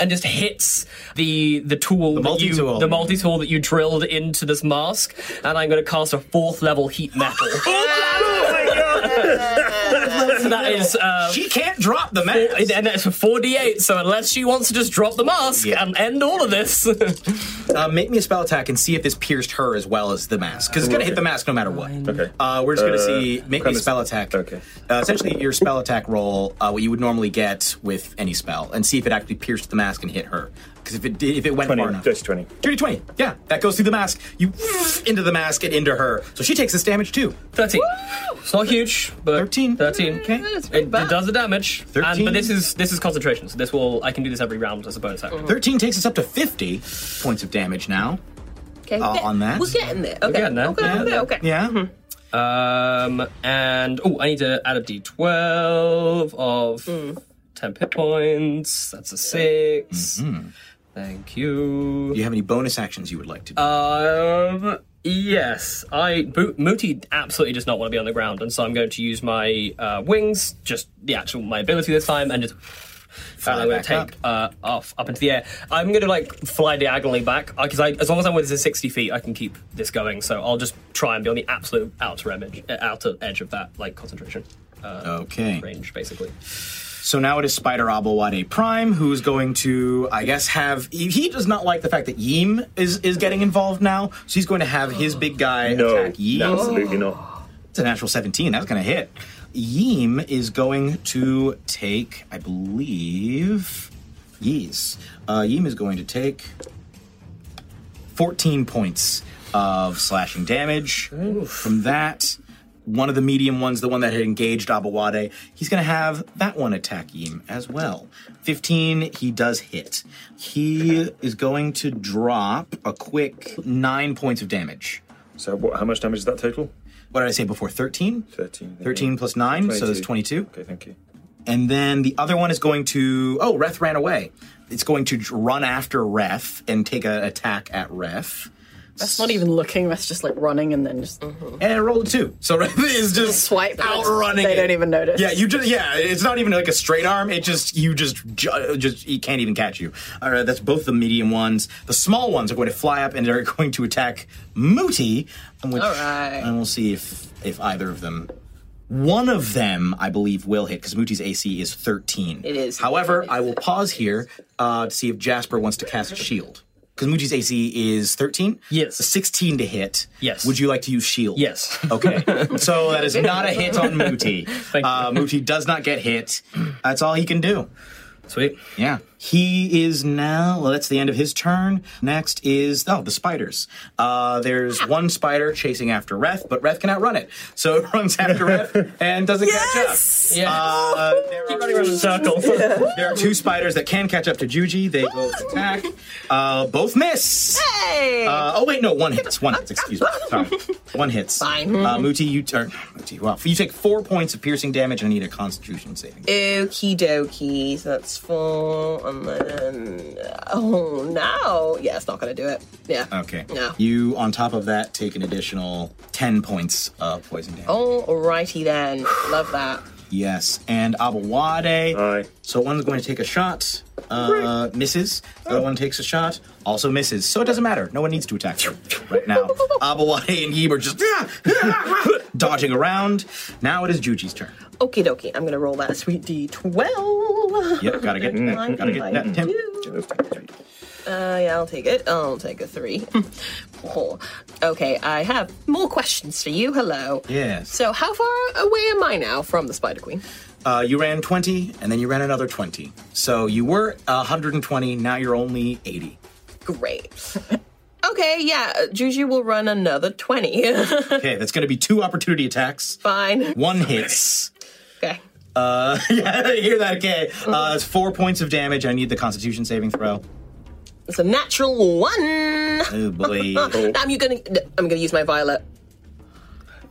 Speaker 3: And just hits the the tool, the
Speaker 2: multi-tool.
Speaker 3: the multi tool that you drilled into this mask, and I'm going to cast a fourth level heat metal.
Speaker 6: Oh my Oh, god!
Speaker 3: So that is. Uh,
Speaker 2: She can't drop the
Speaker 3: four-
Speaker 2: mask.
Speaker 3: and that's for 48, so unless she wants to just drop the mask
Speaker 2: Yeah.
Speaker 3: and end all of this.
Speaker 2: Uh, make me a spell attack and see if this pierced her as well as the mask, because it's going to hit the mask no matter what.
Speaker 6: Okay.
Speaker 2: Uh, we're just going to
Speaker 6: Uh,
Speaker 2: see. Make me a
Speaker 6: premise-
Speaker 2: spell attack.
Speaker 6: Okay.
Speaker 2: Uh, essentially, your spell attack roll, uh, what you would normally get with any spell, and see if it actually pierced the mask and hit her. Because if it did, if it went
Speaker 6: 20,
Speaker 2: far enough,
Speaker 6: just 20.
Speaker 2: 30, 20. Yeah, that goes through the mask. You into the mask and into her, so she takes this damage too.
Speaker 3: 13. It's not huge, but
Speaker 2: 13.
Speaker 3: 13.
Speaker 2: Okay.
Speaker 3: It, it does the damage, and,
Speaker 2: 13.
Speaker 3: but this is this is concentration. So this will I can do this every round as a bonus
Speaker 5: Oh.
Speaker 3: action.
Speaker 2: 13 takes us up to 50 points of damage now.
Speaker 5: Okay.
Speaker 2: Uh, on that?
Speaker 5: We're getting there. Okay.
Speaker 3: getting there.
Speaker 5: Okay,
Speaker 3: Yeah.
Speaker 5: okay, okay.
Speaker 2: Yeah.
Speaker 3: Um, and oh, I need to add a d12 of 10 pit points. That's a 6 Thank you.
Speaker 2: Do you have any bonus actions you would like to do?
Speaker 3: Um, yes, I Bo- Muti absolutely does not want to be on the ground, and so I'm going to use my uh, wings, just the actual my ability this time, and just. And I'm
Speaker 2: back
Speaker 3: going to take uh, off up into the air. I'm going to like fly diagonally back because I, as long as I'm within 60 feet, I can keep this going. So I'll just try and be on the absolute outer edge, uh, outer edge of that like concentration uh,
Speaker 2: okay.
Speaker 3: range, basically.
Speaker 2: So now it is Spider Abawade Prime who's going to, I guess, have. He, he does not like the fact that Yeem is, is getting involved now, so he's going to have his big guy
Speaker 6: No,
Speaker 2: attack Yeem.
Speaker 6: absolutely not.
Speaker 2: It's a natural 17. That's going to hit. Yeem is going to take, I believe. Yes. Uh, Yeem is going to take 14 points of slashing damage. From that, one of the medium ones, the one that had engaged Abawade, he's going to have that one attack Yeem as well. 15, he does hit. He is going to drop a quick nine points of damage.
Speaker 6: So what, how much damage is that total?
Speaker 2: What did I say before? 13?
Speaker 6: 13. yeah.
Speaker 2: 13 plus 9, so that's 22.
Speaker 6: Okay, thank you.
Speaker 2: And then the other one is going to. Oh, Ref ran away. It's going to dr- run after Ref and take an attack at Ref.
Speaker 4: That's not even looking. That's just like running and then just
Speaker 2: And it rolled a two. So Ref is just
Speaker 4: swipe.
Speaker 2: outrunning
Speaker 4: They
Speaker 2: it.
Speaker 4: don't even notice.
Speaker 2: Yeah, you just yeah. It's not even like a straight arm. It just you just ju- just he can't even catch you. All right, that's both the medium ones. The small ones are going to fly up and they're going to attack Mooty. Which, All
Speaker 5: right.
Speaker 2: and we'll see if if either of them. One of them, I believe, will hit because Mooty's AC is thirteen. It
Speaker 5: is.
Speaker 2: However, I will pause here uh, to see if Jasper wants to cast Shield because Mooty's AC is thirteen.
Speaker 3: Yes.
Speaker 2: A sixteen to hit.
Speaker 3: Yes.
Speaker 2: Would you like to use Shield?
Speaker 3: Yes.
Speaker 2: Okay, so that is not a hit on Muti.
Speaker 3: you.
Speaker 2: Uh, Muti does not get hit. That's all he can do.
Speaker 3: Sweet.
Speaker 2: Yeah. He is now, well, that's the end of his turn. Next is, oh, the spiders. Uh, there's one spider chasing after Ref, but Ref can outrun it. So it runs after Ref and doesn't catch up.
Speaker 3: Yeah.
Speaker 2: Uh, there are-
Speaker 3: Running around in circles.
Speaker 2: there are two spiders that can catch up to Juji. They both attack. Uh, both miss. Hey! Uh, oh wait, no, one hits. One hits. Excuse me. Sorry, one hits. Fine. Uh, Muti, you turn. Muti, well, you take four points of piercing damage and I need a Constitution saving.
Speaker 5: Okie dokie. So that's four, and then oh no, yeah, it's not gonna do it. Yeah.
Speaker 2: Okay.
Speaker 5: No.
Speaker 2: You on top of that take an additional ten points of poison damage.
Speaker 5: Oh. Alrighty then. Love that.
Speaker 2: Yes, and Abawade.
Speaker 6: Aye.
Speaker 2: So one's going to take a shot, uh, misses. The other one takes a shot, also misses. So it doesn't matter. No one needs to attack you right now. Abawade and Yeeb are just dodging around. Now it is Juji's turn.
Speaker 5: Okie dokie. I'm gonna roll that sweet d12.
Speaker 2: Yep, gotta get that. Gotta get that. Tim.
Speaker 5: Uh, yeah, I'll take it. I'll take a three. oh. Okay, I have more questions for you. Hello.
Speaker 2: Yes.
Speaker 5: So, how far away am I now from the Spider Queen?
Speaker 2: Uh, you ran 20, and then you ran another 20. So you were 120, now you're only 80.
Speaker 5: Great. Okay, yeah, Juju will run another 20.
Speaker 2: Okay, that's gonna be two opportunity attacks.
Speaker 5: Fine.
Speaker 2: One hits.
Speaker 5: Okay.
Speaker 2: Uh, yeah, hear that, okay.
Speaker 3: Oh.
Speaker 2: Uh, it's four points of damage. I need the Constitution saving throw.
Speaker 5: It's a natural one.
Speaker 2: Oh boy.
Speaker 5: I'm gonna I'm gonna use my violet.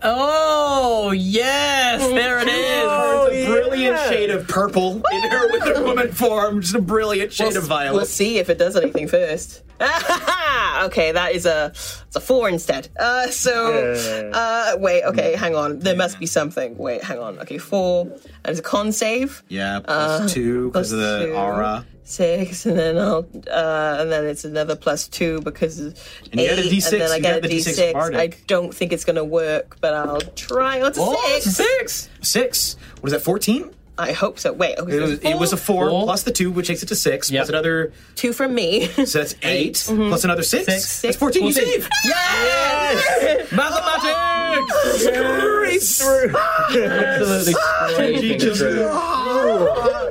Speaker 3: Oh, yes. There it is.
Speaker 2: It's a brilliant shade of purple in her with her woman form. Just a brilliant shade of
Speaker 5: We'll
Speaker 2: violet.
Speaker 5: see if it does anything first. okay, that is a it's a four instead. Uh, so uh, wait, okay, hang on. There must be something. Wait, hang on. Okay, four and it's a con save.
Speaker 2: Yeah, plus
Speaker 5: Uh,
Speaker 2: two because of
Speaker 5: plus
Speaker 2: the
Speaker 5: two.
Speaker 2: aura.
Speaker 5: Six and then I'll uh, and then it's another plus two because and
Speaker 2: you
Speaker 5: eight,
Speaker 2: get a D6,
Speaker 5: and then I
Speaker 2: you
Speaker 5: get
Speaker 2: got the
Speaker 5: a
Speaker 2: D6
Speaker 5: D6. I
Speaker 2: bardic.
Speaker 5: don't think it's gonna work, but I'll try. Oh, it's a six.
Speaker 3: six.
Speaker 2: Six. What is that? Fourteen.
Speaker 5: I hope so. Wait, okay,
Speaker 2: It
Speaker 5: so
Speaker 2: was, it was a four,
Speaker 3: Four.
Speaker 2: plus the two, which takes it to six.
Speaker 3: Yep.
Speaker 2: Plus another,
Speaker 5: two from me.
Speaker 2: so that's 8
Speaker 5: Mm-hmm.
Speaker 2: Plus another six.
Speaker 3: Six.
Speaker 2: That's fourteen. You
Speaker 3: Fourteen.
Speaker 2: save.
Speaker 3: Yes!
Speaker 5: Oh,
Speaker 3: Mathematics!
Speaker 2: Grace.
Speaker 3: Absolutely. scraping through.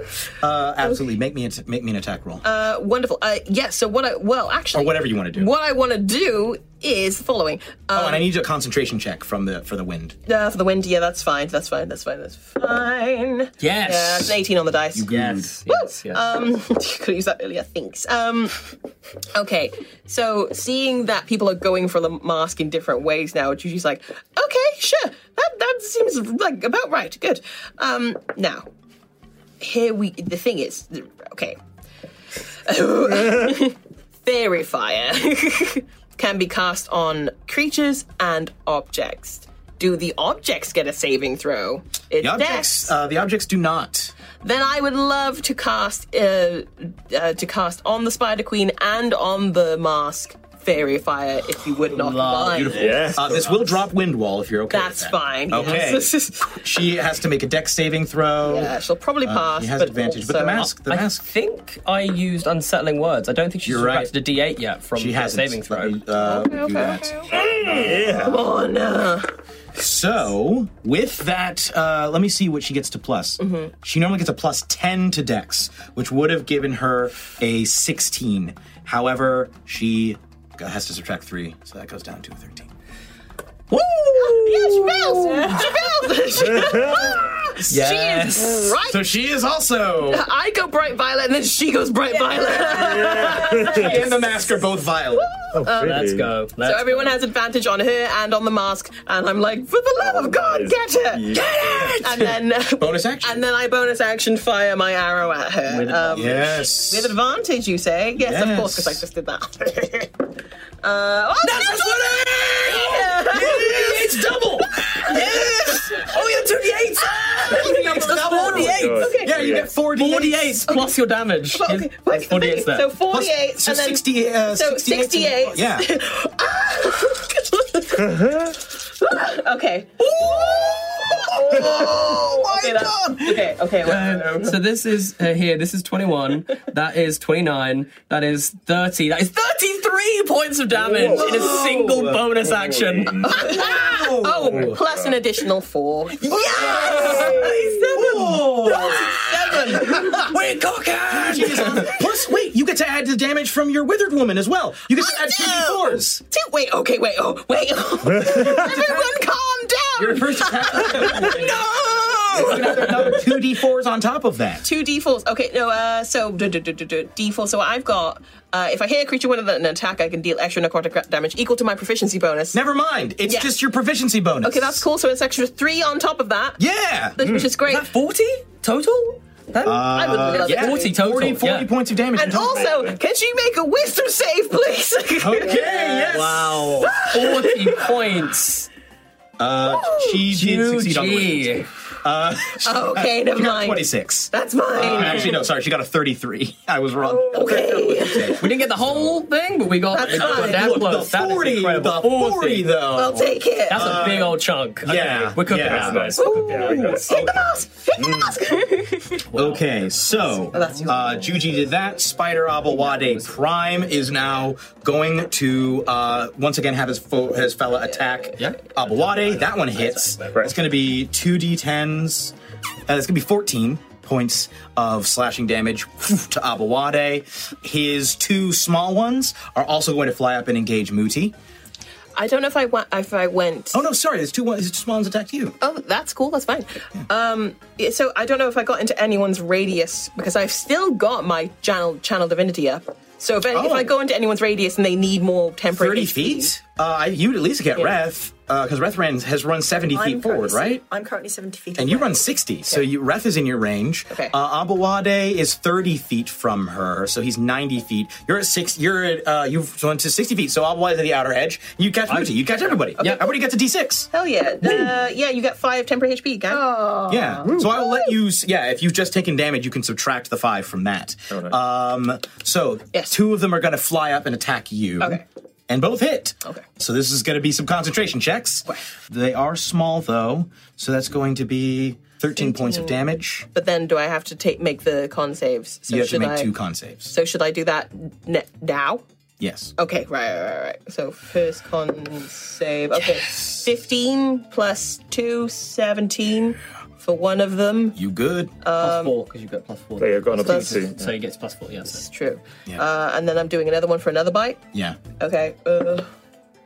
Speaker 2: Uh, absolutely. Make me an- make me an attack roll
Speaker 5: Uh, wonderful. Uh, yeah. So what? I well, actually,
Speaker 2: or whatever you want to do.
Speaker 5: What I want to do is the following.
Speaker 2: Oh,
Speaker 5: Um,
Speaker 2: and I need a concentration check from the for the wind.
Speaker 5: uh, for the wind, yeah, that's fine. That's fine. That's fine. That's fine.
Speaker 3: Yes.
Speaker 5: Yeah, it's an 18 on the dice.
Speaker 3: Yes. Yes. yes.
Speaker 5: Um, you could use that earlier. Thanks. Um, okay. So seeing that people are going for the mask in different ways now, Juju's like, okay, sure. That that seems like about right. Good. Um, now, here we. The thing is, okay. Fairy fire can be cast on creatures and objects. Do the objects get a saving throw? It's
Speaker 2: The objects.
Speaker 5: dex.
Speaker 2: Uh, the objects do not.
Speaker 5: Then I would love to cast uh, uh, to cast on the Spider Queen and on the mask Fairy Fire, if you would not mind.
Speaker 6: Yes.
Speaker 2: Uh, this will drop wind wall if you're okay. with
Speaker 5: That's
Speaker 2: that.
Speaker 5: fine.
Speaker 2: Okay.
Speaker 5: Yes.
Speaker 2: she has to make a deck saving throw.
Speaker 5: yeah, she'll probably
Speaker 2: Uh,
Speaker 5: pass.
Speaker 2: she has
Speaker 5: but
Speaker 2: advantage,
Speaker 5: also,
Speaker 2: but the mask. The
Speaker 3: I
Speaker 2: mask.
Speaker 3: think I used unsettling words. I don't think she's
Speaker 2: You're right.
Speaker 3: subtracted a D8 yet from
Speaker 2: She
Speaker 3: the
Speaker 2: has
Speaker 3: saving throw.
Speaker 2: Uh, do that.
Speaker 5: Come on. uh,
Speaker 2: So with that, uh, let me see what she gets to plus.
Speaker 5: Mm-hmm.
Speaker 2: She normally gets a plus ten to Dex, which would have given her a sixteen. However, she has to subtract three, so that goes down to a thirteen. Woo!
Speaker 5: yes, she fails. She fails.
Speaker 2: Yes.
Speaker 5: She is right.
Speaker 2: So she is also
Speaker 5: I go bright violet, and then she goes bright violet.
Speaker 2: and the mask are both violet.
Speaker 3: Let's go. Let's
Speaker 5: so everyone has advantage on her and on the mask, and I'm like, for the love of God, get her, get it! And then
Speaker 2: Bonus action.
Speaker 5: And then I bonus action fire my arrow at her.
Speaker 3: With
Speaker 5: um,
Speaker 2: yes.
Speaker 5: With advantage, you say? Yes, of course,
Speaker 2: Yes.
Speaker 5: because I just did that. uh, oh, that's what
Speaker 2: It's double. yes. Oh, you took the eight.
Speaker 5: Okay.
Speaker 2: Yeah, you get four d
Speaker 3: 48 plus your damage.
Speaker 5: Well, okay, wait,
Speaker 3: That's 48 's there.
Speaker 5: So 48,
Speaker 2: so
Speaker 5: and then
Speaker 2: 60, uh,
Speaker 5: so
Speaker 2: 68.
Speaker 5: 68.
Speaker 2: Yeah.
Speaker 5: okay. oh my god! Okay, okay, wait, wait,
Speaker 3: Uh, so this is uh, here. This is 21. That is 29. That is 30. That is 33 points of damage in a single bonus action.
Speaker 5: Oh, plus an additional four.
Speaker 2: Wait, cockhead! Plus, wait, you get to add the damage from your withered woman as well. You get to add two d4s.
Speaker 5: Two. Wait, okay, wait, oh, wait. Everyone calm down!
Speaker 2: Your first attack.
Speaker 5: no!
Speaker 2: another, another two d4s on top of that.
Speaker 5: Two d4s. Okay, no, uh, so du- du- du- du- du- d4. So I've got, uh, if I hit a creature with an attack, I can deal extra necrotic gra- damage equal to my proficiency bonus.
Speaker 2: Never mind. It's
Speaker 5: Yeah.
Speaker 2: just your proficiency bonus.
Speaker 5: Okay, that's cool. So it's extra three on top of that,
Speaker 2: Yeah.
Speaker 5: which Mm. is great.
Speaker 3: 40 total? Then?
Speaker 2: Uh,
Speaker 5: I would love
Speaker 3: yeah.
Speaker 5: it.
Speaker 3: 40 total.
Speaker 2: 40, 40
Speaker 3: yeah.
Speaker 2: points of damage.
Speaker 5: And also, can she make a wisdom save, please?
Speaker 2: Okay, yes.
Speaker 3: Wow. 40 points.
Speaker 2: Uh, she did succeed on the wisdom.
Speaker 3: GG.
Speaker 2: Uh,
Speaker 5: okay, never
Speaker 2: she got
Speaker 5: mind.
Speaker 2: 26.
Speaker 5: That's mine.
Speaker 2: Uh, actually, no, sorry, she got a 33. I was wrong.
Speaker 5: okay.
Speaker 3: We didn't get the whole thing, but we got,
Speaker 5: That's
Speaker 3: we got
Speaker 5: fine.
Speaker 3: damn
Speaker 2: Look,
Speaker 3: close.
Speaker 2: the
Speaker 3: That is
Speaker 2: 40,
Speaker 3: incredible.
Speaker 2: the 40 though.
Speaker 5: I'll take it.
Speaker 3: That's a big old chunk. Okay,
Speaker 2: yeah,
Speaker 3: We're cooking
Speaker 2: yeah.
Speaker 3: this.
Speaker 6: Nice. Yeah, I got it.
Speaker 5: Hit the mask! Hit the mask!
Speaker 2: Okay, so uh, Juji did that. Spider Abawade Prime is now going to uh, once again have his fo- his fella attack
Speaker 3: Yeah.
Speaker 2: Abawade. That one hits. It's going to be two d10s. Uh, it's going to be 14 points of slashing damage to Abawade. His two small ones are also going to fly up and engage Muti.
Speaker 5: I don't know if I, wa- if I went.
Speaker 2: Oh no, sorry, his two one- his two small ones attacked you.
Speaker 5: Oh, that's cool. That's fine. Um, yeah, so I don't know if I got into anyone's radius because I've still got my channel channel divinity up. So if, any, if
Speaker 2: Oh.
Speaker 5: I go into anyone's radius and they need more
Speaker 2: 30
Speaker 5: temporary HP,
Speaker 2: feet? Uh, I- you'd at least get Ref. Because Rethran has run 70 feet forward,
Speaker 4: currently-
Speaker 2: right?
Speaker 4: I'm currently 70 feet.
Speaker 2: And you
Speaker 4: away.
Speaker 2: run 60, so you, Reth is in your range.
Speaker 4: Okay.
Speaker 2: Uh, Abawade is 30 feet from her, so he's 90 feet. You're at six. You're at uh, you've run to 60 feet, so Abawade's at the outer edge. You catch Muti. You catch everybody. Yeah. Everybody gets a d6.
Speaker 5: Hell yeah. Uh, yeah, you get five temporary HP, gang.
Speaker 4: Oh,
Speaker 2: Yeah. So I will let you. s- Yeah. If you've just taken damage, you can subtract the five from that. Um. So
Speaker 5: Yes.
Speaker 2: two of them are going to fly up and attack you.
Speaker 5: Okay.
Speaker 2: And both hit.
Speaker 5: Okay.
Speaker 2: So this is going to be some concentration checks. They are small though, so that's going to be 13 points of damage.
Speaker 5: But then do I have to take make the con saves? So
Speaker 2: you have to
Speaker 5: should
Speaker 2: make
Speaker 5: I,
Speaker 2: two con saves.
Speaker 5: So should I do that ne- now?
Speaker 2: yes.
Speaker 5: Okay, right, right, right, right. So first con save. Okay. 15 plus 2, 17 for one of them.
Speaker 2: You good?
Speaker 5: Uh,
Speaker 3: plus four because you get plus four.
Speaker 6: There you go, Um, got an
Speaker 5: Plus-
Speaker 6: opportunity.
Speaker 3: So he gets plus four. Yeah. So.
Speaker 5: It's true.
Speaker 2: Yeah.
Speaker 5: Uh, and then I'm doing another one for another bite.
Speaker 2: yeah.
Speaker 5: Okay. Uh,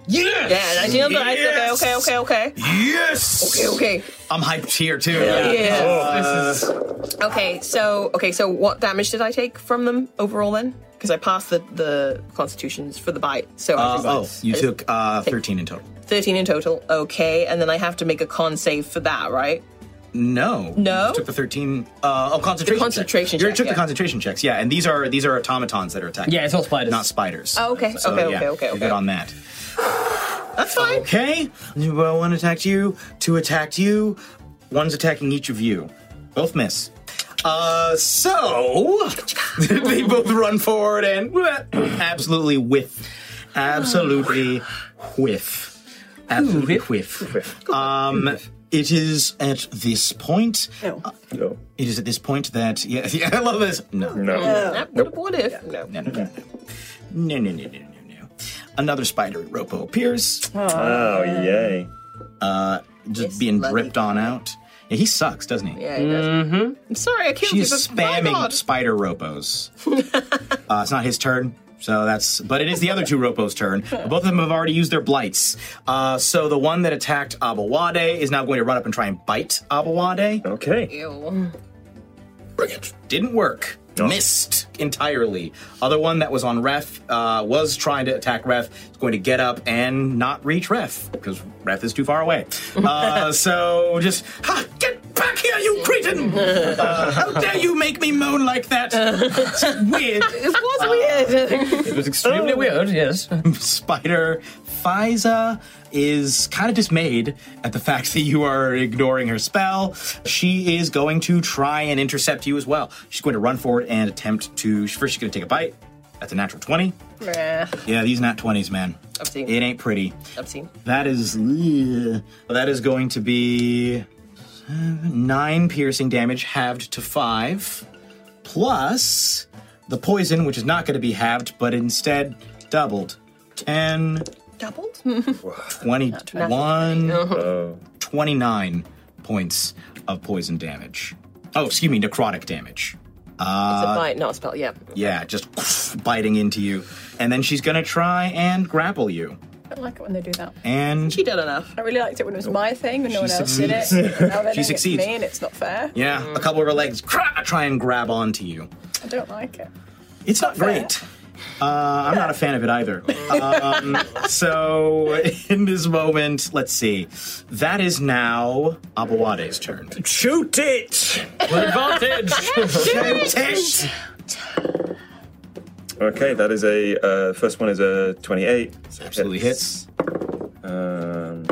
Speaker 2: Yes.
Speaker 5: yeah, 19 on the dice. Okay, okay, okay, okay.
Speaker 2: Yes.
Speaker 5: Okay, okay.
Speaker 2: I'm hyped here too. Uh,
Speaker 5: Yeah.
Speaker 3: Oh, this is
Speaker 5: Okay, so okay, so what damage did I take from them overall then? Because I passed the the constitutions for the bite, so I
Speaker 2: Uh,
Speaker 5: was
Speaker 2: oh, you
Speaker 5: I-
Speaker 2: took uh, 13 in total.
Speaker 5: thirteen in total. Okay, and then I have to make a con save for that, right?
Speaker 2: No.
Speaker 5: No?
Speaker 2: You just took the thirteen. Uh, oh, concentration. check.
Speaker 5: concentration
Speaker 2: You
Speaker 5: check,
Speaker 2: took
Speaker 5: yeah.
Speaker 2: the concentration checks. Yeah, and these are these are automatons that are attacking.
Speaker 3: Yeah, it's not spiders.
Speaker 2: Not spiders.
Speaker 5: Oh, okay,
Speaker 2: So,
Speaker 5: okay,
Speaker 2: yeah,
Speaker 5: okay, okay,
Speaker 2: You're
Speaker 5: okay.
Speaker 2: good on that.
Speaker 5: That's fine.
Speaker 2: Okay. Well, one attacked you. Two attacked you. One's attacking each of you. Both miss. Uh, so they both run forward and absolutely whiff. Absolutely whiff. Absolutely whiff. Um, it is at this point. uh,
Speaker 6: No.
Speaker 2: It is at this point that yeah, yeah I love this. No, no,
Speaker 6: No.
Speaker 5: Uh, what- What if? No.
Speaker 2: no, no, no, no, no, no, no, no, no. Another spider Ropo appears,
Speaker 6: Oh, yay.
Speaker 2: just being ripped on out. Yeah, he sucks, doesn't he?
Speaker 5: Yeah, it does. I'm sorry, I killed
Speaker 2: She
Speaker 5: you.
Speaker 2: is
Speaker 5: but my
Speaker 2: Mm-hmm. spamming
Speaker 5: God.
Speaker 2: spider Ropos. uh, it's not his turn. So that's, but it is the other two Ropos' turn. Both of them have already used their blights. Uh, so the one that attacked Abawade is now going to run up and try and bite Abawade.
Speaker 6: Okay.
Speaker 2: Didn't work. Missed entirely. Other one that was on Ref uh, was trying to attack Ref. Is going to get up and not reach Ref because Ref is too far away. Uh, so just ha, get back here, you cretin! Uh, how dare you make me moan like that? It's weird.
Speaker 5: It was weird.
Speaker 3: It was extremely
Speaker 6: Oh.
Speaker 3: weird. Yes.
Speaker 2: Spider Fiza is kind of dismayed at the fact that you are ignoring her spell. She is going to try and intercept you as well. She's going to run forward and attempt to. First, she's going to take a bite. That's a natural 20.
Speaker 5: Meh,
Speaker 2: Yeah, these not 20s, man.
Speaker 5: Obscene.
Speaker 2: It ain't pretty.
Speaker 5: Obscene.
Speaker 2: That is. ugh. That is going to be. seven- Nine piercing damage halved to five, plus the poison, which is not going to be halved, but instead doubled. 10,
Speaker 5: Doubled?
Speaker 2: 21, 29 points of poison damage. Oh, excuse me, necrotic damage.
Speaker 5: it's
Speaker 2: uh,
Speaker 5: a bite, not a spell. Yeah.
Speaker 2: Yeah, just biting into you. And then she's going to try and grapple you.
Speaker 7: I don't like it when they do that.
Speaker 2: And
Speaker 5: She did enough.
Speaker 7: I really liked it when it was my thing and no one else did it.
Speaker 2: Oh. succeeds.
Speaker 7: Now they're doing it
Speaker 2: She
Speaker 7: to
Speaker 2: succeeds.
Speaker 7: me and it's not fair.
Speaker 2: yeah, a couple of her legs cra- try and grab onto you.
Speaker 7: I don't like it.
Speaker 2: It's not great. Uh, I'm not a fan of it either. Um, so, in this moment, let's see. That is now Abawade's turn.
Speaker 6: Shoot it!
Speaker 3: Advantage.
Speaker 6: Okay, that is a. Uh, first one is a 28. So it
Speaker 2: Absolutely hits.
Speaker 6: Um,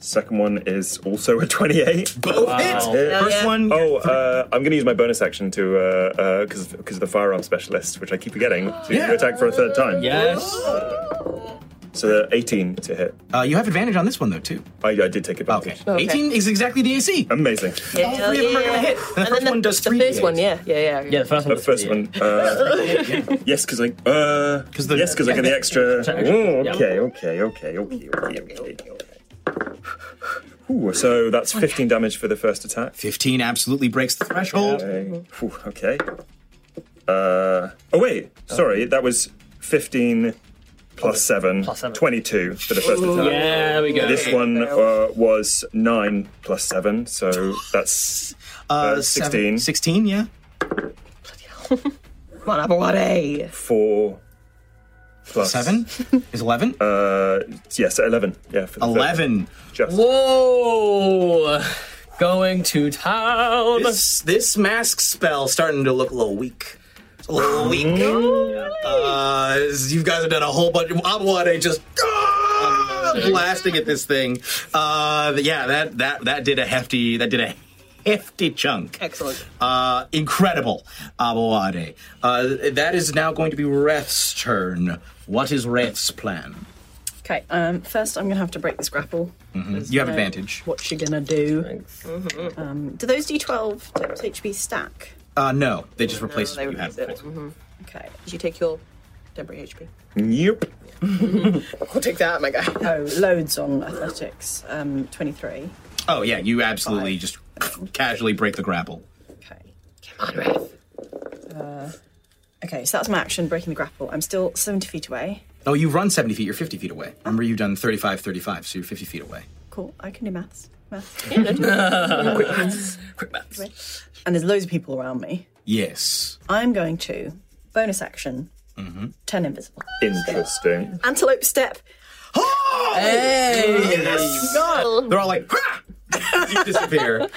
Speaker 6: second one is also a 28.
Speaker 2: Both hits. First
Speaker 5: yeah.
Speaker 2: one.
Speaker 6: Oh, uh, I'm going to use my bonus action to uh, because because of the firearm specialist, which I keep forgetting. So you
Speaker 2: Yeah.
Speaker 6: attack for a third time.
Speaker 3: Yes.
Speaker 6: So 18 to hit.
Speaker 2: Uh, you have advantage on this one though too.
Speaker 6: I, I did
Speaker 2: Okay.
Speaker 6: take advantage.
Speaker 5: Okay.
Speaker 2: 18 is exactly the AC.
Speaker 6: Amazing.
Speaker 5: Yeah,
Speaker 2: All three of them are gonna
Speaker 5: yeah, yeah.
Speaker 2: hit. The
Speaker 5: And
Speaker 2: first
Speaker 5: then the,
Speaker 2: one does
Speaker 5: the
Speaker 2: three
Speaker 5: first
Speaker 2: D8s.
Speaker 5: one, yeah, yeah, yeah.
Speaker 3: Yeah. The first one.
Speaker 6: The first one. Uh, yes, because I. Uh,
Speaker 2: 'Cause the-
Speaker 6: yes, because I get the extra.
Speaker 3: Extra,
Speaker 6: Oh,
Speaker 3: yeah.
Speaker 6: okay, okay, okay, okay, okay, okay. Ooh, so that's 15 damage for the first attack.
Speaker 2: 15 absolutely breaks the threshold.
Speaker 6: Okay. Phew, okay. Uh, oh wait, sorry, that was 15 plus 7,
Speaker 3: Plus seven.
Speaker 6: 22 for the first attack.
Speaker 3: Yeah, there we go.
Speaker 6: This one uh, was 9 plus 7, so that's uh,
Speaker 2: Seven-
Speaker 6: 16
Speaker 2: 16, yeah.
Speaker 5: Come on, Abawade.
Speaker 6: for plus
Speaker 2: Seven is 11?
Speaker 6: Uh, yes, eleven. Yeah, for the third
Speaker 2: 11.
Speaker 6: one. Just
Speaker 3: Whoa! Going to town.
Speaker 2: This, this mask spell starting to look a little weak. It's a little weak. Oh, Uh, you guys have done a whole bunch of Abawade just ah, blasting at this thing. Uh, yeah, that that that did a hefty that did a hefty chunk.
Speaker 5: Excellent.
Speaker 2: Uh, incredible Abawade. Uh, that is now going to be Wrath's turn. What is Wrath's plan?
Speaker 4: Okay, um, first I'm gonna have to break this grapple.
Speaker 2: Mm, You have advantage.
Speaker 4: What you gonna do? Um, do those D12 times HP stack?
Speaker 2: Uh, no, they just replaced
Speaker 5: they
Speaker 2: what you had
Speaker 5: replaced it. Mm-hmm.
Speaker 2: before.
Speaker 4: Okay.
Speaker 5: Did you take your temporary HP?
Speaker 6: nope.
Speaker 5: I'll take that, my guy.
Speaker 4: Oh, loads on athletics. Um, 23.
Speaker 2: Oh yeah, you absolutely just casually break the grapple.
Speaker 4: Okay.
Speaker 5: On Wrath.
Speaker 4: Okay, so that's my action, breaking the grapple. I'm still 70 feet away.
Speaker 2: Oh, you run 70 feet, you're 50 feet away. Remember, you've done 35, 35, so you're 50 feet away.
Speaker 4: Cool, I can do maths. Maths. Quick maths. And there's loads of people around me.
Speaker 2: Yes.
Speaker 4: I'm going to bonus action,
Speaker 2: Mm-hmm.
Speaker 4: turn invisible.
Speaker 6: Interesting.
Speaker 4: Antelope step.
Speaker 2: Oh!
Speaker 5: Go.
Speaker 2: They're all like, "Hah!" you disappear.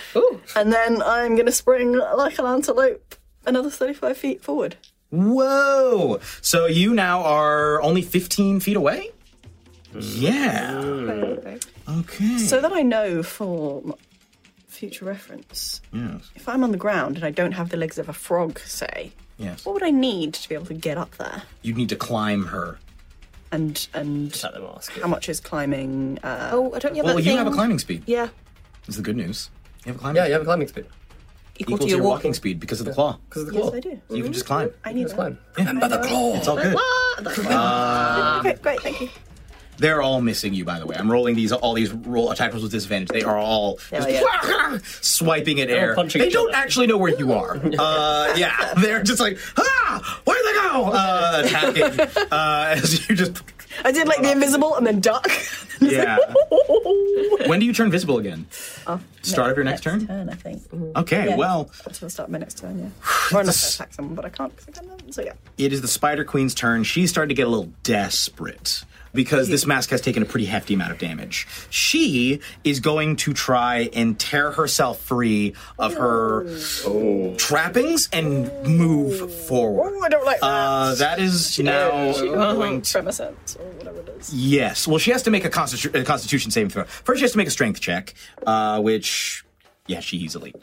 Speaker 4: And then I'm going to spring like an antelope another 35 feet forward.
Speaker 2: Whoa! So you now are only 15 feet away? Yeah.
Speaker 5: Okay.
Speaker 2: Okay.
Speaker 4: So that I know for m- future reference,
Speaker 2: yes.
Speaker 4: if I'm on the ground and I don't have the legs of a frog, say,
Speaker 2: Yes.
Speaker 4: what would I need to be able to get up there?
Speaker 2: You need to climb her.
Speaker 4: And and
Speaker 3: At the mask.
Speaker 4: how much is climbing? Uh,
Speaker 5: Oh, I don't you have
Speaker 2: Well,
Speaker 5: that
Speaker 2: you
Speaker 5: thing?
Speaker 2: have a climbing speed.
Speaker 5: Yeah.
Speaker 2: Is the good news. You have a climbing
Speaker 3: Yeah, you have a climbing speed.
Speaker 5: Equal,
Speaker 2: equal to your walking, speed because of the claw.
Speaker 3: Because of the claw.
Speaker 4: yes, I do.
Speaker 2: So you can just climb.
Speaker 4: I need that.
Speaker 3: Climb.
Speaker 2: Remember the claw. It's all good.
Speaker 4: Okay, great, thank you.
Speaker 2: They're all missing you, by the way. I'm rolling these all these roll attack rolls with disadvantage. They are all just swiping at air.
Speaker 3: punching
Speaker 2: They
Speaker 3: each
Speaker 2: don't
Speaker 3: other.
Speaker 2: actually know where you are. uh, yeah, they're just like, ah, where'd they go? Uh, attacking uh, as you just.
Speaker 4: I did like the invisible and then duck.
Speaker 2: Yeah. when do you turn visible again? Start of your next turn.
Speaker 4: Oh, Turn, I think.
Speaker 2: Okay.
Speaker 4: Yeah.
Speaker 2: Well,
Speaker 4: Until I start my next turn, yeah. or unless I attack someone, but I can't because I can't. So yeah.
Speaker 2: it is the Spider Queen's turn. She's starting to get a little desperate because this mask has taken a pretty hefty amount of damage. She is going to try and tear herself free of her trappings and move forward.
Speaker 4: Oh, I don't like that.
Speaker 2: Uh, that is now
Speaker 4: Oh
Speaker 2: going to.
Speaker 4: Premises or whatever it is.
Speaker 2: Yes. Well, she has to make a, constitu- a Constitution saving throw. First, she has to make a Strength check, uh, which, yeah, she easily.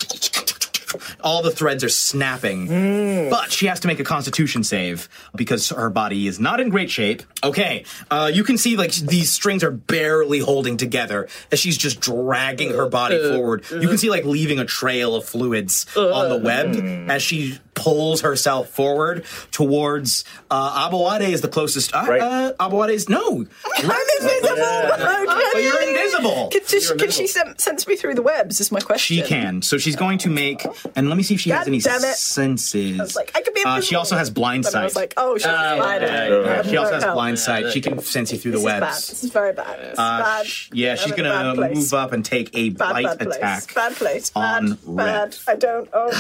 Speaker 2: All the threads are snapping, but she has to make a Constitution save because her body is not in great shape. Okay, uh, you can see like these strings are barely holding together as she's just dragging her body forward. You can see like leaving a trail of fluids on the web as she pulls herself forward towards uh, Abawade is the closest. Uh,
Speaker 6: Right.
Speaker 2: uh, Abawade's no. Wrath is
Speaker 4: Okay.
Speaker 2: But you're invisible.
Speaker 4: Can, she- can she sen- sense me through the webs? Is my question.
Speaker 2: She can. So she's going to make, and let me see if she has
Speaker 4: God
Speaker 2: any
Speaker 4: damn it.
Speaker 2: senses.
Speaker 4: I was like, I could be.
Speaker 2: Uh, she
Speaker 4: invisible.
Speaker 2: also has blind
Speaker 4: But I
Speaker 2: sight.
Speaker 4: was like, oh, she's
Speaker 3: yeah,
Speaker 4: blind.
Speaker 3: yeah,
Speaker 4: I
Speaker 6: yeah.
Speaker 4: don't
Speaker 2: she also has
Speaker 4: know.
Speaker 2: blind sight. She can sense you through the
Speaker 4: This is bad.
Speaker 2: webs.
Speaker 4: This is very bad. It's
Speaker 2: Uh,
Speaker 4: bad.
Speaker 2: sh- yeah, she's
Speaker 4: I'm in a
Speaker 2: gonna
Speaker 4: bad place.
Speaker 2: move up and take a
Speaker 4: Bad,
Speaker 2: bite
Speaker 4: bad place.
Speaker 2: attack.
Speaker 4: Bad place. Bad.
Speaker 2: on
Speaker 4: bad.
Speaker 2: Ref.
Speaker 4: I don't. Oh,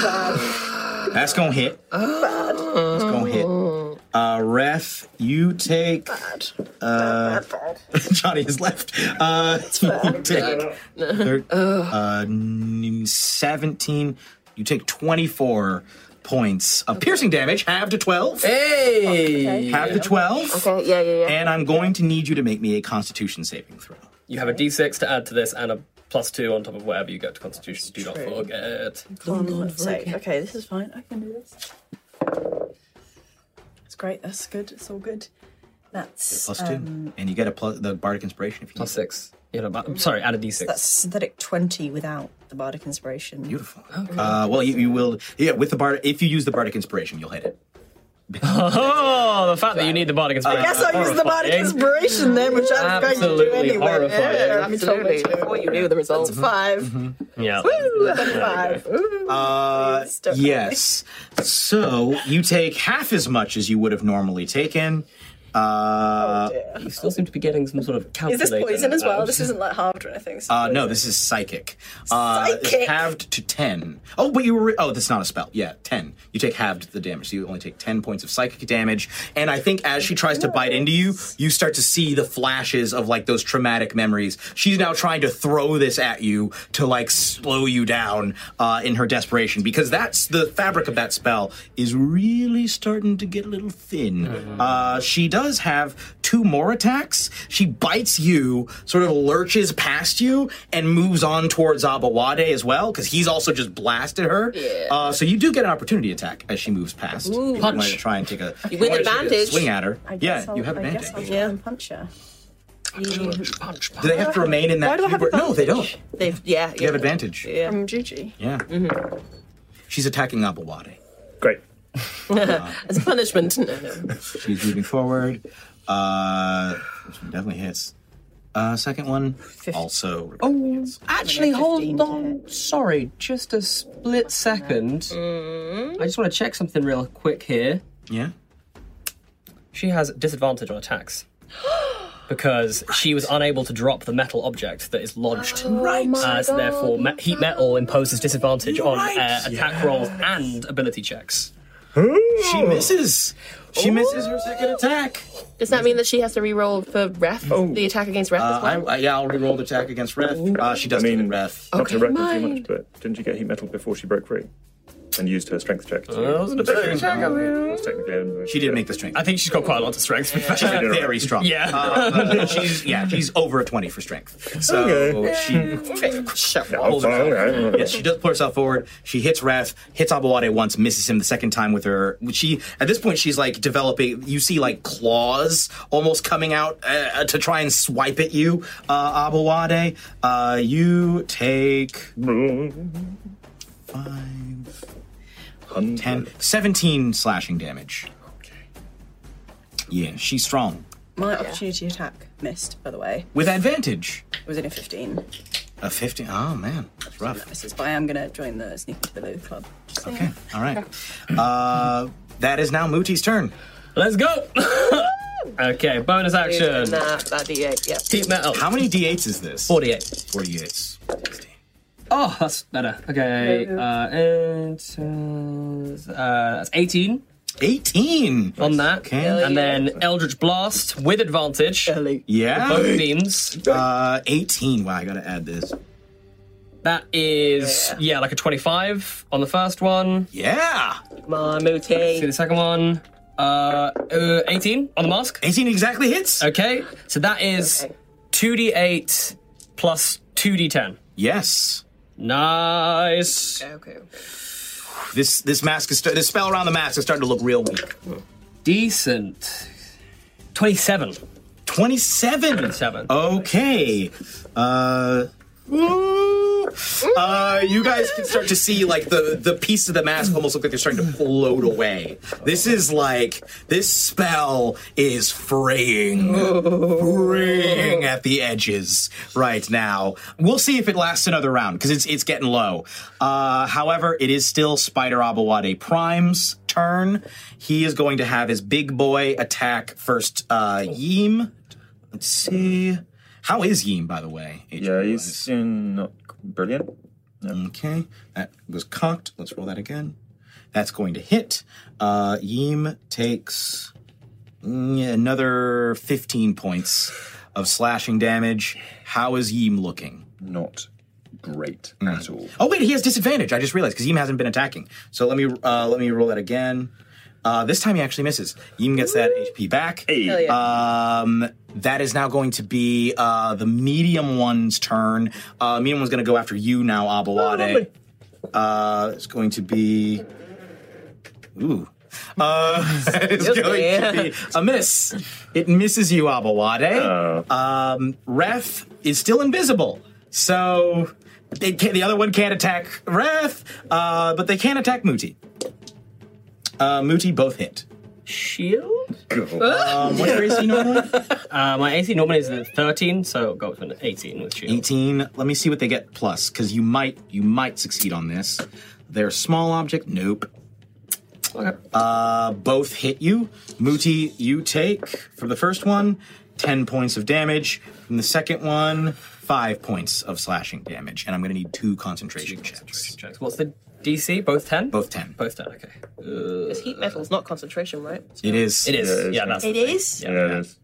Speaker 4: bad.
Speaker 2: That's gonna hit. That's gonna hit. Uh, ref, you take.
Speaker 4: Bad.
Speaker 2: Uh,
Speaker 4: Bad. Bad. bad.
Speaker 2: Johnny is left. Uh, you take thir- uh, n- 17. You take 24 points of piercing damage, halved to 12.
Speaker 7: Oh,
Speaker 3: Hey!
Speaker 2: Halved to 12.
Speaker 5: Okay, yeah, yeah, yeah.
Speaker 2: And I'm going to need you to make me a constitution saving throw.
Speaker 3: You have a d6 to add to this and a plus two on top of whatever you get to Constitution. Do not forget.
Speaker 4: So, okay, this is fine. I can do this. It's great. That's good. It's all good. That's um,
Speaker 2: Plus two. and you get a plus, the bardic inspiration if you
Speaker 3: Um, Plus
Speaker 2: need it.
Speaker 3: six. You know, but- I'm sorry, add a d6.
Speaker 4: That's synthetic 20 without the bardic inspiration.
Speaker 2: Beautiful. Uh, well, you, you will, yeah, with the bardic, if you use the bardic inspiration, you'll hit it.
Speaker 3: oh, the fact that you need the bardic inspiration.
Speaker 4: I guess I'll use the bardic
Speaker 3: Horrifying.
Speaker 4: inspiration then, which I was going to do
Speaker 3: Absolutely
Speaker 4: anyway.
Speaker 3: horrifying.
Speaker 4: Yeah, I'm told
Speaker 5: Absolutely.
Speaker 4: it.
Speaker 5: Before you knew the results.
Speaker 4: Five.
Speaker 3: Yeah.
Speaker 4: Five. Ooh.
Speaker 2: Uh,
Speaker 4: Please, don't.
Speaker 2: yes. So you take half as much as you would have normally taken, Uh,
Speaker 3: You still seem to be getting some sort of
Speaker 7: Is
Speaker 3: calculator.
Speaker 7: this poison as well?
Speaker 3: out.
Speaker 7: This isn't like halved or anything.
Speaker 2: uh, no, this is psychic. Uh, it's
Speaker 7: Psychic?
Speaker 2: halved to ten. Oh, but you were. Oh, that's not a spell. Yeah, ten. You take halved the damage, so you only take ten points of psychic damage. And I think as she tries to bite into you, you start to see the flashes of like those traumatic memories. She's now trying to throw this at you to like slow you down uh, in her desperation because that's the fabric of that spell is really starting to get a little thin. Uh, she does have two more attacks. She bites you, sort of lurches past you, and moves on towards Abawade as well because he's also just blasted her. Uh, so you do get an opportunity attack as she moves past. Ooh, you might try and take a you
Speaker 5: with advantage.
Speaker 2: swing at her.
Speaker 7: guess
Speaker 2: Yeah, you have
Speaker 7: I'll- I guess I'll
Speaker 2: advantage.
Speaker 7: try and punch her. Mm.
Speaker 2: Do they have to remain in that?
Speaker 7: Why do I have
Speaker 2: hubris- no, they don't.
Speaker 5: They've, yeah,
Speaker 2: You have advantage. Yeah. Mm-hmm.
Speaker 7: From Juji.
Speaker 2: She's attacking Abawade.
Speaker 6: Great.
Speaker 5: As punishment. No, no.
Speaker 2: She's moving forward. Uh, this one definitely hits. Uh, second one also. Oh,
Speaker 3: Actually, hold on. Sorry, just a split second.
Speaker 7: Mm.
Speaker 3: I just want to check something real quick here.
Speaker 2: yeah.
Speaker 3: She has disadvantage on attacks because she was unable to drop the metal object that is lodged. Right. Uh, so therefore, me- heat metal imposes disadvantage on uh, attack rolls and ability checks.
Speaker 2: She misses. She misses her second attack.
Speaker 5: Does that mean that she has to re-roll for ref? The attack against ref
Speaker 2: Oh. Uh,
Speaker 5: as
Speaker 2: I,
Speaker 5: well?
Speaker 2: I, yeah, I'll reroll the attack against Ref. Uh, she does
Speaker 6: I
Speaker 2: I mean,
Speaker 6: mean-
Speaker 2: Ref.
Speaker 6: Not to
Speaker 5: Okay,
Speaker 6: reckon too
Speaker 5: mine.
Speaker 6: much, but didn't you get heat metal before she broke free and used her strength check? To That's technically an-
Speaker 2: She did make the strength.
Speaker 3: I think she's got quite a lot of strength. with
Speaker 2: She's
Speaker 3: that.
Speaker 6: did it
Speaker 2: very
Speaker 6: right.
Speaker 2: strong.
Speaker 3: Yeah.
Speaker 2: Uh, she's yeah, she's over a twenty for strength. So
Speaker 6: Okay.
Speaker 2: she
Speaker 6: Oh,
Speaker 2: pulls herself-
Speaker 6: okay.
Speaker 2: Yes, she does pull herself forward. She hits Ref, hits Abawade once, misses him the second time with her. She at this point she's like developing. You see like claws almost coming out uh, to try and swipe at you, uh, Abawade. Uh, you take five, ten, 17 slashing damage. Yeah, she's strong
Speaker 7: My opportunity attack missed, by the way.
Speaker 2: with advantage.
Speaker 7: It was in a 15.
Speaker 2: A fifteen. Oh man, that's rough.
Speaker 7: This is, but I am going to join the Sneak into the Loo club.
Speaker 2: Okay, all right. Uh, that is now Muti's turn.
Speaker 3: Let's go. okay, bonus action.
Speaker 5: Nah, that D8, Uh, yeah.
Speaker 3: Heat metal.
Speaker 2: How many d8s is this?
Speaker 3: 48.
Speaker 2: 48s. 16.
Speaker 3: Oh, that's better. Okay, uh, and uh, that's 18
Speaker 2: 18.
Speaker 3: on that.
Speaker 2: Okay.
Speaker 3: And then Eldritch Blast with advantage. Both
Speaker 2: Yeah.
Speaker 3: beams.
Speaker 2: Uh, 18. Wow, I gotta add this.
Speaker 3: That is, yeah, like a 25 on the first one.
Speaker 2: Yeah.
Speaker 5: Come on,
Speaker 3: See
Speaker 5: Mooty.
Speaker 3: the second one. Uh, uh, 18 on the mask.
Speaker 2: 18 exactly hits.
Speaker 3: Okay, so that is 2d8 plus 2d10.
Speaker 2: Yes.
Speaker 3: Nice.
Speaker 5: Okay.
Speaker 2: This this mask is st- this spell around the mask is starting to look real weak.
Speaker 3: Decent. 27.
Speaker 2: 27.
Speaker 3: 27.
Speaker 2: Okay. Uh, ooh. uh, you guys can start to see like the the piece of the mask almost look like they're starting to float away. This is like this spell is fraying, fraying at the edges right now. We'll see if it lasts another round because it's it's getting low. Uh, however, it is still Spider Abawade Prime's turn. He is going to have his big boy attack first. Uh, Yeem. Let's see. How is Yeem, by the way?
Speaker 6: Yeah, he's uh, not brilliant.
Speaker 2: Okay, that was cocked. Let's roll that again. That's going to hit. Uh, Yeem takes mm, another 15 points of slashing damage. How is Yeem looking?
Speaker 6: Not great at all.
Speaker 2: Oh wait, he has disadvantage. I just realized because Yeem hasn't been attacking. So let me uh, let me roll that again. Uh, this time he actually misses. Yeem gets that HP back. Um, that is now going to be uh, the medium one's turn. Uh, medium one's going to go after you now, Abawade. uh, it's going to be. Ooh. Uh, it's going to be a miss. It misses you, Abawade. Um, Ref is still invisible, so they can the other one can't attack Ref, uh, but they can attack Muti. Uh, Muti both hit.
Speaker 3: Shield?
Speaker 2: Um, what's your AC normally?
Speaker 3: Uh, my AC normally is a 13, so it'll go up to an 18 with shield.
Speaker 2: 18. Let me see what they get plus, because you might you might succeed on this. Their small object, nope. Uh, both hit you. Muti, you take from the first one 10 points of damage. From the second one, 5 points of slashing damage. And I'm going to need two concentration checks.
Speaker 3: Checks. What's the DC? Both 10?
Speaker 2: Both 10.
Speaker 3: Both 10, okay.
Speaker 5: Because heat metal's not concentration, right?
Speaker 2: It is.
Speaker 3: It is.
Speaker 6: Yeah,
Speaker 3: Yeah,
Speaker 6: it is.
Speaker 3: that's
Speaker 5: It is?
Speaker 6: Yeah, it is.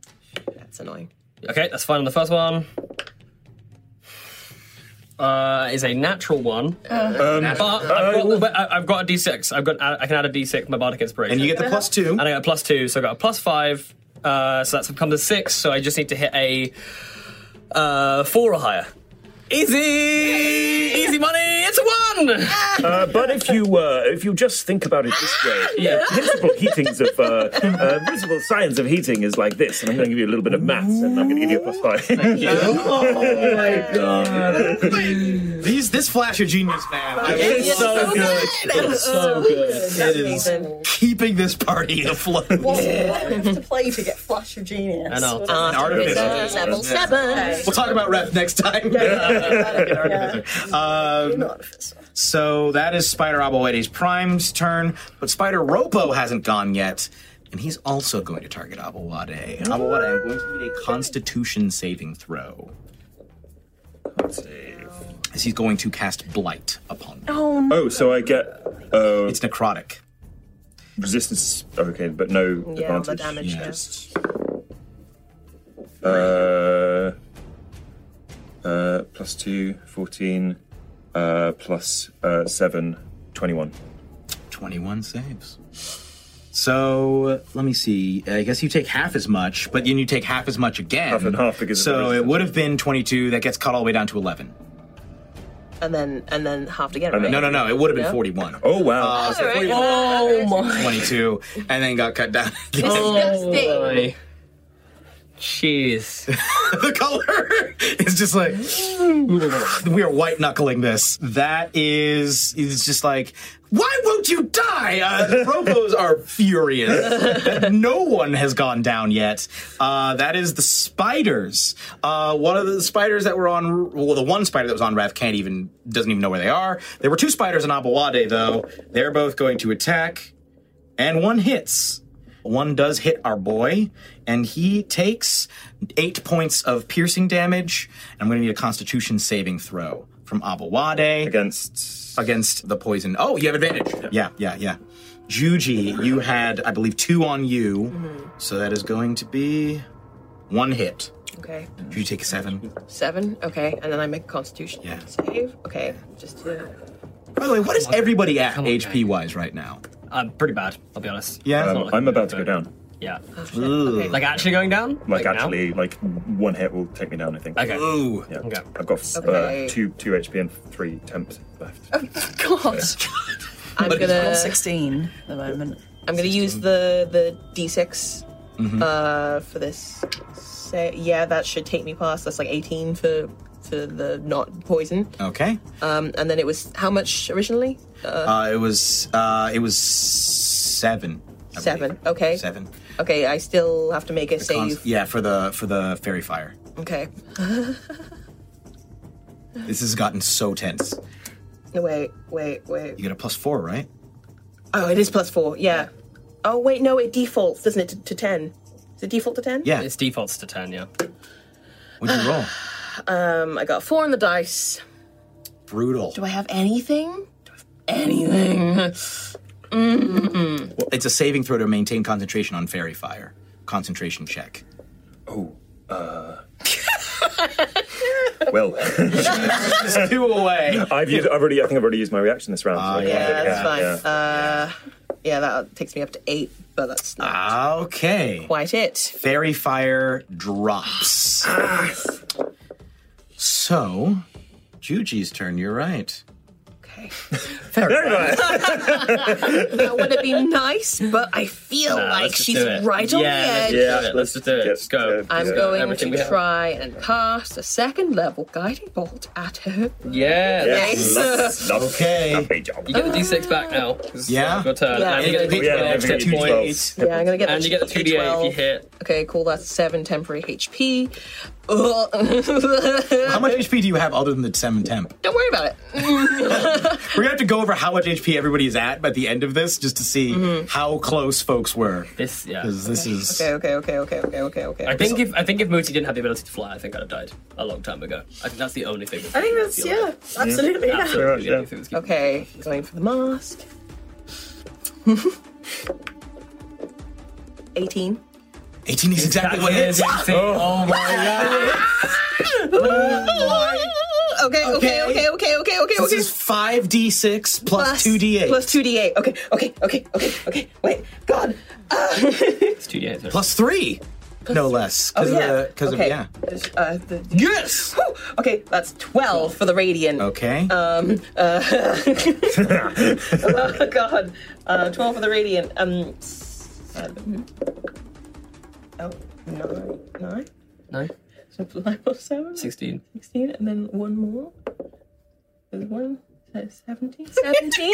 Speaker 5: That's annoying.
Speaker 3: Okay, that's fine on the first one. Uh, is a natural one, Um, but, I've got, but I- I've got a D6. I've got I can add a D6 to my bardic inspiration,
Speaker 2: And you get the plus 2.
Speaker 3: and I got a plus two, so I got a plus five. Uh, so that's come to six. So I just need to hit a uh, four or higher. Easy, easy money. It's a one.
Speaker 6: Uh, but if you uh, if you just think about it this way,
Speaker 3: Yeah.
Speaker 6: the principal heatings of uh, uh, principal science of heating is like this. And I'm going to give you a little bit of maths, and I'm going to give you a plus five.
Speaker 2: oh my god. These, this flash of genius, man. I mean,
Speaker 6: it's so good.
Speaker 2: It's so good. It is keeping this party afloat.
Speaker 4: to play to get Flash of Genius.
Speaker 3: I know.
Speaker 2: An artificer.
Speaker 5: Level seven.
Speaker 2: We'll talk about Ref next time. Um, so that is Spider Aboede's Prime's turn, but Spider Ropo hasn't gone yet, and he's also going to target Abawade.
Speaker 4: Oh.
Speaker 2: Abawade, I'm going to need a Constitution saving throw. As he's going to cast Blight upon me.
Speaker 6: Oh, so I get uh,
Speaker 2: It's necrotic.
Speaker 6: resistance. Okay, but no
Speaker 5: Yeah, all the
Speaker 6: advantage.
Speaker 5: damage. yeah.
Speaker 6: Uh, uh, plus 2, 14, uh, plus uh, 7, 21.
Speaker 2: 21 saves. So let me see. I guess you take half as much, but then you take half as much again.
Speaker 6: Half and half because of
Speaker 2: so
Speaker 6: the
Speaker 2: it
Speaker 6: resistance.
Speaker 2: would have been 22. That gets cut all the way down to 11.
Speaker 5: And then and then half again,
Speaker 6: And
Speaker 5: right?
Speaker 6: then-
Speaker 2: No, no, no. It would have been 41.
Speaker 6: Oh, wow.
Speaker 5: All right.
Speaker 2: 41,
Speaker 3: Oh my!
Speaker 2: 22, and then got cut down again.
Speaker 5: Disgusting.
Speaker 3: Jeez.
Speaker 2: the color is just like we are white knuckling this. That is is just like why won't you die? Uh, the Robos are furious. that no one has gone down yet. Uh, that is the spiders. Uh, one of the spiders that were on, well, the one spider that was on Rav can't even doesn't even know where they are. There were two spiders in Abawade though. They're both going to attack, and one hits. One does hit our boy, and he takes eight points of piercing damage. I'm going to need a Constitution saving throw from Abawade
Speaker 6: Against.
Speaker 2: against the poison. Oh, you have advantage. Yeah, yeah, yeah. Juji, you had, I believe, two on you, so that is going to be one hit.
Speaker 5: Okay.
Speaker 2: Did you take seven?
Speaker 5: Seven. Okay. And then I make a constitution
Speaker 2: Yeah.
Speaker 5: save. Okay. Just to
Speaker 2: By the way, what is everybody at HP wise right now?
Speaker 3: I'm pretty bad. I'll be honest.
Speaker 2: Yeah.
Speaker 3: It's not
Speaker 6: Um,
Speaker 3: looking
Speaker 6: I'm
Speaker 3: good,
Speaker 6: about to go
Speaker 3: but-
Speaker 6: down.
Speaker 3: Yeah.
Speaker 2: Ooh.
Speaker 3: Like actually going down?
Speaker 6: Like,
Speaker 3: now?
Speaker 6: actually, like, one hit will take me down, I think.
Speaker 3: Okay.
Speaker 2: Ooh.
Speaker 6: Yeah.
Speaker 3: Okay.
Speaker 6: I've got uh,
Speaker 5: Okay.
Speaker 6: two, two HP and three temps left.
Speaker 5: God. I'm
Speaker 4: Roll
Speaker 5: gonna
Speaker 4: 16 at the moment.
Speaker 5: I'm gonna use the the d6 uh, for this. Say yeah, that should take me past. That's like 18 for for the not poison.
Speaker 2: Okay.
Speaker 5: Um, and then it was how much originally?
Speaker 2: Uh, it was uh, it was seven. I
Speaker 5: Seven.
Speaker 2: believe.
Speaker 5: Okay.
Speaker 2: Seven.
Speaker 5: Okay. I still have to make a
Speaker 2: Cons-
Speaker 5: save.
Speaker 2: yeah, for the for the fairy fire.
Speaker 5: Okay.
Speaker 2: This has gotten so tense.
Speaker 5: No, wait. Wait. Wait.
Speaker 2: You get a plus four, right?
Speaker 5: Oh, it is plus four. Yeah. Oh wait, no, it defaults, doesn't it, to, to ten? Does it default to ten?
Speaker 2: Yeah.
Speaker 3: It's defaults to ten, yeah.
Speaker 2: What'd you roll?
Speaker 5: Um, I got four on the dice.
Speaker 2: Brutal.
Speaker 5: Do I have anything? Do I have anything?
Speaker 2: It's a saving throw to maintain concentration on fairy fire. Concentration check.
Speaker 6: well,
Speaker 2: Two away.
Speaker 6: I've used, I've already, I think I've already used my reaction this
Speaker 3: Oh,
Speaker 6: round. so I can't
Speaker 5: yeah,
Speaker 6: do it
Speaker 5: that's
Speaker 6: again.
Speaker 5: fine.
Speaker 6: Yeah.
Speaker 5: Uh, yeah, that takes me up to eight, but that's not
Speaker 3: Ah.
Speaker 2: Okay.
Speaker 5: quite it.
Speaker 2: Fairy fire drops. so, Juji's turn. You're right.
Speaker 5: Okay.
Speaker 6: Very nice.
Speaker 5: That would have been nice, but I feel
Speaker 3: Nah,
Speaker 5: like
Speaker 3: let's just
Speaker 5: she's
Speaker 3: do it.
Speaker 5: right on
Speaker 3: Yeah,
Speaker 5: the
Speaker 3: let's
Speaker 5: edge.
Speaker 3: do
Speaker 6: Yeah,
Speaker 3: it. Let's just do it.
Speaker 6: get-
Speaker 3: Let's go.
Speaker 6: get-
Speaker 5: I'm
Speaker 6: Yeah.
Speaker 5: going
Speaker 3: Everything we
Speaker 5: to
Speaker 3: have.
Speaker 5: try and cast a second level guiding bolt at her.
Speaker 3: Yeah.
Speaker 5: Yes.
Speaker 6: Lots- lots-
Speaker 2: Okay.
Speaker 6: lovely job.
Speaker 3: You get the D6 back now. 'cause
Speaker 2: Yeah.
Speaker 3: it's Your turn.
Speaker 5: Yeah.
Speaker 3: And you get the
Speaker 6: Yeah,
Speaker 3: D12
Speaker 6: every
Speaker 3: extra
Speaker 6: two
Speaker 3: points.
Speaker 6: twelves.
Speaker 5: Yeah, I'm gonna get
Speaker 3: And
Speaker 5: the
Speaker 3: you get the 2d8 if you
Speaker 5: 12.
Speaker 3: hit.
Speaker 5: Okay, cool. That's seven temporary HP.
Speaker 2: How much HP do you have other than the seven temp?
Speaker 5: Don't worry about it.
Speaker 2: We're gonna have to go over how much HP everybody's at by the end of this, just to see how close folks were.
Speaker 3: This, yeah.
Speaker 2: Because this is
Speaker 4: Mm-hmm. Okay, okay, okay, okay, okay, okay, okay.
Speaker 3: I think if I think if Mooty didn't have the ability to fly, I think I'd have died a long time ago. I think that's the only thing.
Speaker 4: I think that's yeah, absolutely. Yeah.
Speaker 3: Absolutely.
Speaker 6: Yeah.
Speaker 3: Okay.
Speaker 4: Okay, going for the mask. 18.
Speaker 2: 18 is exactly what it is.
Speaker 3: Oh my god.
Speaker 4: Okay, okay, okay, okay, okay, okay, okay.
Speaker 2: This is five d six plus two d eight
Speaker 4: Plus 2d8. Okay, okay, okay, okay, okay. Wait, God. Uh,
Speaker 3: It's two days.
Speaker 2: plus three, no less. Because
Speaker 4: Oh, yeah.
Speaker 2: of, the- 'cause of
Speaker 4: okay.
Speaker 2: yeah.
Speaker 4: Uh, the,
Speaker 2: Yes. Oh.
Speaker 4: whew, okay, that's 12 for the radiant.
Speaker 2: Okay.
Speaker 4: Um, uh, oh, God. Uh, 12 for the radiant. Um, seven. Oh, nine. Nine?
Speaker 3: No.
Speaker 4: So nine plus seven?
Speaker 3: Sixteen.
Speaker 4: 16, and then one more. There's one. That's 17? 17?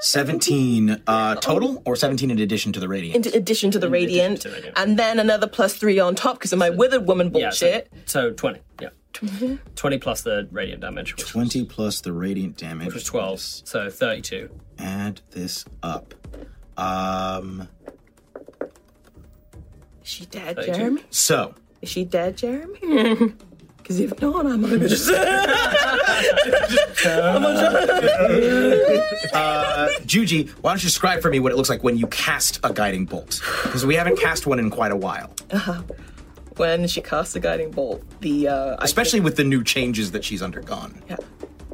Speaker 2: Seventeen uh, total, or seventeen in addition to the radiant.
Speaker 4: oh. In addition to the radiant.
Speaker 3: to the radiant.
Speaker 4: And then another plus three on top because of my withered woman
Speaker 3: Yeah. So,
Speaker 4: bullshit.
Speaker 3: so twenty. Yeah. Twenty plus the radiant damage, which
Speaker 2: Twenty plus the radiant damage.
Speaker 3: was twelve. So thirty-two.
Speaker 2: Add this up. Um.
Speaker 4: Is she dead, Jeremy?
Speaker 2: So
Speaker 4: Is she dead, Jeremy? Because if not, I'm gonna just.
Speaker 2: Uh, Juji, why don't you describe for me what it looks like when you cast a guiding bolt? Because we haven't cast one in quite a while,
Speaker 4: when she casts the guiding bolt, the uh, I,
Speaker 2: especially with the new changes that she's undergone.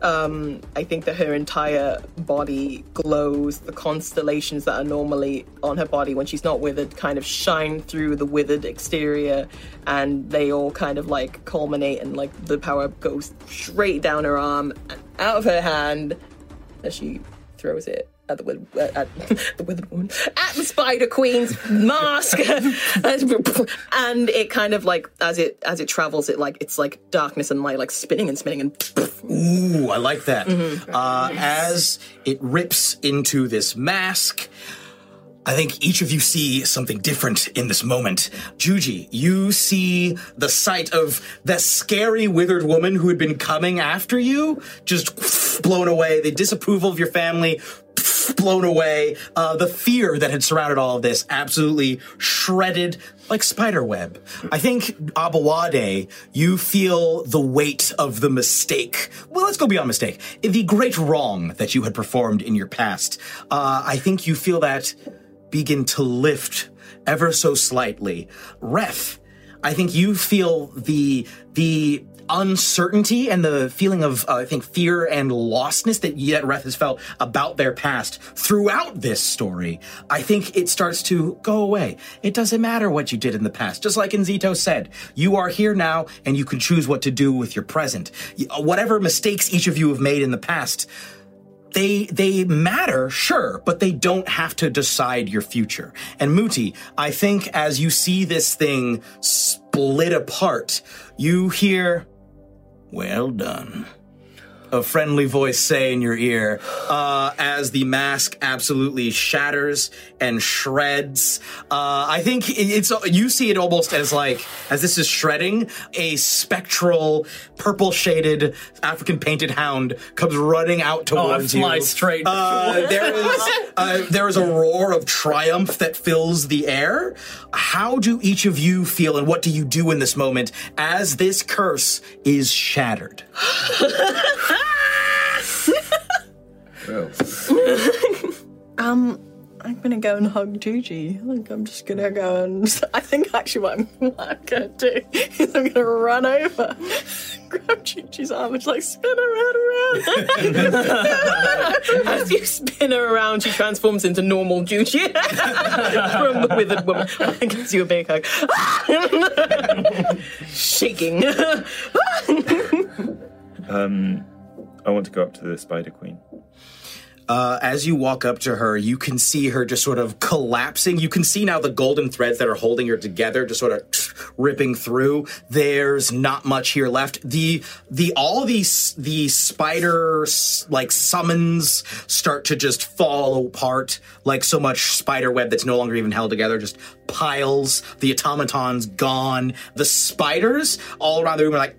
Speaker 4: um, I think that her entire body glows. The constellations that are normally on her body when she's not withered kind of shine through the withered exterior, and they all kind of like culminate, and like the power goes straight down her arm and out of her hand as she throws it. At the, wid- uh, at the withered woman, at the spider queen's mask, and it kind of like as it as it travels, it like it's like darkness and light, like spinning and spinning and
Speaker 2: Ooh, I like that. Uh, as it rips into this mask, I think each of you see something different in this moment. Juji, you see the sight of the scary withered woman who had been coming after you, just blown away. The disapproval of your family, blown away. Uh, the fear that had surrounded all of this, absolutely shredded like spider web. I think Abawade, you feel the weight of the mistake. Well, let's go beyond mistake. The great wrong that you had performed in your past. Uh, I think you feel that begin to lift ever so slightly. Ref, I think you feel the the uncertainty and the feeling of uh, I think fear and lostness that yet Ref has felt about their past throughout this story. I think it starts to go away. It doesn't matter what you did in the past. Just like Enzito said, you are here now and you can choose what to do with your present. Y- Whatever mistakes each of you have made in the past, they they matter, sure, but they don't have to decide your future. And Muti, I think as you see this thing split apart, you hear, "Well done." A friendly voice say in your ear uh, as the mask absolutely shatters and shreds. Uh, I think it- it's you see it almost as like as this is shredding, a spectral, purple shaded African painted hound comes running out towards
Speaker 3: Oh, I
Speaker 2: you.
Speaker 3: fly straight.
Speaker 2: Uh, there is uh, there is a roar of triumph that fills the air. How do each of you feel, and what do you do in this moment as this curse is shattered?
Speaker 4: Um, I'm gonna go and hug Juji. I think I'm just gonna go and. I think actually what I'm, what I'm gonna do is I'm gonna run over, grab Juji's arm, and just like spin her around, around.
Speaker 5: As you spin her around, she transforms into normal Juju from the withered woman. And gives you a big hug. Shaking.
Speaker 6: I want to go up to the Spider Queen.
Speaker 2: Uh, as you walk up to her, you can see her just sort of collapsing. You can see now the golden threads that are holding her together just sort of ripping through. There's not much here left. The the all these the spider s- like summons start to just fall apart like so much spider web that's no longer even held together. Just piles. The automatons gone. The spiders all around the room are like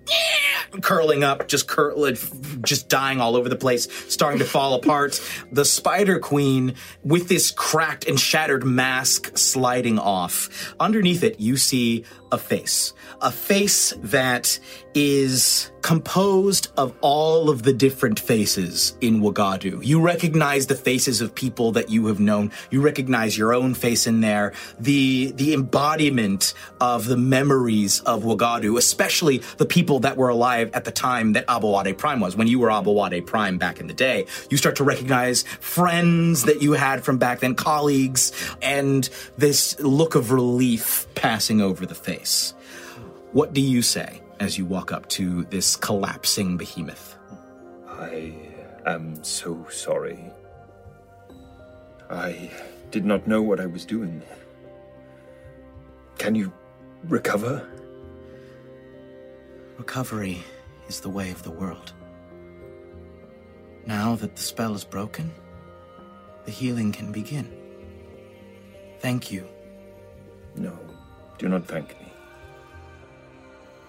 Speaker 2: curling up, just curling, just dying all over the place, starting to fall apart. The Spider Queen with this cracked and shattered mask sliding off. Underneath it, you see a face. A face that is composed of all of the different faces in Wagadu. You recognize the faces of people that you have known. You recognize your own face in there. The the embodiment of the memories of Wagadu, especially the people that were alive at the time that Abawade Prime was. When you were Abawade Prime back in the day, you start to recognize friends that you had from back then, colleagues, and this look of relief passing over the face. What do you say as you walk up to this collapsing behemoth?
Speaker 6: I am so sorry. I did not know what I was doing. Can you recover?
Speaker 2: Recovery is the way of the world. Now that the spell is broken, the healing can begin. Thank you.
Speaker 6: No, do not thank me.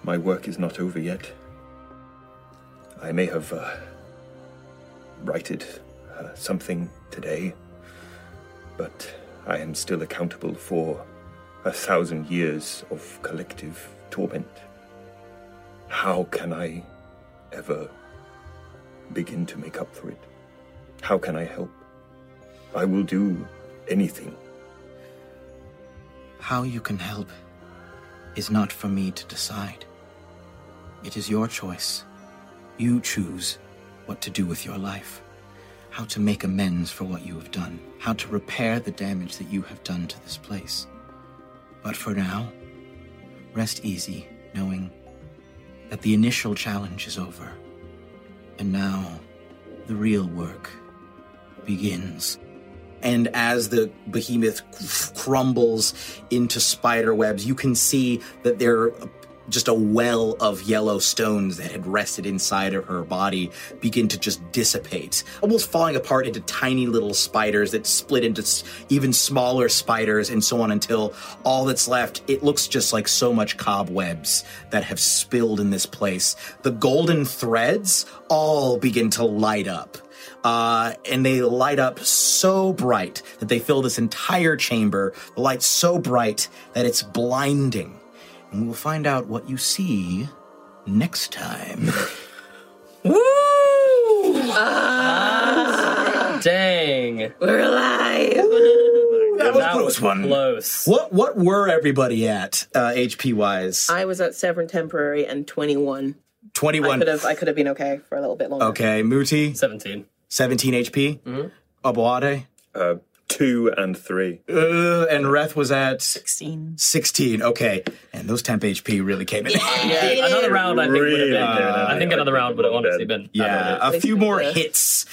Speaker 6: My work is not over yet. I may have uh, righted uh, something today, but I am still accountable for a thousand years of collective torment. How can I ever begin to make up for it? How can I help? I will do anything.
Speaker 2: How you can help is not for me to decide. It is your choice. You choose what to do with your life, how to make amends for what you have done, how to repair the damage that you have done to this place. But for now, rest easy, knowing that the initial challenge is over. And now, the real work begins and as the behemoth crumbles into spider webs, you can see that there just a well of yellow stones that had rested inside of her body begin to just dissipate, almost falling apart into tiny little spiders that split into s- even smaller spiders and so on until all that's left, it looks just like so much cobwebs that have spilled in this place. The golden threads all begin to light up uh, and they light up so bright that they fill this entire chamber. The light's so bright that it's blinding. And we'll find out what you see next time.
Speaker 3: Dang.
Speaker 5: We're alive.
Speaker 2: that
Speaker 3: Close.
Speaker 2: What what were everybody at uh, HP wise?
Speaker 5: I was at Severn Temporary and 21.
Speaker 2: Twenty
Speaker 5: I
Speaker 2: one.
Speaker 5: could have I could have been okay for a little bit longer.
Speaker 2: Okay, Muti,
Speaker 3: 17.
Speaker 2: seventeen HP.
Speaker 5: Mm-hmm.
Speaker 2: Abawade
Speaker 6: Uh, two and three.
Speaker 2: uh, and Reth was at
Speaker 4: 16.
Speaker 2: sixteen. Okay, and those temp HP really came in.
Speaker 3: Yeah, another round, I think, would have
Speaker 6: Really?
Speaker 3: been. I think another round would have honestly been.
Speaker 2: Yeah, a few more hits.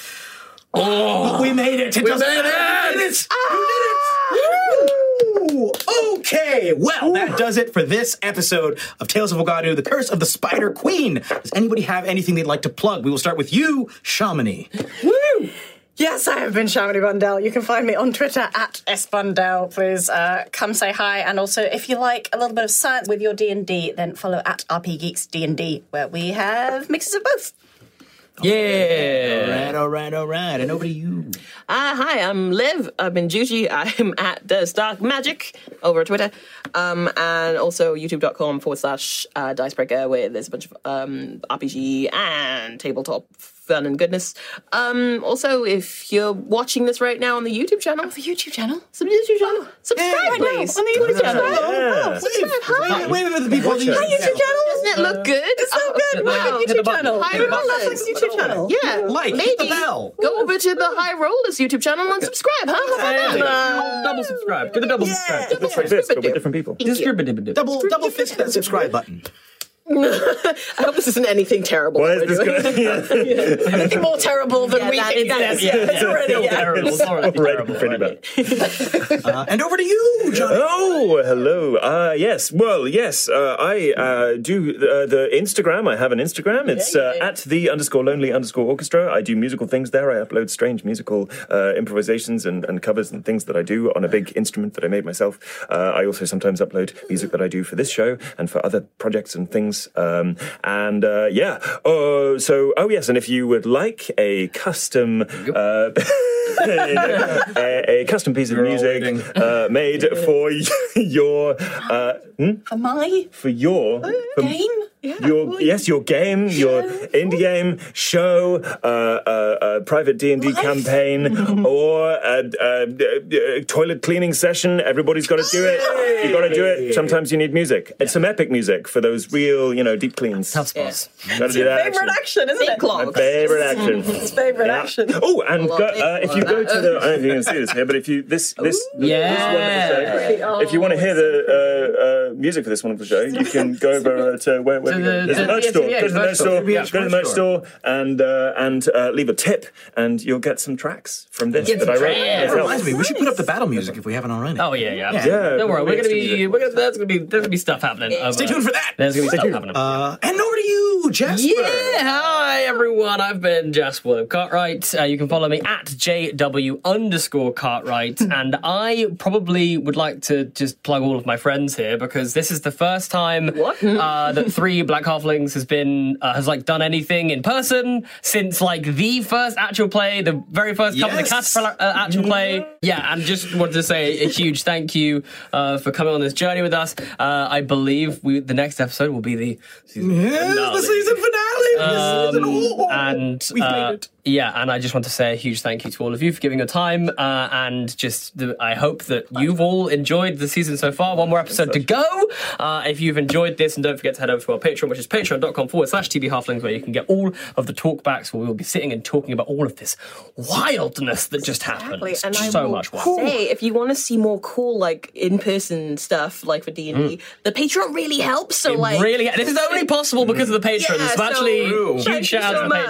Speaker 2: Oh, we made it! It doesn't matter. We did it!
Speaker 4: Ah!
Speaker 2: We did it! Woo! Okay, well, that does it for this episode of Tales of Ogadu, The Curse of the Spider Queen. Does anybody have anything they'd like to plug? We will start with you, Shamini.
Speaker 4: Yes, I have been Shamini Bundell. You can find me on Twitter at sbundell. Please uh, come say hi. And also, if you like a little bit of science with your D&D, then follow at RP Geeks D&D, where we have mixes of both.
Speaker 3: Yeah.
Speaker 2: All right, all right, all right. And over to you.
Speaker 5: Uh, hi, I'm Liv. I'm in Juji. I'm at Does Dark Magic over Twitter. Um, and also youtube.com forward slash uh, Dicebreaker, where there's a bunch of um, RPG and tabletop fun and goodness. Um, also, if you're watching this right now on the YouTube channel,
Speaker 7: The YouTube channel?
Speaker 5: sub- YouTube channel subscribe, please. on the YouTube channel.
Speaker 6: Yeah.
Speaker 2: Wait, wait, wait, the people.
Speaker 4: YouTube channel?
Speaker 5: Doesn't it look good? It's
Speaker 4: so good. Wow.
Speaker 5: Wow.
Speaker 4: Look at
Speaker 3: Uh, Hit the
Speaker 4: YouTube
Speaker 3: button.
Speaker 4: channel.
Speaker 3: Hit the
Speaker 4: Everyone
Speaker 3: button.
Speaker 4: loves this YouTube channel.
Speaker 5: Yeah,
Speaker 2: Like, hit the bell.
Speaker 5: Go over to the High Rollers YouTube channel and subscribe, huh? How about that?
Speaker 3: Double subscribe. Get the double subscribe.
Speaker 6: It's like this, but with different people.
Speaker 5: Thank you.
Speaker 3: Distribute it.
Speaker 2: Double, double fist that subscribe button.
Speaker 4: I hope this isn't anything terrible.
Speaker 6: Why
Speaker 4: that
Speaker 6: is
Speaker 4: we're
Speaker 6: this
Speaker 4: doing.
Speaker 6: going to
Speaker 4: Anything more terrible than we
Speaker 5: that
Speaker 4: think
Speaker 5: is-
Speaker 4: this.
Speaker 3: Yeah,
Speaker 4: It's already
Speaker 3: it's terrible. It's already
Speaker 6: already
Speaker 3: terrible,
Speaker 6: pretty
Speaker 3: already.
Speaker 6: bad?
Speaker 2: Uh, and over to you, Johnny.
Speaker 6: Oh, hello. Uh, yes. Well, yes. Uh, I uh, do uh, the Instagram. I have an Instagram. It's uh, at the underscore lonely underscore orchestra. I do musical things there. I upload strange musical uh, improvisations and, and covers and things that I do on a big instrument that I made myself. Uh, I also sometimes upload music that I do for this show and for other projects and things. Um, and uh, yeah. Oh, so oh yes. And if you would like a custom. Uh, a, a custom piece of
Speaker 2: You're all
Speaker 6: music
Speaker 2: waiting.
Speaker 6: uh, made for y- your uh, hmm?
Speaker 4: Am I Oh,
Speaker 6: for your for
Speaker 4: game?
Speaker 6: your yes your game your indie game show uh, uh, uh, private D and D campaign or a, a, a toilet cleaning session. Everybody's got to do it. You got to do it. Sometimes you need music. It's some epic music for those real you know deep cleans.
Speaker 3: Tough spots.
Speaker 6: Got to do that.
Speaker 4: Favorite
Speaker 6: action.
Speaker 4: action, isn't it?
Speaker 6: My favorite action.
Speaker 4: It's favorite
Speaker 6: Yeah.
Speaker 4: action.
Speaker 6: Oh, and go,
Speaker 5: Love it.
Speaker 6: uh, if you go to the, I don't know if you can see this here, but if you this this this one of the
Speaker 3: Yeah.
Speaker 6: show, if you want to hear the uh, uh, music for this one of the show, you can go over uh, to where, where
Speaker 3: To
Speaker 6: we go.
Speaker 3: the-
Speaker 6: There's a
Speaker 3: the
Speaker 6: merch store.
Speaker 3: VFTA,
Speaker 6: Go to the merch store.
Speaker 2: VFTA
Speaker 6: Go to the merch store and uh, and uh, leave a tip, and you'll get some tracks from this that I wrote
Speaker 3: tracks.
Speaker 2: That
Speaker 6: myself.
Speaker 2: reminds me, we should put up the battle music if we haven't already.
Speaker 3: Oh yeah, yeah.
Speaker 2: Yeah.
Speaker 6: Yeah,
Speaker 3: Don't worry, we're gonna be.
Speaker 6: music.
Speaker 3: We're gonna, that's gonna be. There's gonna be stuff happening.
Speaker 2: Stay tuned for that.
Speaker 3: There's gonna be stuff happening.
Speaker 2: Uh, and over to you, Jasper.
Speaker 3: Yeah, hi everyone. I've been Jas William Cartwright. Uh, you can follow me at JW underscore Cartwright. and I probably would like to just plug all of my friends here because this is the first time uh, that three Black Halflings has been uh, has like done anything in person since like the first actual play, the very first couple of
Speaker 2: Yes. Mm-hmm.
Speaker 3: cast for, uh, actual play. Yeah, and just wanted to say a huge thank you uh, for coming on this journey with us. Uh, I believe we the next episode will be the season
Speaker 2: Here's the
Speaker 3: finale.
Speaker 2: season finale. of this season.
Speaker 3: Um,
Speaker 2: Oh,
Speaker 3: and
Speaker 2: we've
Speaker 3: uh,
Speaker 2: made it.
Speaker 3: yeah, and I just want to say a huge thank you to all of you for giving your time, uh, and just the, I hope that you've all enjoyed the season so far. One more episode to go. Uh, if you've enjoyed this, and don't forget to head over to our Patreon, which is patreon.com forward slash TB Halflings, where you can get all of the talkbacks where we will be sitting and talking about all of this wildness that just happened.
Speaker 5: Exactly, and I
Speaker 3: so
Speaker 5: will
Speaker 3: much wild.
Speaker 5: say if you want to see more cool like in-person stuff like for D&D the Patreon really helps so like
Speaker 3: Mm.
Speaker 5: Mm.
Speaker 3: really, this is only possible because of the patrons.
Speaker 5: Yeah,
Speaker 3: so
Speaker 5: so-
Speaker 3: actually,
Speaker 5: True.
Speaker 3: huge
Speaker 5: Thank you
Speaker 3: shout out
Speaker 5: so
Speaker 3: to the
Speaker 5: much.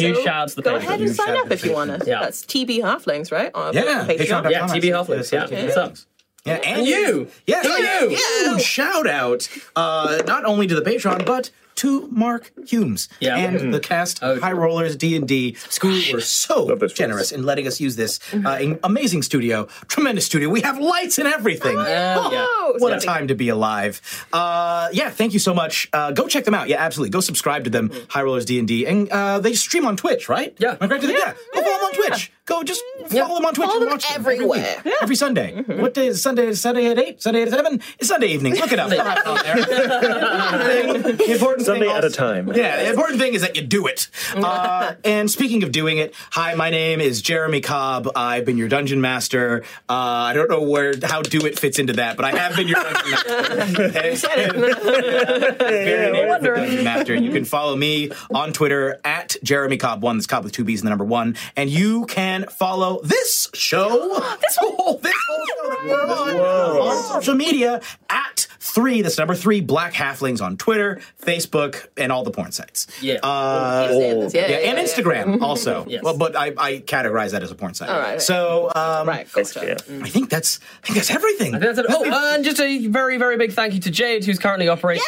Speaker 3: Huge shout out to the
Speaker 5: go
Speaker 3: patrons.
Speaker 5: ahead and sign up if you want to
Speaker 3: Yeah.
Speaker 5: that's TB Halflings right on
Speaker 2: Yeah,
Speaker 5: Patreon
Speaker 2: patreon.com.
Speaker 3: Yeah, TB Halflings. Yeah,
Speaker 2: Yeah.
Speaker 3: what's up?
Speaker 2: Yeah, and,
Speaker 3: And you.
Speaker 2: Yes,
Speaker 3: And
Speaker 2: and
Speaker 3: you.
Speaker 2: Huge shout out, uh, not only to the Patreon, but to Mark Humes
Speaker 3: Yeah. Oh,
Speaker 2: and the cast of High Rollers D&D School were so
Speaker 6: those
Speaker 2: generous in letting us use this uh, in- amazing studio, tremendous studio. We have lights and everything.
Speaker 3: Uh, yeah.
Speaker 2: What a time to be alive! Uh, yeah, thank you so much. Uh, go check them out. Yeah, absolutely. Go subscribe to them, High Rollers D and D, and uh, they stream on Twitch, right?
Speaker 3: Yeah.
Speaker 2: Am I correct? in that? Yeah. Go follow them on Twitch. Go just follow them on Twitch.
Speaker 5: Follow
Speaker 2: and
Speaker 5: them
Speaker 2: watch them every week.
Speaker 5: everywhere.
Speaker 2: every Sunday. What day is Sunday? Sunday at eight. Sunday at seven. It's Sunday evening. Look it up. They'll have it on there. The important
Speaker 6: Sunday
Speaker 2: thing
Speaker 6: at a
Speaker 2: also-
Speaker 6: time.
Speaker 2: yeah, the important thing is that you do it. Uh, and speaking of doing it, hi, my name is Jeremy Cobb. I've been your dungeon master. Uh, I don't know where how do it fits into that, but I have been your dungeon master. you said very name of the dungeon master. You can follow me on Twitter at Jeremy Cobb One. That's Cobb with two B's and the number one. And you can follow this show, this whole, this whole show that we're on, on social media at three. That's number three. Black Halflings on Twitter, Facebook, and all the porn sites.
Speaker 3: Yeah.
Speaker 2: Uh,
Speaker 5: Oh. Yeah,
Speaker 2: yeah,
Speaker 5: yeah, Mm-hmm.
Speaker 2: and
Speaker 5: yeah,
Speaker 2: Instagram also.
Speaker 3: Yes.
Speaker 2: Well, but I, I categorize that as a porn site.
Speaker 5: right, right.
Speaker 2: So um,
Speaker 5: right gotcha
Speaker 2: I think that's I think that's everything.
Speaker 3: That's it. Oh, uh, and just a very, very big thank you to Jade, who's currently operating.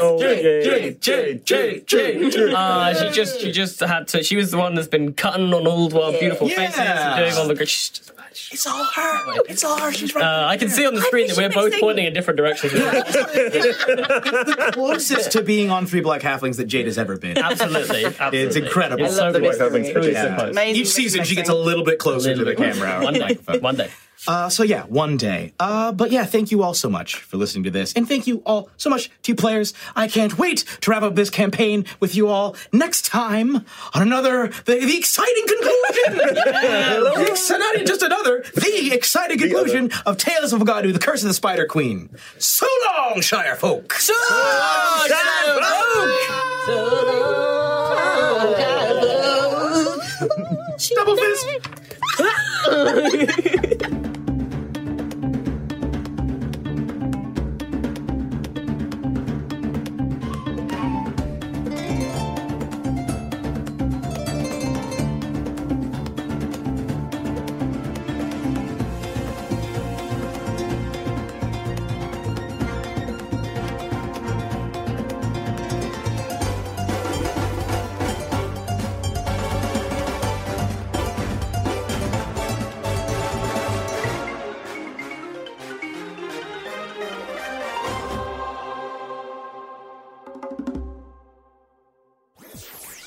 Speaker 6: Oh,
Speaker 3: Uh, she just, she just had to. She was the one that's been cutting on all our beautiful
Speaker 2: Yeah.
Speaker 3: faces and doing all the. She's just,
Speaker 2: It's all her. It's all her. She's right.
Speaker 3: uh, I can see on the screen that we're both pointing in different directions.
Speaker 2: closest to being on Three Black Halflings that Jade has ever been.
Speaker 3: absolutely, absolutely.
Speaker 2: It's incredible.
Speaker 3: It's
Speaker 2: I
Speaker 3: so
Speaker 2: love
Speaker 4: the
Speaker 3: good.
Speaker 4: mystery.
Speaker 3: It's really
Speaker 2: Yeah.
Speaker 3: so close.
Speaker 4: Amazing
Speaker 2: Each season, she
Speaker 4: mixing.
Speaker 2: gets a little bit closer to the camera.
Speaker 3: One day,
Speaker 2: Microphone.
Speaker 3: one day.
Speaker 2: Uh, so yeah, one day. Uh, but yeah, thank you all so much for listening to this, and thank you all so much to you players. I can't wait to wrap up this campaign with you all next time on another the, the exciting conclusion. The ex- not just another, the exciting conclusion of Tales of Ogadu, the Curse of the Spider Queen. So long, Shire folk. So long,
Speaker 3: Shire
Speaker 2: Double fist.